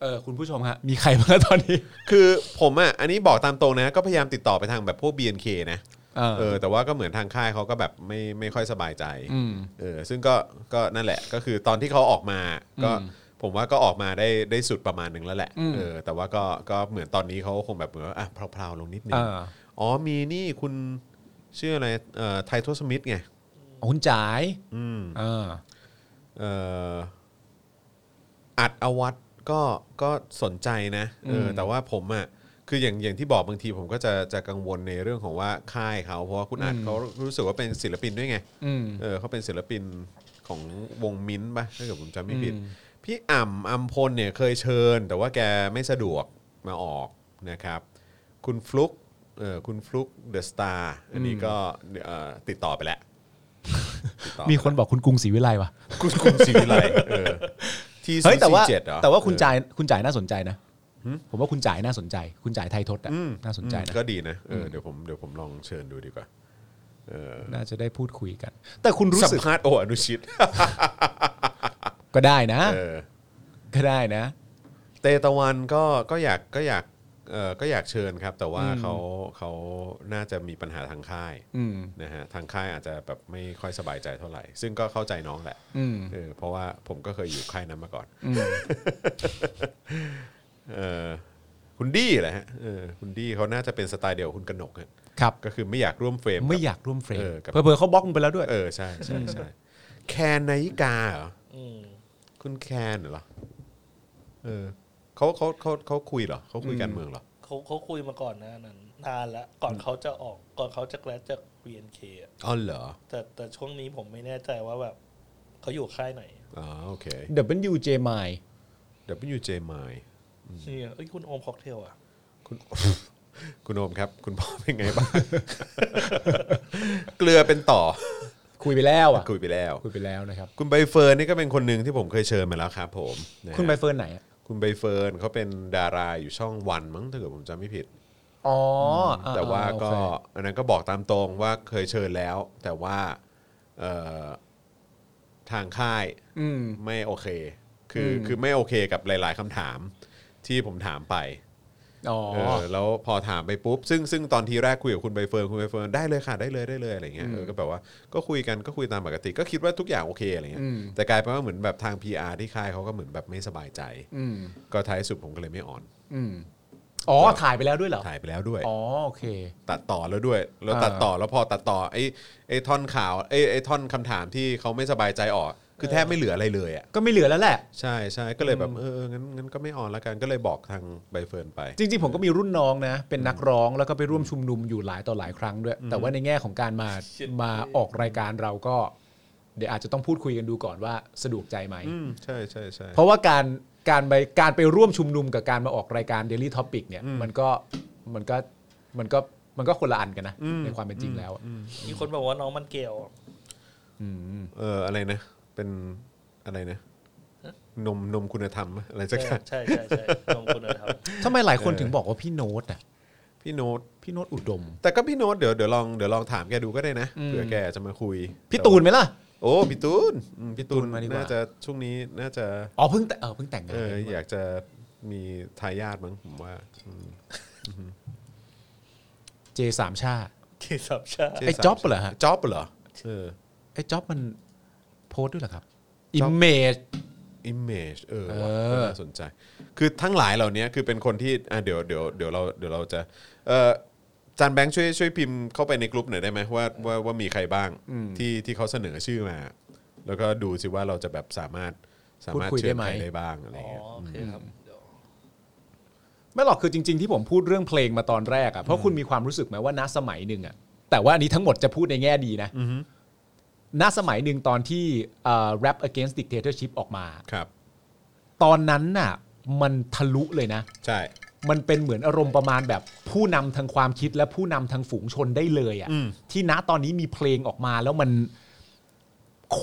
เออคุณผู้ชมฮะ มีใครบ้างตอนนี้ คือผมอ่ะอันนี้บอกตามตรงนะ ก็พยายามติดต่อไปทางแบบพวก BNK นะ เออ เออแต่ว่าก็เหมือนทางค่ายเขาก็แบบไม่ไม่ค่อยสบายใจ อืม เออซึ่งก็ก็นั่นแหละก็คือตอนที่เขาออกมาก็ผมว่าก็ออกมาได้ได้สุดประมาณหนึ่งแล้วแหละ อืม เออแต่ว่าก็ก็เหมือนตอนนี้เขาคงแบบเหมือนว่าอ่ะเพลาๆลงนิดนึง เออ อ๋อมีนี่คุณชื่ออะไรเอ่อไททัสมิธไง คุณจ๋าย อืม เออ เอ่ออัดอวัตก็ก็สนใจนะเอออ ม แต่ว่าผมอ่ะคืออย่างอย่างที่บอกบางทีผมก็จะจะกังวลในเรื่องของว่าค่ายเขาเพราะว่าคุณอัดเขารู้สึกว่าเป็นศิลปินด้วยไง อืม เออเขาเป็นศิลปินของวงมิ้นท์ป่ะถ้าเกิดผมจำไม่ผิด พี่อ่ำอัมพลเนี่ยเคยเชิญ แต่ว่าแกไม่สะดวกมาออกนะครับ คุณฟลุกเออคุณฟลุกเดอะสตาร์อันนี้ก็เอ่อติดต่อไปแล้วติดต่อไป [LAUGHS] มี แล้ว คนบอกคุณกรุงศรีวิไลวะ คุณคุณสีวิไลเออที่ เฮ้ยแต่ว่า เจ็ดเหรอ แต่ว่าคุณจ่า เ ยคุณจ่ายน่าสนใจนะผมว่าคุณจ่ายน่าสนใจ คุณจ่ายไทยทศอะ อืม น่าสน ออ ใจนะ ก็ดีนะเออเดี๋ยวผมเดี๋ยวผมลองเชิญดูดีกว่าเออ น่าจะได้พูดคุยกัน แต่คุณรู้ สัม สึก ภาษณ์โออนุชิต ก็ได้นะ เออ ก็ได้นะ เตตะวันก็ก็อยากก็อยากเออก็อยากเชิญครับ แต่ว่าเขาเขาน่าจะมีปัญหาทางค่าย อืม นะฮะทางค่ายอาจจะแบบไม่ค่อยสบายใจเท่าไหร่ ซึ่งก็เข้าใจน้องแหละ อืม เออเพราะว่าผมก็เคยอยู่ค่ายนั้นมาก่อน [LAUGHS] เออคุณดี้แหละฮะเออคุณดี้เขาน่าจะเป็นสไตล์เดียวกับคุณกนกฮะ ครับ ก็คือไม่อยากร่วมเฟรมบ ไม่อยากร่วมเฟรม เออกับ เผื่อๆเขาบล็อกมึงไปแล้วด้วย เออใช่ใช่ใช่แคนนายิกาเหรอ อืม คุณแคนเหรอเออเขาเขาเขาเขาคุยเหรอเขาคุยการเมืองเหรอ เขาเขาคุยมาก่อนหนะนั้นนานแล้วก่อนเขาจะออกก่อนเขาจะแกลดจาก BNK อะ อ๋อเหรอ แต่แต่ช่วงนี้ผมไม่แน่ใจว่าแบบเขาอยู่ค่ายไหน อ๋อโอเค WJ Mile WJ Mile นี่ไงเอ้ยคุณโอมค็อกเทลอ่ะ คุณ คุณโอมครับ คุณพ่อเป็นไงบ้าง [LAUGHS] เกลือเป็นต่อ คุยไปแล้วอ่ะ คุยไปแล้ว คุยไปแล้วนะครับ คุณใบเฟิร์นนี่ก็เป็นคนหนึ่งที่ผมเคยเชิญมาแล้วครับผมนะฮะ คุณใบเฟิร์นไหนอะ คุณใบเฟิร์นเขาเป็นดาราอยู่ช่องวันมั้งถ้าเกิดผมจำไม่ผิด อ๋อ แต่ว่าก็ โอเค อันนั้นก็บอกตามตรงว่าเคยเชิญแล้ว แต่ว่าเอ่อทางค่าย อืม ไม่โอเค คืออ ม คือไม่โอเคกับหลาย ๆคำถามที่ผมถามไป อ๋อ เออแล้วพอถามไปปุ๊บ ซึ่งซึ่งตอนทีแรกคุยกับคุณใบเฟิร์นคุณใบเฟิร์นได้เลยค่ะได้เลยได้เลยอะไรเงี้ยเออก็แบบว่าก็คุยกันก็คุยตามปกติ ก็คิดว่าทุกอย่างโอเคอะไรเงี้ อื ย ม แต่กลายเป็นว่าเหมือนแบบทาง PR ที่ค่ายเขาก็เหมือนแบบไม่สบายใจ อืม ก็ท้ายสุดผมก็เลยไม่อ่อน อืมอ๋อ ถ่ายไปแล้วด้วยเหรอ ถ่ายไปแล้วด้วย อ๋อ โอเค ตัดต่อแล้วด้วยแล้ว อ่า ตัดต่อแล้วพอตัดต่อไอ้ไอ้ท่อนข่าวไอ้ไอ้ท่อนคำถามที่เขาไม่สบายใจออก คือแทบไม่เหลืออะไรเลยอ่ะ ก็ไม่เหลือแล้วแหละ ใช่ใช่ก็เลยแบบเอองั้นงั้นก็ไม่ออนละกันก็เลยบอกทางใบเฟิร์นไป จริงๆ ผมก็มีรุ่นน้องนะ เป็นนักร้องแล้วก็ไปร่วมชุมนุมอยู่หลายต่อหลายครั้งด้วย แต่ว่าในแง่ของการมามาออกรายการเราก็ เดี๋ยวอาจจะต้องพูดคุยกันดูก่อนว่าสะดวกใจไหม อืมใช่ใช่ใช่ เพราะว่าการการไปการไปร่วมชุมนุมกับการมาออกรายการ Daily Topic เนี่ยมันก็มันก็มันก็มันก็คนละอันกันนะ ในความเป็นจริงแล้วอะ มีคนบอกว่าน้องมันเกล อืม เอออะไรนะ เป็นอะไรนะ นมนมคุณธรรมอะไรสักอย่าง ใช่ใช่ใช่น้องคน [LAUGHS] นะครับ ทำไมหลายคนถึงบอกว่าพี่โน้ตอ่ะ พี่โน้ต พี่โน้ตอุดม แต่ก็พี่โน้ตเดี๋ยวเดี๋ยวลองเดี๋ยวลองถามแกดูก็ได้นะ อืม เผื่อแกจะมาคุย พี่ตูนไหมล่ะ โอ้พี่ตูนอืมพี่ตูน ตูนมาดีกว่า น่าจะช่วงนี้น่าจะ อ๋อเพิ่งแต่เออเพิ่งแต่งงาน เอออยากจะมีทายาทมั้งผมว่าอืม เจสามชา ที่สับชา ไอ้จ๊อบเหรอฮะ จ๊อบเหรอเออ ไอ้จ็อบมันโพสต์ด้วยเหรอครับ จ๊อบ Image image เออ เอ ว่ะ อ น่าสนใจ คือทั้งหลายเหล่านี้คือเป็นคนที่อ่ะเดี๋ยวเดี๋ยวเดี๋ยวเราเดี๋ยวเราจะเออจานแบงค์ช่วยช่วยพิมพ์เข้าไปในกลุ่มหน่อยได้ไหมว่าว่าว่ามีใครบ้างที่ที่เขาเสนอชื่อมา แล้วก็ดูสิว่าเราจะแบบสามารถสามารถ พูดคุย เชื่อ ได้ไหม ใครได้บ้างอะไร อ๋อ เงี้ย โอเคครับเดี๋ยว ไม่หรอกคือจริง ๆ ที่ผมพูดเรื่องเพลงมาตอนแรกอะ่ะเพราะคุณมีความรู้สึกไหมว่าณสมัยหนึ่งอะ่ะแต่ว่าอันนี้ทั้งหมดจะพูดในแง่ดีนะณสมัยหนึ่งตอนที่เอ่อ rap against dictatorship ออกมา ครับ ตอนนั้นน่ะมันทะลุเลยนะ ใช่ มันเป็นเหมือนอารมณ์ประมาณแบบผู้นำทางความคิดและผู้นำทางฝูงชนได้เลยอะ่ะที่ณตอนนี้มีเพลงออกมาแล้วมัน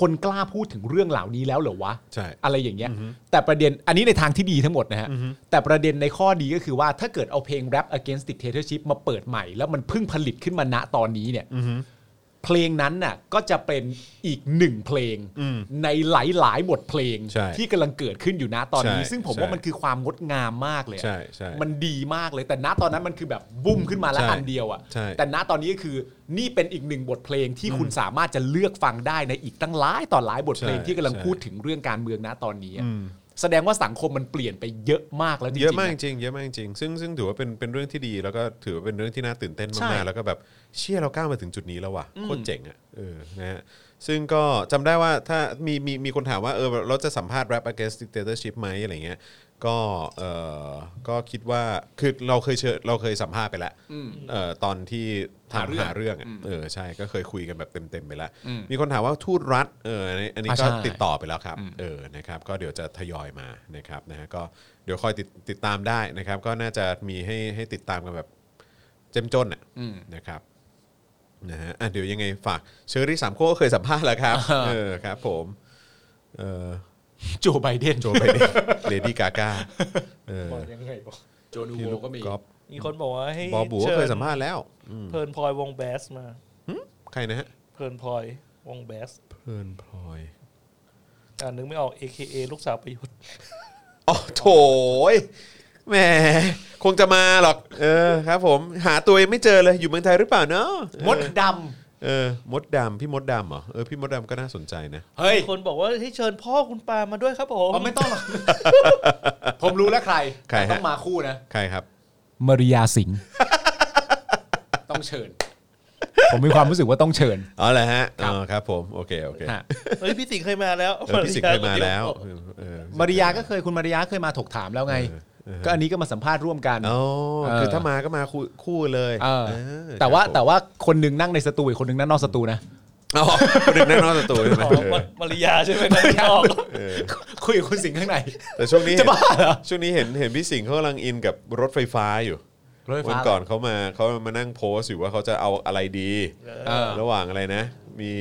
คนกล้าพูดถึงเรื่องเหล่านี้แล้วเหรอวะ ใช่ อะไรอย่างเงี้ยแต่ประเด็นอันนี้ในทางที่ดีทั้งหมดนะฮะ แต่ประเด็นในข้อดีก็คือว่าถ้าเกิดเอาเพลง rap against dictatorship มาเปิดใหม่ แล้วมันเพิ่งผลิตขึ้นมาณตอนนี้เนี่ยเพลงนั้นน่ะก็จะเป็นอีกหนึ่งเพลงในหลาย ๆ บทเพลง ใช่ ที่กำลังเกิดขึ้นอยู่ณตอนนี้ ใช่ ซึ่งผม ใช่ ว่ามันคือความงดงามมากเลยอะ ใช่ใช่ มันดีมากเลยแต่ณตอนนั้นมันคือแบบบุ้มขึ้นมาแล้ว ใช่ อันเดียวอะ ใช่ แต่ณตอนนี้ก็คือนี่เป็นอีกหนึ่งบทเพลงที่คุณสามารถจะเลือกฟังได้ในอีกตั้งหลายต่อหลายบท บทเพลง ใช่ ที่กำลัง ใช่ พูดถึงเรื่องการเมืองนะตอนนี้อะแสดงว่าสังคมมันเปลี่ยนไปเยอะมากแล้วจริงๆ เยอะมากจ น ริงเยอะมากจริงซึ่งซึ่งถือว่าเป็นเป็นเรื่องที่ดีแล้วก็ถือว่าเป็นเรื่องที่น่าตื่นเต้น ใช่ มากๆแล้วก็แบบเชี่ยเราก้าวมาถึงจุดนี้แล้วว่ะโคตรเจ๋งอ่ะเออนะฮะซึ่งก็จำได้ว่าถ้ามีมีมีคนถามว่าเออเราจะสัมภาษณ์ rap against dictatorship ไหมอะไรเงี้ยก็เออก็คิดว่าคือเราเคยเชิญเราเคยสัมภาษณ์ไปแล้วเออตอนที่ถามหาเรื่องอะเออใช่ก็เคยคุยกันแบบเต็มๆไปแล้ว มีคนถามว่าทูตรัฐเอออันนี้อันนี้ อ่า ก็ ใช่ ติด ต่อไปแล้วครับเออนะครับก็เดี๋ยวจะทยอยมานะครับนะฮะก็เดี๋ยวคอยติดติดตามได้นะครับ ก็น่าจะมีให้ให้ติดตามกันแบบเจ้มจนน่ะนะครับนะฮะอ่ะเดี๋ยวยังไงฝากเชอรี่สามโคกก็เคยสัมภาษณ์แล้วครับเออครับ ผมเออ โจไบเดน โจไปเลดี้กากาเออ บอกยังไงบอก โจนู พี่ โว ลูก ก็มี กอล์ฟ มีคนบอกว่าให้ บอบูก็ ชิญ เคยสัมภาษณ์แล้ว เพลินพลอยวงแบสมา ใครนะฮะ เพลินพลอยวงแบส เพลินพลอย อ่านนึกไม่ออก AKA ลูกสาวประยุทธ์ อ๋อโถยแหมคงจะมาหรอกเออครับ ผมหาตัวยังไม่เจอเลยอยู่เมืองไทยหรือเปล่าเนาะ มดด เออมดดำพี่มดดำเหรอเออพี่มดดำก็น่าสนใจนะ ำเฮ้ย มีคนบอกว่าให้เชิญพ่อคุณปามาด้วยครับผม เอาไม่ต้องหรอก [LAUGHS] ผมรู้แล้วใคร ใคร แต่ต้อฮะงมาคู่นะ ใครครับ มาริยาสิง [LAUGHS] ต้องเชิญ ผมมีความรู้สึกว่าต้องเชิญ อ๋อเหรอฮะ ค อ๋ รับ อครับผมโอเคโอเค ฮะ เฮ้ยพี่สิงห์เคยมาแล้ว เออพี่สิงห์เคยมาแล้วเออเออ มาริยาก็เคยคุณมาริยาเคยมาถกถามแล้วไง ก็อันนี้ก็มาสัมภาษณ์ร่วมกัน อ๋อ เออ คือถ้ามาก็มาคู่คู่เลย เออ เออ แต่ว่า ครับ แต่ว่าคนหนึงนั่งในสตูอีกคนหนึงนั่งนอกสตูนะ ผมอ๋อคนหนึ่งนั่งนอกสตูใช่ไหม อ๋อ เออ มามาริยาใช่ไหมนะไม่ออก เออ คุยกับคุณสิงห์ข้างใน แต่ช่วงนี้ จะบ้าเหรอ ช่วงนี้เห็นเห็นพี่สิงห์เขากำลังอินกับรถไฟฟ้าอยู่วันก่อนเขามาเขามานั่งโพสต์อยู่ว่าเขาจะเอาอะไรดี เออ ระหว่างอะไรนะ มี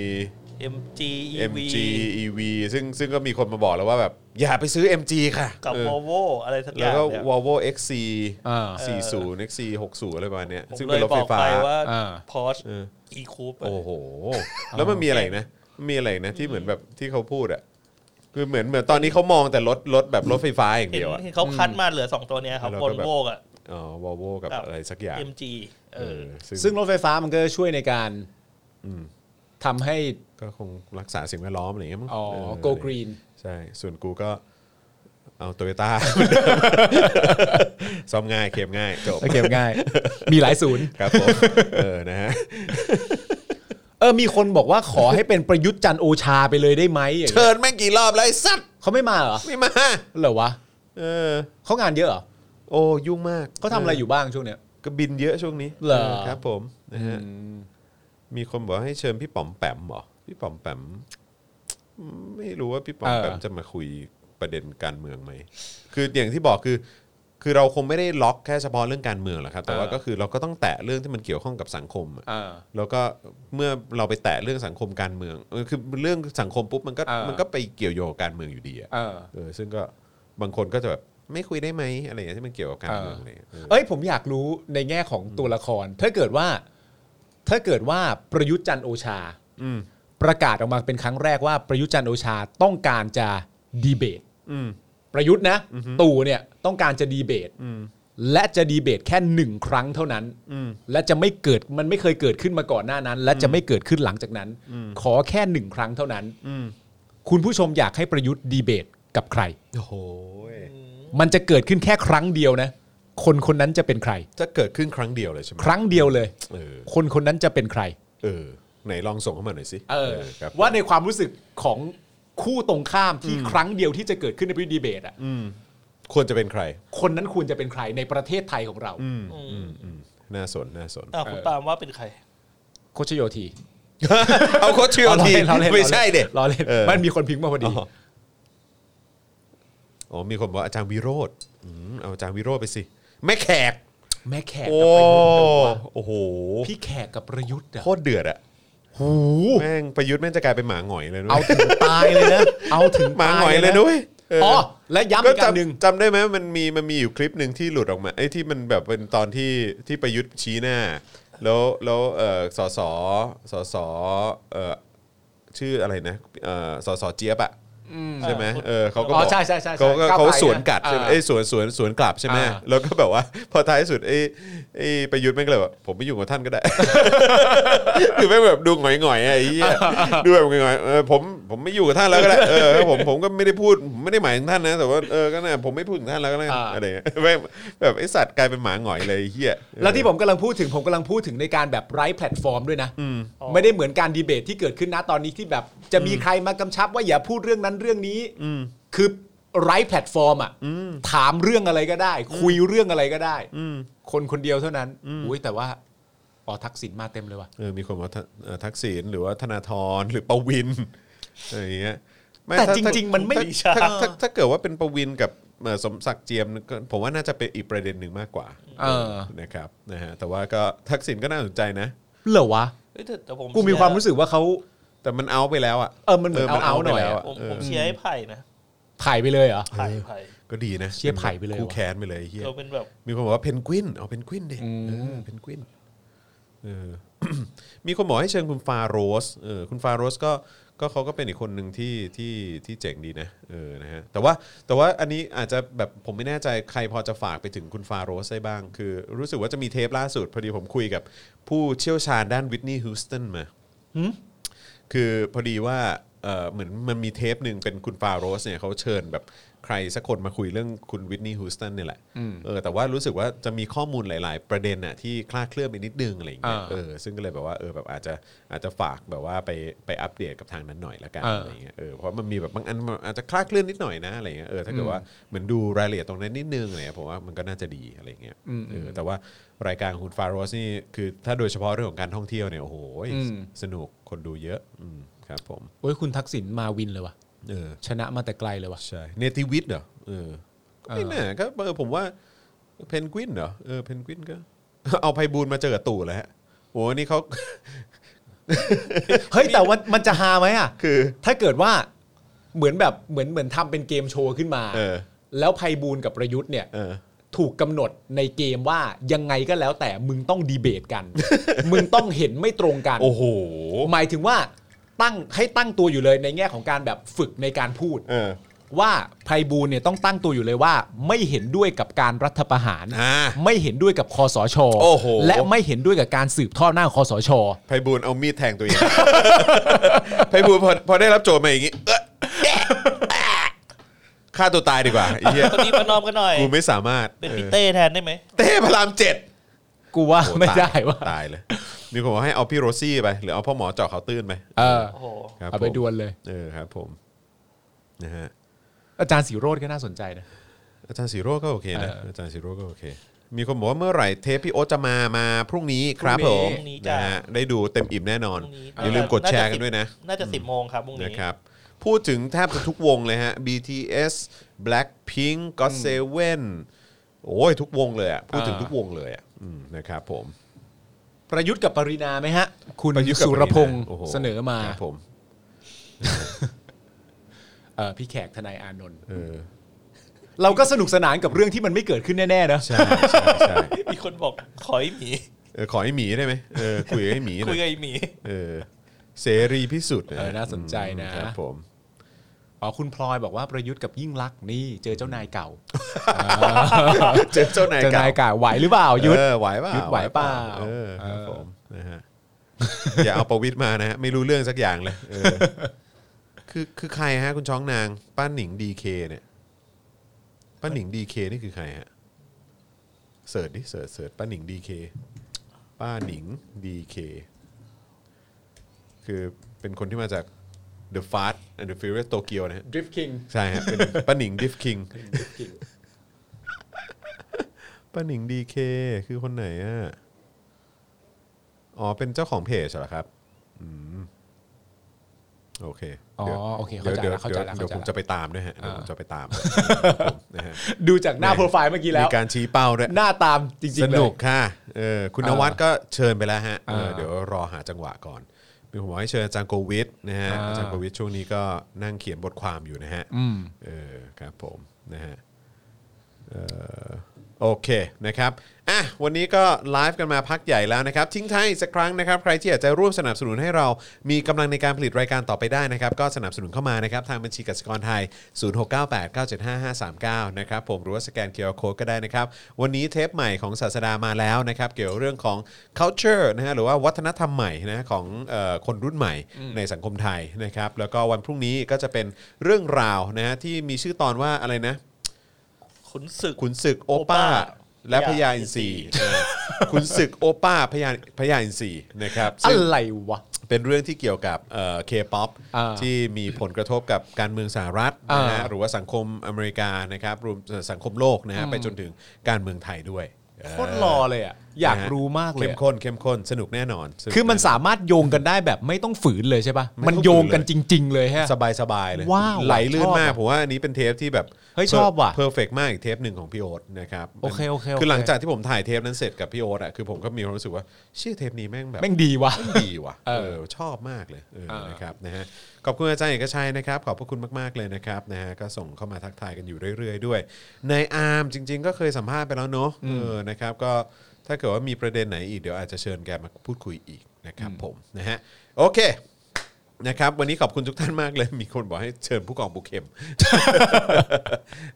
เอ็มจี MG EV ซึ่งซึ่งก็มีคนมาบอกแล้วว่าแบบอย่าไปซื้อ MG ค่ะ กับ เออ วอลโวอะไรสักอ แล้ ย่าว ง ก็ เนี่ย Volvo XC อ่า 40 XC 60 อะไรประมาณเนี้ย ผม ซึ่ง เล เป็น ย รถ บ ไฟ อก ฟ้า ไปว่า อ่า พอช เออ อีคูป โอ้โห แล้วมันมีอะไรอีกนะมันมีอะไรอีกนะที่เหมือนแบบที่เขาพูดอะคือเหมือนเหมือนตอนนี้เขามองแต่รถรถแบบรถไฟฟ้าอย่าง เห็น เดียวอะ เห็นเขาคัดมาเหลือสองตัวเนี้ยครับ แล้ว ว ก็ อล แบบ โวกับ อ๋อ Volvo กับ ครับ อะไรสักอย่าง MG เอ เอ อ อ ซึ่ ซึ่ ง ง รถไฟฟ้ามันก็ช่วยในการทำให้ ก็คงรักษาสิ่งแวดล้อมอะไรอย่างเงี้ยมั้ง อ๋อ เ go green ใช่ ส่วนกูก็เอาโตโยต้า [LAUGHS] ซ่อมง่ายเข็มง่ายจบ โอเคง่าย มีหลายศูนย์ ครับผมเออนะฮะ เออมีคนบอกว่าขอให้เป็นประยุทธ์จันทร์โอชาไปเลยได้ไหมอย่างเงี้ย เชิญแม่งกี่รอบแล้วไอ้สัตว์ เขาไม่มาเหรอ ไม่มา เหรอวะ เออ เขางานเยอะเหรอ โอ้ยุ่งมาก เขาทำอะไรอยู่บ้างช่วงเนี้ย ก็บินเยอะช่วงนี้ เหรอ ครับ ผมนะฮะมีคนบอกให้เชิญพี่ป๋อมแปมเหรอพี่ป๋อมแปมไม่รู้ว่าพี่ป๋อมแปม เออ จะมาคุยประเด็นการเมืองไหมคืออย่างที่บอกคือ คือเราคงไม่ได้ล็อกแค่เฉพาะเรื่องการเมืองหรอกครับ แต่ว่าก็คือเราก็ต้องแตะเรื่องที่มันเกี่ยวข้องกับสังคมอะ อ่า แล้วก็เมื่อเราไปแตะเรื่องสังคมการเมืองเออคือเรื่องสังคมปุ๊บมันก็ อ่ามั มันก็ไปเกี่ยวโยงกับการเมืองอยู่ดีอะ อ่า เออซึ่งก็บางคนก็จะแบบไม่คุยได้ไหมอะไรอย่างเงี้ยที่มันเกี่ยวกับการเมือง อ่า อะไรอย่างเงี้ยเออ เอ้ยผมอยากรู้ในแง่ของตัวละคร ถ้าเกิดว่า ถ้าเกิดว่าประยุทธ์จันทร์โอชา อืม ประกาศออกมาเป็นครั้งแรกว่าประยุทธ์จันทร์โอชาต้องการจะดีเบต อืม ประยุทธ์นะ ตู่เนี่ยต้องการจะดีเบต อืม และจะดีเบตแค่หนึ่งครั้งเท่านั้น อืม และจะไม่เกิดมันไม่เคยเกิดขึ้นมาก่อนหน้านั้น และจะไม่เกิดขึ้นหลังจากนั้น ขอแค่หนึ่งครั้งเท่านั้น อืม คุณผู้ชมอยากให้ประยุทธ์ดีเบตกับใคร โอ้โหย มันจะเกิดขึ้นแค่ครั้งเดียวนะ คนคนนั้นจะเป็นใคร จะเกิดขึ้นครั้งเดียวเลยใช่ไหม ครั้งเดียวเลย เออ คนคนนั้นจะเป็นใคร เออไหนลองส่งเข้ามาหน่อยสิ เออ ครับ ว่าในความรู้สึกของคู่ตรงข้ามที่ครั้งเดียวที่จะเกิดขึ้นในพิธีดีเบตอ่ะ อืมควรจะเป็นใคร คนนั้นควรจะเป็นใครในประเทศไทยของเรา อืมอืมอืมน่าสนน่า [LAUGHS] สน อ่ะคุณปาล์มว่าเป็นใคร โคชโยที เอาโคชชิโอที ล้อเล่นล้อเล่น ไม่ใช่เด็ ล้อเล่นมันมีคนพิงค์มาพอดี อ๋อมีคนบอกอาจารย์วิโรธอืมเอาอาจารย์วิโรธไปสิแม่แขก แม่แขก โอ้ กับประยุทธ์แต่ว่า โอ้โห พี่แขกกับประยุทธ์อะ โคตรเดือดอะ หู แม่งประยุทธ์แม่งจะกลายเป็นหมาหงอยเลยนะ เอาถึงตายเลยนะ เอาถึง หมาหงอยเลย ด้ ด้ ว วย ยเออ อ๋อและย้ำ ก็ อีกอันหนึ่ง จำจำได้ไหมมันมีมันมีอยู่คลิปหนึ่งที่หลุดออกมาไอ้ยที่มันแบบเป็นตอนที่ที่ประยุทธ์ชี้หน้า แล้วแล้วเออสสสสเออชื่ออะไรนะเออสสเจี๊ยบอะใช่ไหมเออเขาก็บ อ๋ อ อก ใช่ใช่ใช่ เขาก็ ก้ไกล เขาสวนกัด ะ ใช่ไหม อ่า เอ้ยสวนสวนสวนกลับใช่ไหม อ่า แล้วก็แบบว่า [LAUGHS] พอท้ายสุดไอ้ไอ้ประยุทธ์แม่งก็เลยว่าผมไม่อยู่กับท่าน [LAUGHS] ก็ได้ คือแม่งแบบดูหงอยๆอะไอ้เหี้ยดูแบบหงอยๆเออผมผมไม่อยู่กับท่านแล้วก็ได้เออผมผมก็ไม่ได้พูดผมไม่ได้หมายถึงท่านนะแต่ว่าเออก็นะผมไม่พูดถึงท่านแล้วก็ได้ อ่า อะไรเงี้ย [LAUGHS] แม่งแบบไอ้สัตว์กลายเป็นหมาหงอยเลยไอ้เหี้ย แล้วที่ผมกำลังพูดถึงผมกำลังพูดถึงในการแบบไร้แพลตฟอร์มด้วยนะ ไม่ได้เหมือนการดีเบตที่เกิดขึ้นนะตอนนี้ที่แบบ จะมีใครมากำชับว่าอย่าพูดเรื่องนั้นเรื่องนี้คือไร้แพลตฟอร์มอ่ะถามเรื่องอะไรก็ได้ คุยเรื่องอะไรก็ได้คนคนเดียวเท่านั้นอุ้ยแต่ว่าอ๋อทักษิณมาเต็มเลยว่ะ เออมีคนว่าทักเอ่อทักษิณหรือว่าธนาธร [LAUGHS] หรือประวินอะไรอย่างเงี้ยไม่ แต่ ถ้า จ ถ้า ริง ๆ มันไม่ ถ้า ถ้าถ้าถ้าเกิดว่าเป็นประวินกับเอ่อสมศักดิ์เจียมก็ผมว่าน่าจะเป็นอีกประเด็นหนึ่งมากกว่า เออ นะครับนะฮะแต่ว่าก็ทักษิณก็น่าสนใจนะ เหรอวะ เอ้ยแต่แต่ผม กูมีความรู้สึกว่าเขา แต่มันเอาไปแล้วอ่ะ เออมันเหมือนเอาๆ ไป หน่อย แล้ว อะ ผม เอ ผ อ มเชียร์ให้ไผ่นะ ถ่ายไปเลยเหรอ ไผ่ไผ่ ก็ดีนะ เชียร์ไผ่ไปเลย คู่ ว่ะ แค้นไปเลยไอ้เฮีย เราเป็นแบบ มีคนบอกว่าเพนกวินเอาเพนกวินดิเออเพนกวินเอ [COUGHS] อ มีคนบอกให้เชิญคุณฟาโรสเออคุณฟาโรสก็ก็เขาก็เป็นอีกคนหนึ่งที่ที่ที่เจ๋งดีนะเออนะฮะแต่ว่าแต่ว่าอันนี้อาจจะแบบผมไม่แน่ใจใครพอจะฝากไปถึงคุณฟาโรสได้บ้าง คือรู้สึกว่าจะมีเทปล่าสุด พอดีผมคุยกับผู้เชี่ยวชาญด้านวิทนีย์ฮิวสตันมาคือพอดีว่าเออเหมือนมันมีเทปหนึ่งเป็นคุณฟาโรสเนี่ยเขาเชิญแบบใครสักคนมาคุยเรื่องคุณวิทนีย์ฮิวสตันเนี่ยแหละเออแต่ว่ารู้สึกว่าจะมีข้อมูลหลาย ๆ ประเด็นน่ะที่คลาดเคลื่อนไปนิดนึงอะไรอย่างเงี้ย อ่า เออ เออซึ่งก็เลยแบบว่าเออแบบอาจจะอาจจะฝากแบบว่าไปไปอัปเดตกับทางนั้นหน่อยละกัน เอออ อะไรเงี้ยเออเพราะมันมีแบบบางอันมันอาจจะคลาดเคลื่อนนิดหน่อยนะอะไรเงี้ยเออถ้าเกิดว่าเหมือนดูรายละเอียดตรงนั้นนิดนึงอะไรเงี้ยผมว่ามันก็น่าจะดีอะไรเงี้ยเออแต่ว่ารายการของคุณฟาโรสนี่คือถ้าโดยเฉพาะเรื่องของการท่องเที่ยวเนี่ยโอ้โหสนุกคนดูเยอะอืมครับผม โอ้ยคุณทักษิณมาวินเลยว่ะ เออ ชนะมาแต่ไกลเลยว่ะ ใช่เนติวิทย์เหรอเออก็ไม่แน่ก็เออผมว่าเพนกวินเหรอเออเพนกวินก็ [LAUGHS] เอาไพบูลย์มาเจอกับตู่แล้วฮะโอ้โหนี่เขา [LAUGHS] เฮ้ยแต่วันมันจะฮาไหมอ่ะ คือ ถ้าเกิดว่าเหมือนแบบเหมือนเหมือนทำเป็นเกมโชว์ขึ้นมา เออ แล้วภัยบูลย์กับประยุทธ์เนี่ย เออ ถูกกำหนดในเกมว่ายังไงก็แล้วแต่มึงต้องดีเบต [LAUGHS] กัน มึงต้องเห็นไม่ตรงกัน โอ้โห หมายถึงว่าตั้งให้ตั้งตัวอยู่เลยในแง่ของการแบบฝึกในการพูด เออ ว่าภัยบูลย์เนี่ยต้องตั้งตัวอยู่เลยว่า ไม่เห็นด้วยกับการรัฐประหาร อ่า ไม่เห็นด้วยกับคอสช โอ้โห และไม่เห็นด้วยกับการสืบทอดหน้าจของคอสช ไพบูลย์เอามีดแทงตัวเอง [LAUGHS] ไพบูลย์พอพอได้รับโจทย์มาอย่างงี้ [LAUGHS] เอ๊ะแอ๊ะฆ่าตัวตายดีกว่าไอ้เหี้ย คนนี้ประนอมกันหน่อย กูไม่สามารถ เป็น เอ พี่ อ เต้แทนได้ไหม เต้พระรามเจ็ด กูว่า โอ้ ไม่ ตย ได้ว่า ตายเลยมีคนบอกให้เอาพี่โรซี่ไปหรือเอาพ่อหมอเจาะเขาวตื้นไป เออ โอ้โห ครับ เอาไป ผม ดวลเลย เออครับผมนะฮะ อาจารย์สีโรดก็น่าสนใจนะ อาจารย์สีโรจน์ก็โอเคนะ เอออ อาจารย์สีโรจน์ก็โอเค มีคนบอกว่าเมื่อไหร่เทปพี่โอ๊ตจะมามาพรุ่งนี้ครับผม พรุ่งนี้จ้ะ นะฮะได้ดูเต็มอิ่มแน่นอน พรุ่งนี้ อย่าลืมกดแชร์กันด้วยนะ น่าจะสิบโมงครับพรุ่งนี้ นะครับพูดถึงแทบจะทุกวงเลยฮะ BTS Blackpink GOT7 โอ้ยทุกวงเลยอ่ะพูดถึงทุกวงเลยอ่ะอืมนะครับผม ประยุทธ์กับปรินาไหมฮะ คุณ ประยุทธ์กับ สุรพงศ์ ปรินาโอ้โห เสนอมา ครับผม เออพี่แขกทนายอานนท์ เออ เราก็สนุกสนานกับเรื่องที่มันไม่เกิดขึ้นแน่ๆนะ ใช่ใช่ใช่ มีคนบอกขอไอ้หมี เออขอให้หมีได้ไหมเออคุยให้หมีห คุ น่อย ย กับไอ้หมี เออเสรีพิสุทธิ์ เออน่าสนใจนะครับ ผม อ๋อคุณพลอยบอกว่าประยุทธ์กับยิ่งรักษณ์นี่เจอเจ้านายเก่า เจอเจ้านาย เจ้านาย เก่า เก่าไหวหรือเปล่ายุทธ เออไหวเปล่า ยุ ยุ ทธไหวเปล่า เออคเอรับอ ผมนะฮะอย่าเอาประวิทย์มานะฮะไม่รู้เรื่องสักอย่างเลยเออคือคือใครฮะคุณช้องนางป้าหนิงดีเคเนี่ย ป้าหนิงดีเคนี่คือใครฮะเสิร์ชดิเสิร์ชเสิร์ชป้าหนิงดีเคป้าหนิงดีเคคือเป็นคนที่มาจาก The Fast and the Furious Tokyo นะฮะ ดริฟคิง ใช่ฮะเป็นป้าหนิงดิฟคิงป้าหนิงดีเคคือคนไหนอ่ะ อ๋อ เป็นเจ้าของเพจเหรอครับ อืม โอเค อ๋อ ดี๋ยว โอเคเข้าใจดี๋ยวดี๋ยว ละเข้าใจละ เดี๋ยว เข้าใจ ผม ละ จะไปตามด้วยฮะเดี๋ยวผมจะไปตามด้วยนะฮะ ดูจากหน้าโปรไฟล์เมื่อกี้แล้ว มีการชี้เป้าด้วย หน้าตามจริง ส ๆเลย นุกค่ะเออคุณนวัดก็เชิญไปแล้วฮะเออ อ่า เดี๋ยวรอหาจังหวะก่อน มีผมบอกให้เชิญอาจารย์โควิดนะฮะ อ่า อาจารย์โควิดช่วงนี้ก็นั่งเขียนบทความอยู่นะฮะ อืม เออครับผมนะฮะเอ่อโอเคนะครับอ่ะวันนี้ก็ไลฟ์กันมาพักใหญ่แล้วนะครับ ทิ้งท้ายอีกสักครั้งนะครับ ใครที่อยากจะร่วมสนับสนุนให้เรามีกำลังในการผลิตรายการต่อไปได้นะครับ ก็สนับสนุนเข้ามานะครับ ทางบัญชีกสิกรไทย 0698975539 นะครับผมหรือว่าสแกนเคอร์โคก็ได้นะครับ วันนี้เทปใหม่ของศาสดามาแล้วนะครับ เกี่ยวเรื่องของ culture นะฮะหรือว่าวัฒนธรรมใหม่นะของเอ่อคนรุ่นใหม่ในสังคมไทยนะครับ แล้วก็วันพรุ่งนี้ก็จะเป็นเรื่องราวนะฮะที่มีชื่อตอนว่าอะไรนะ ขุนศึก ขุนศึกโอป้า และพญาอินทรีเออขุนศึกโอป้าพญาพญาอินทรีนะครับ อะ ซึ่ง ไรวะ เป็นเรื่องที่เกี่ยวกับเคป๊อป อ่า ที่มีผลกระทบกับการเมืองสหรัฐนะฮะ อ่า หรือว่าสังคมอเมริกานะครับรวมสังคมโลกนะฮะไปจนถึงการเมืองไทยด้วย โคตรรอเลยอะอยากรู้มากเลยอะ เข้มข้นเข้มข้นสนุกแน่นอนสก คือมัน แอ สามารถโยงกันได้แบบไม่ต้องฝืนเลยใช่ปะ ไม่ต้องฝืนเลย มันโยงกันจริง ๆ เลยฮะ สบายสบายๆเลย ว้าว ไหลลื่นมาก ชอบอะ ผมว่าอันนี้เป็นเทปที่แบบ เฮ้ยชอบว่ะ เพอร์เฟกมากอีกเทปหนึ่งของพี่โอ๊ตนะครับ โอเคโอเคโอเค คือหลังจากที่ผมถ่ายเทปนั้นเสร็จกับพี่โอ๊ตอะคือผมก็มีความรู้สึกว่าเชื่อเทปนี้แม่งแบบ แม่งดีวะ ดีว่ะเอ เออ อชอบมากเลยเออ เออ นะครับนะฮะขอบคุณอาจารย์เอกชัยนะครับ ขอบพระคุณมาก ๆ เลยนะครับนะฮะก็ส่งเข้ามาทักทายกันอยู่เรื่อย ๆ ด้วยในอาร์มจริง ๆ ก็เคยสัมภาษณ์ไปแล้วเนอะเออนะครับก็ถ้าเกิดว่ามีประเด็นไหนอีกเดี๋ยวอาจจะเชิญแกมาพูดคุยอีกนะครับผมนะฮะโอเคนะครับวันนี้ขอบคุณทุกท่านมากเลย มีคนบอกให้เชิญผู้กองบุกเข็ม [LAUGHS]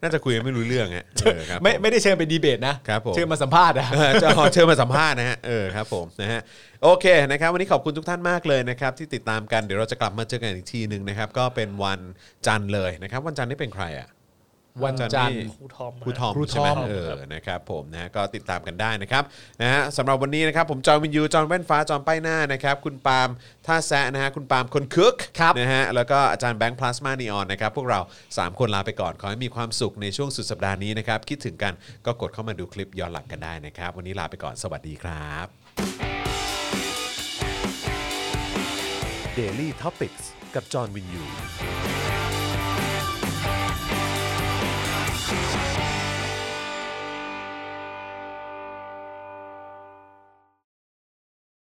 น่าจะคุยกันไม่รู้เรื่องฮะเออครับ ไม่ ผ ไม่ได้เชิญไปดีเบตนะครับ ผม เชิญมาสัมภาษณ์อะ เออ [LAUGHS] จะขอเชิญมาสัมภาษณ์นะฮะ เออครับผมนะฮะโอเคนะครับวันนี้ขอบคุณทุกท่านมากเลยนะครับที่ติดตามกันเดี๋ยวเราจะกลับมาเจอกันอีกทีหนึ่งนะครับก็เป็นวันจันทร์เลยนะครับวันจันทร์นี่เป็นใครอ่ะ วันจันทร์ ครูทอม ครูทอม ครูทอม ใช่คไหรับ เออนะครับผมนะฮะก็ติดตามกันได้นะครับนะฮะสำหรับวันนี้นะครับผมจอห์นวินยูจอห์นแว่นฟ้าจอห์นป้ายหน้านะครับคุณปาล์มท่าแซะนะฮะคุณปาล์มคนคึก ครับ นะฮะแล้วก็อาจารย์แบงค์พลาสมานีออนนะครับพวกเรา 3 คนลาไปก่อน ขอให้มีความสุขในช่วงสุดสัปดาห์นี้นะครับ คิดถึงกันก็กดเข้ามาดูคลิปย้อนหลังกันได้นะครับ วันนี้ลาไปก่อนสวัสดีครับ Daily t o p i c กกับจอห์นวินยู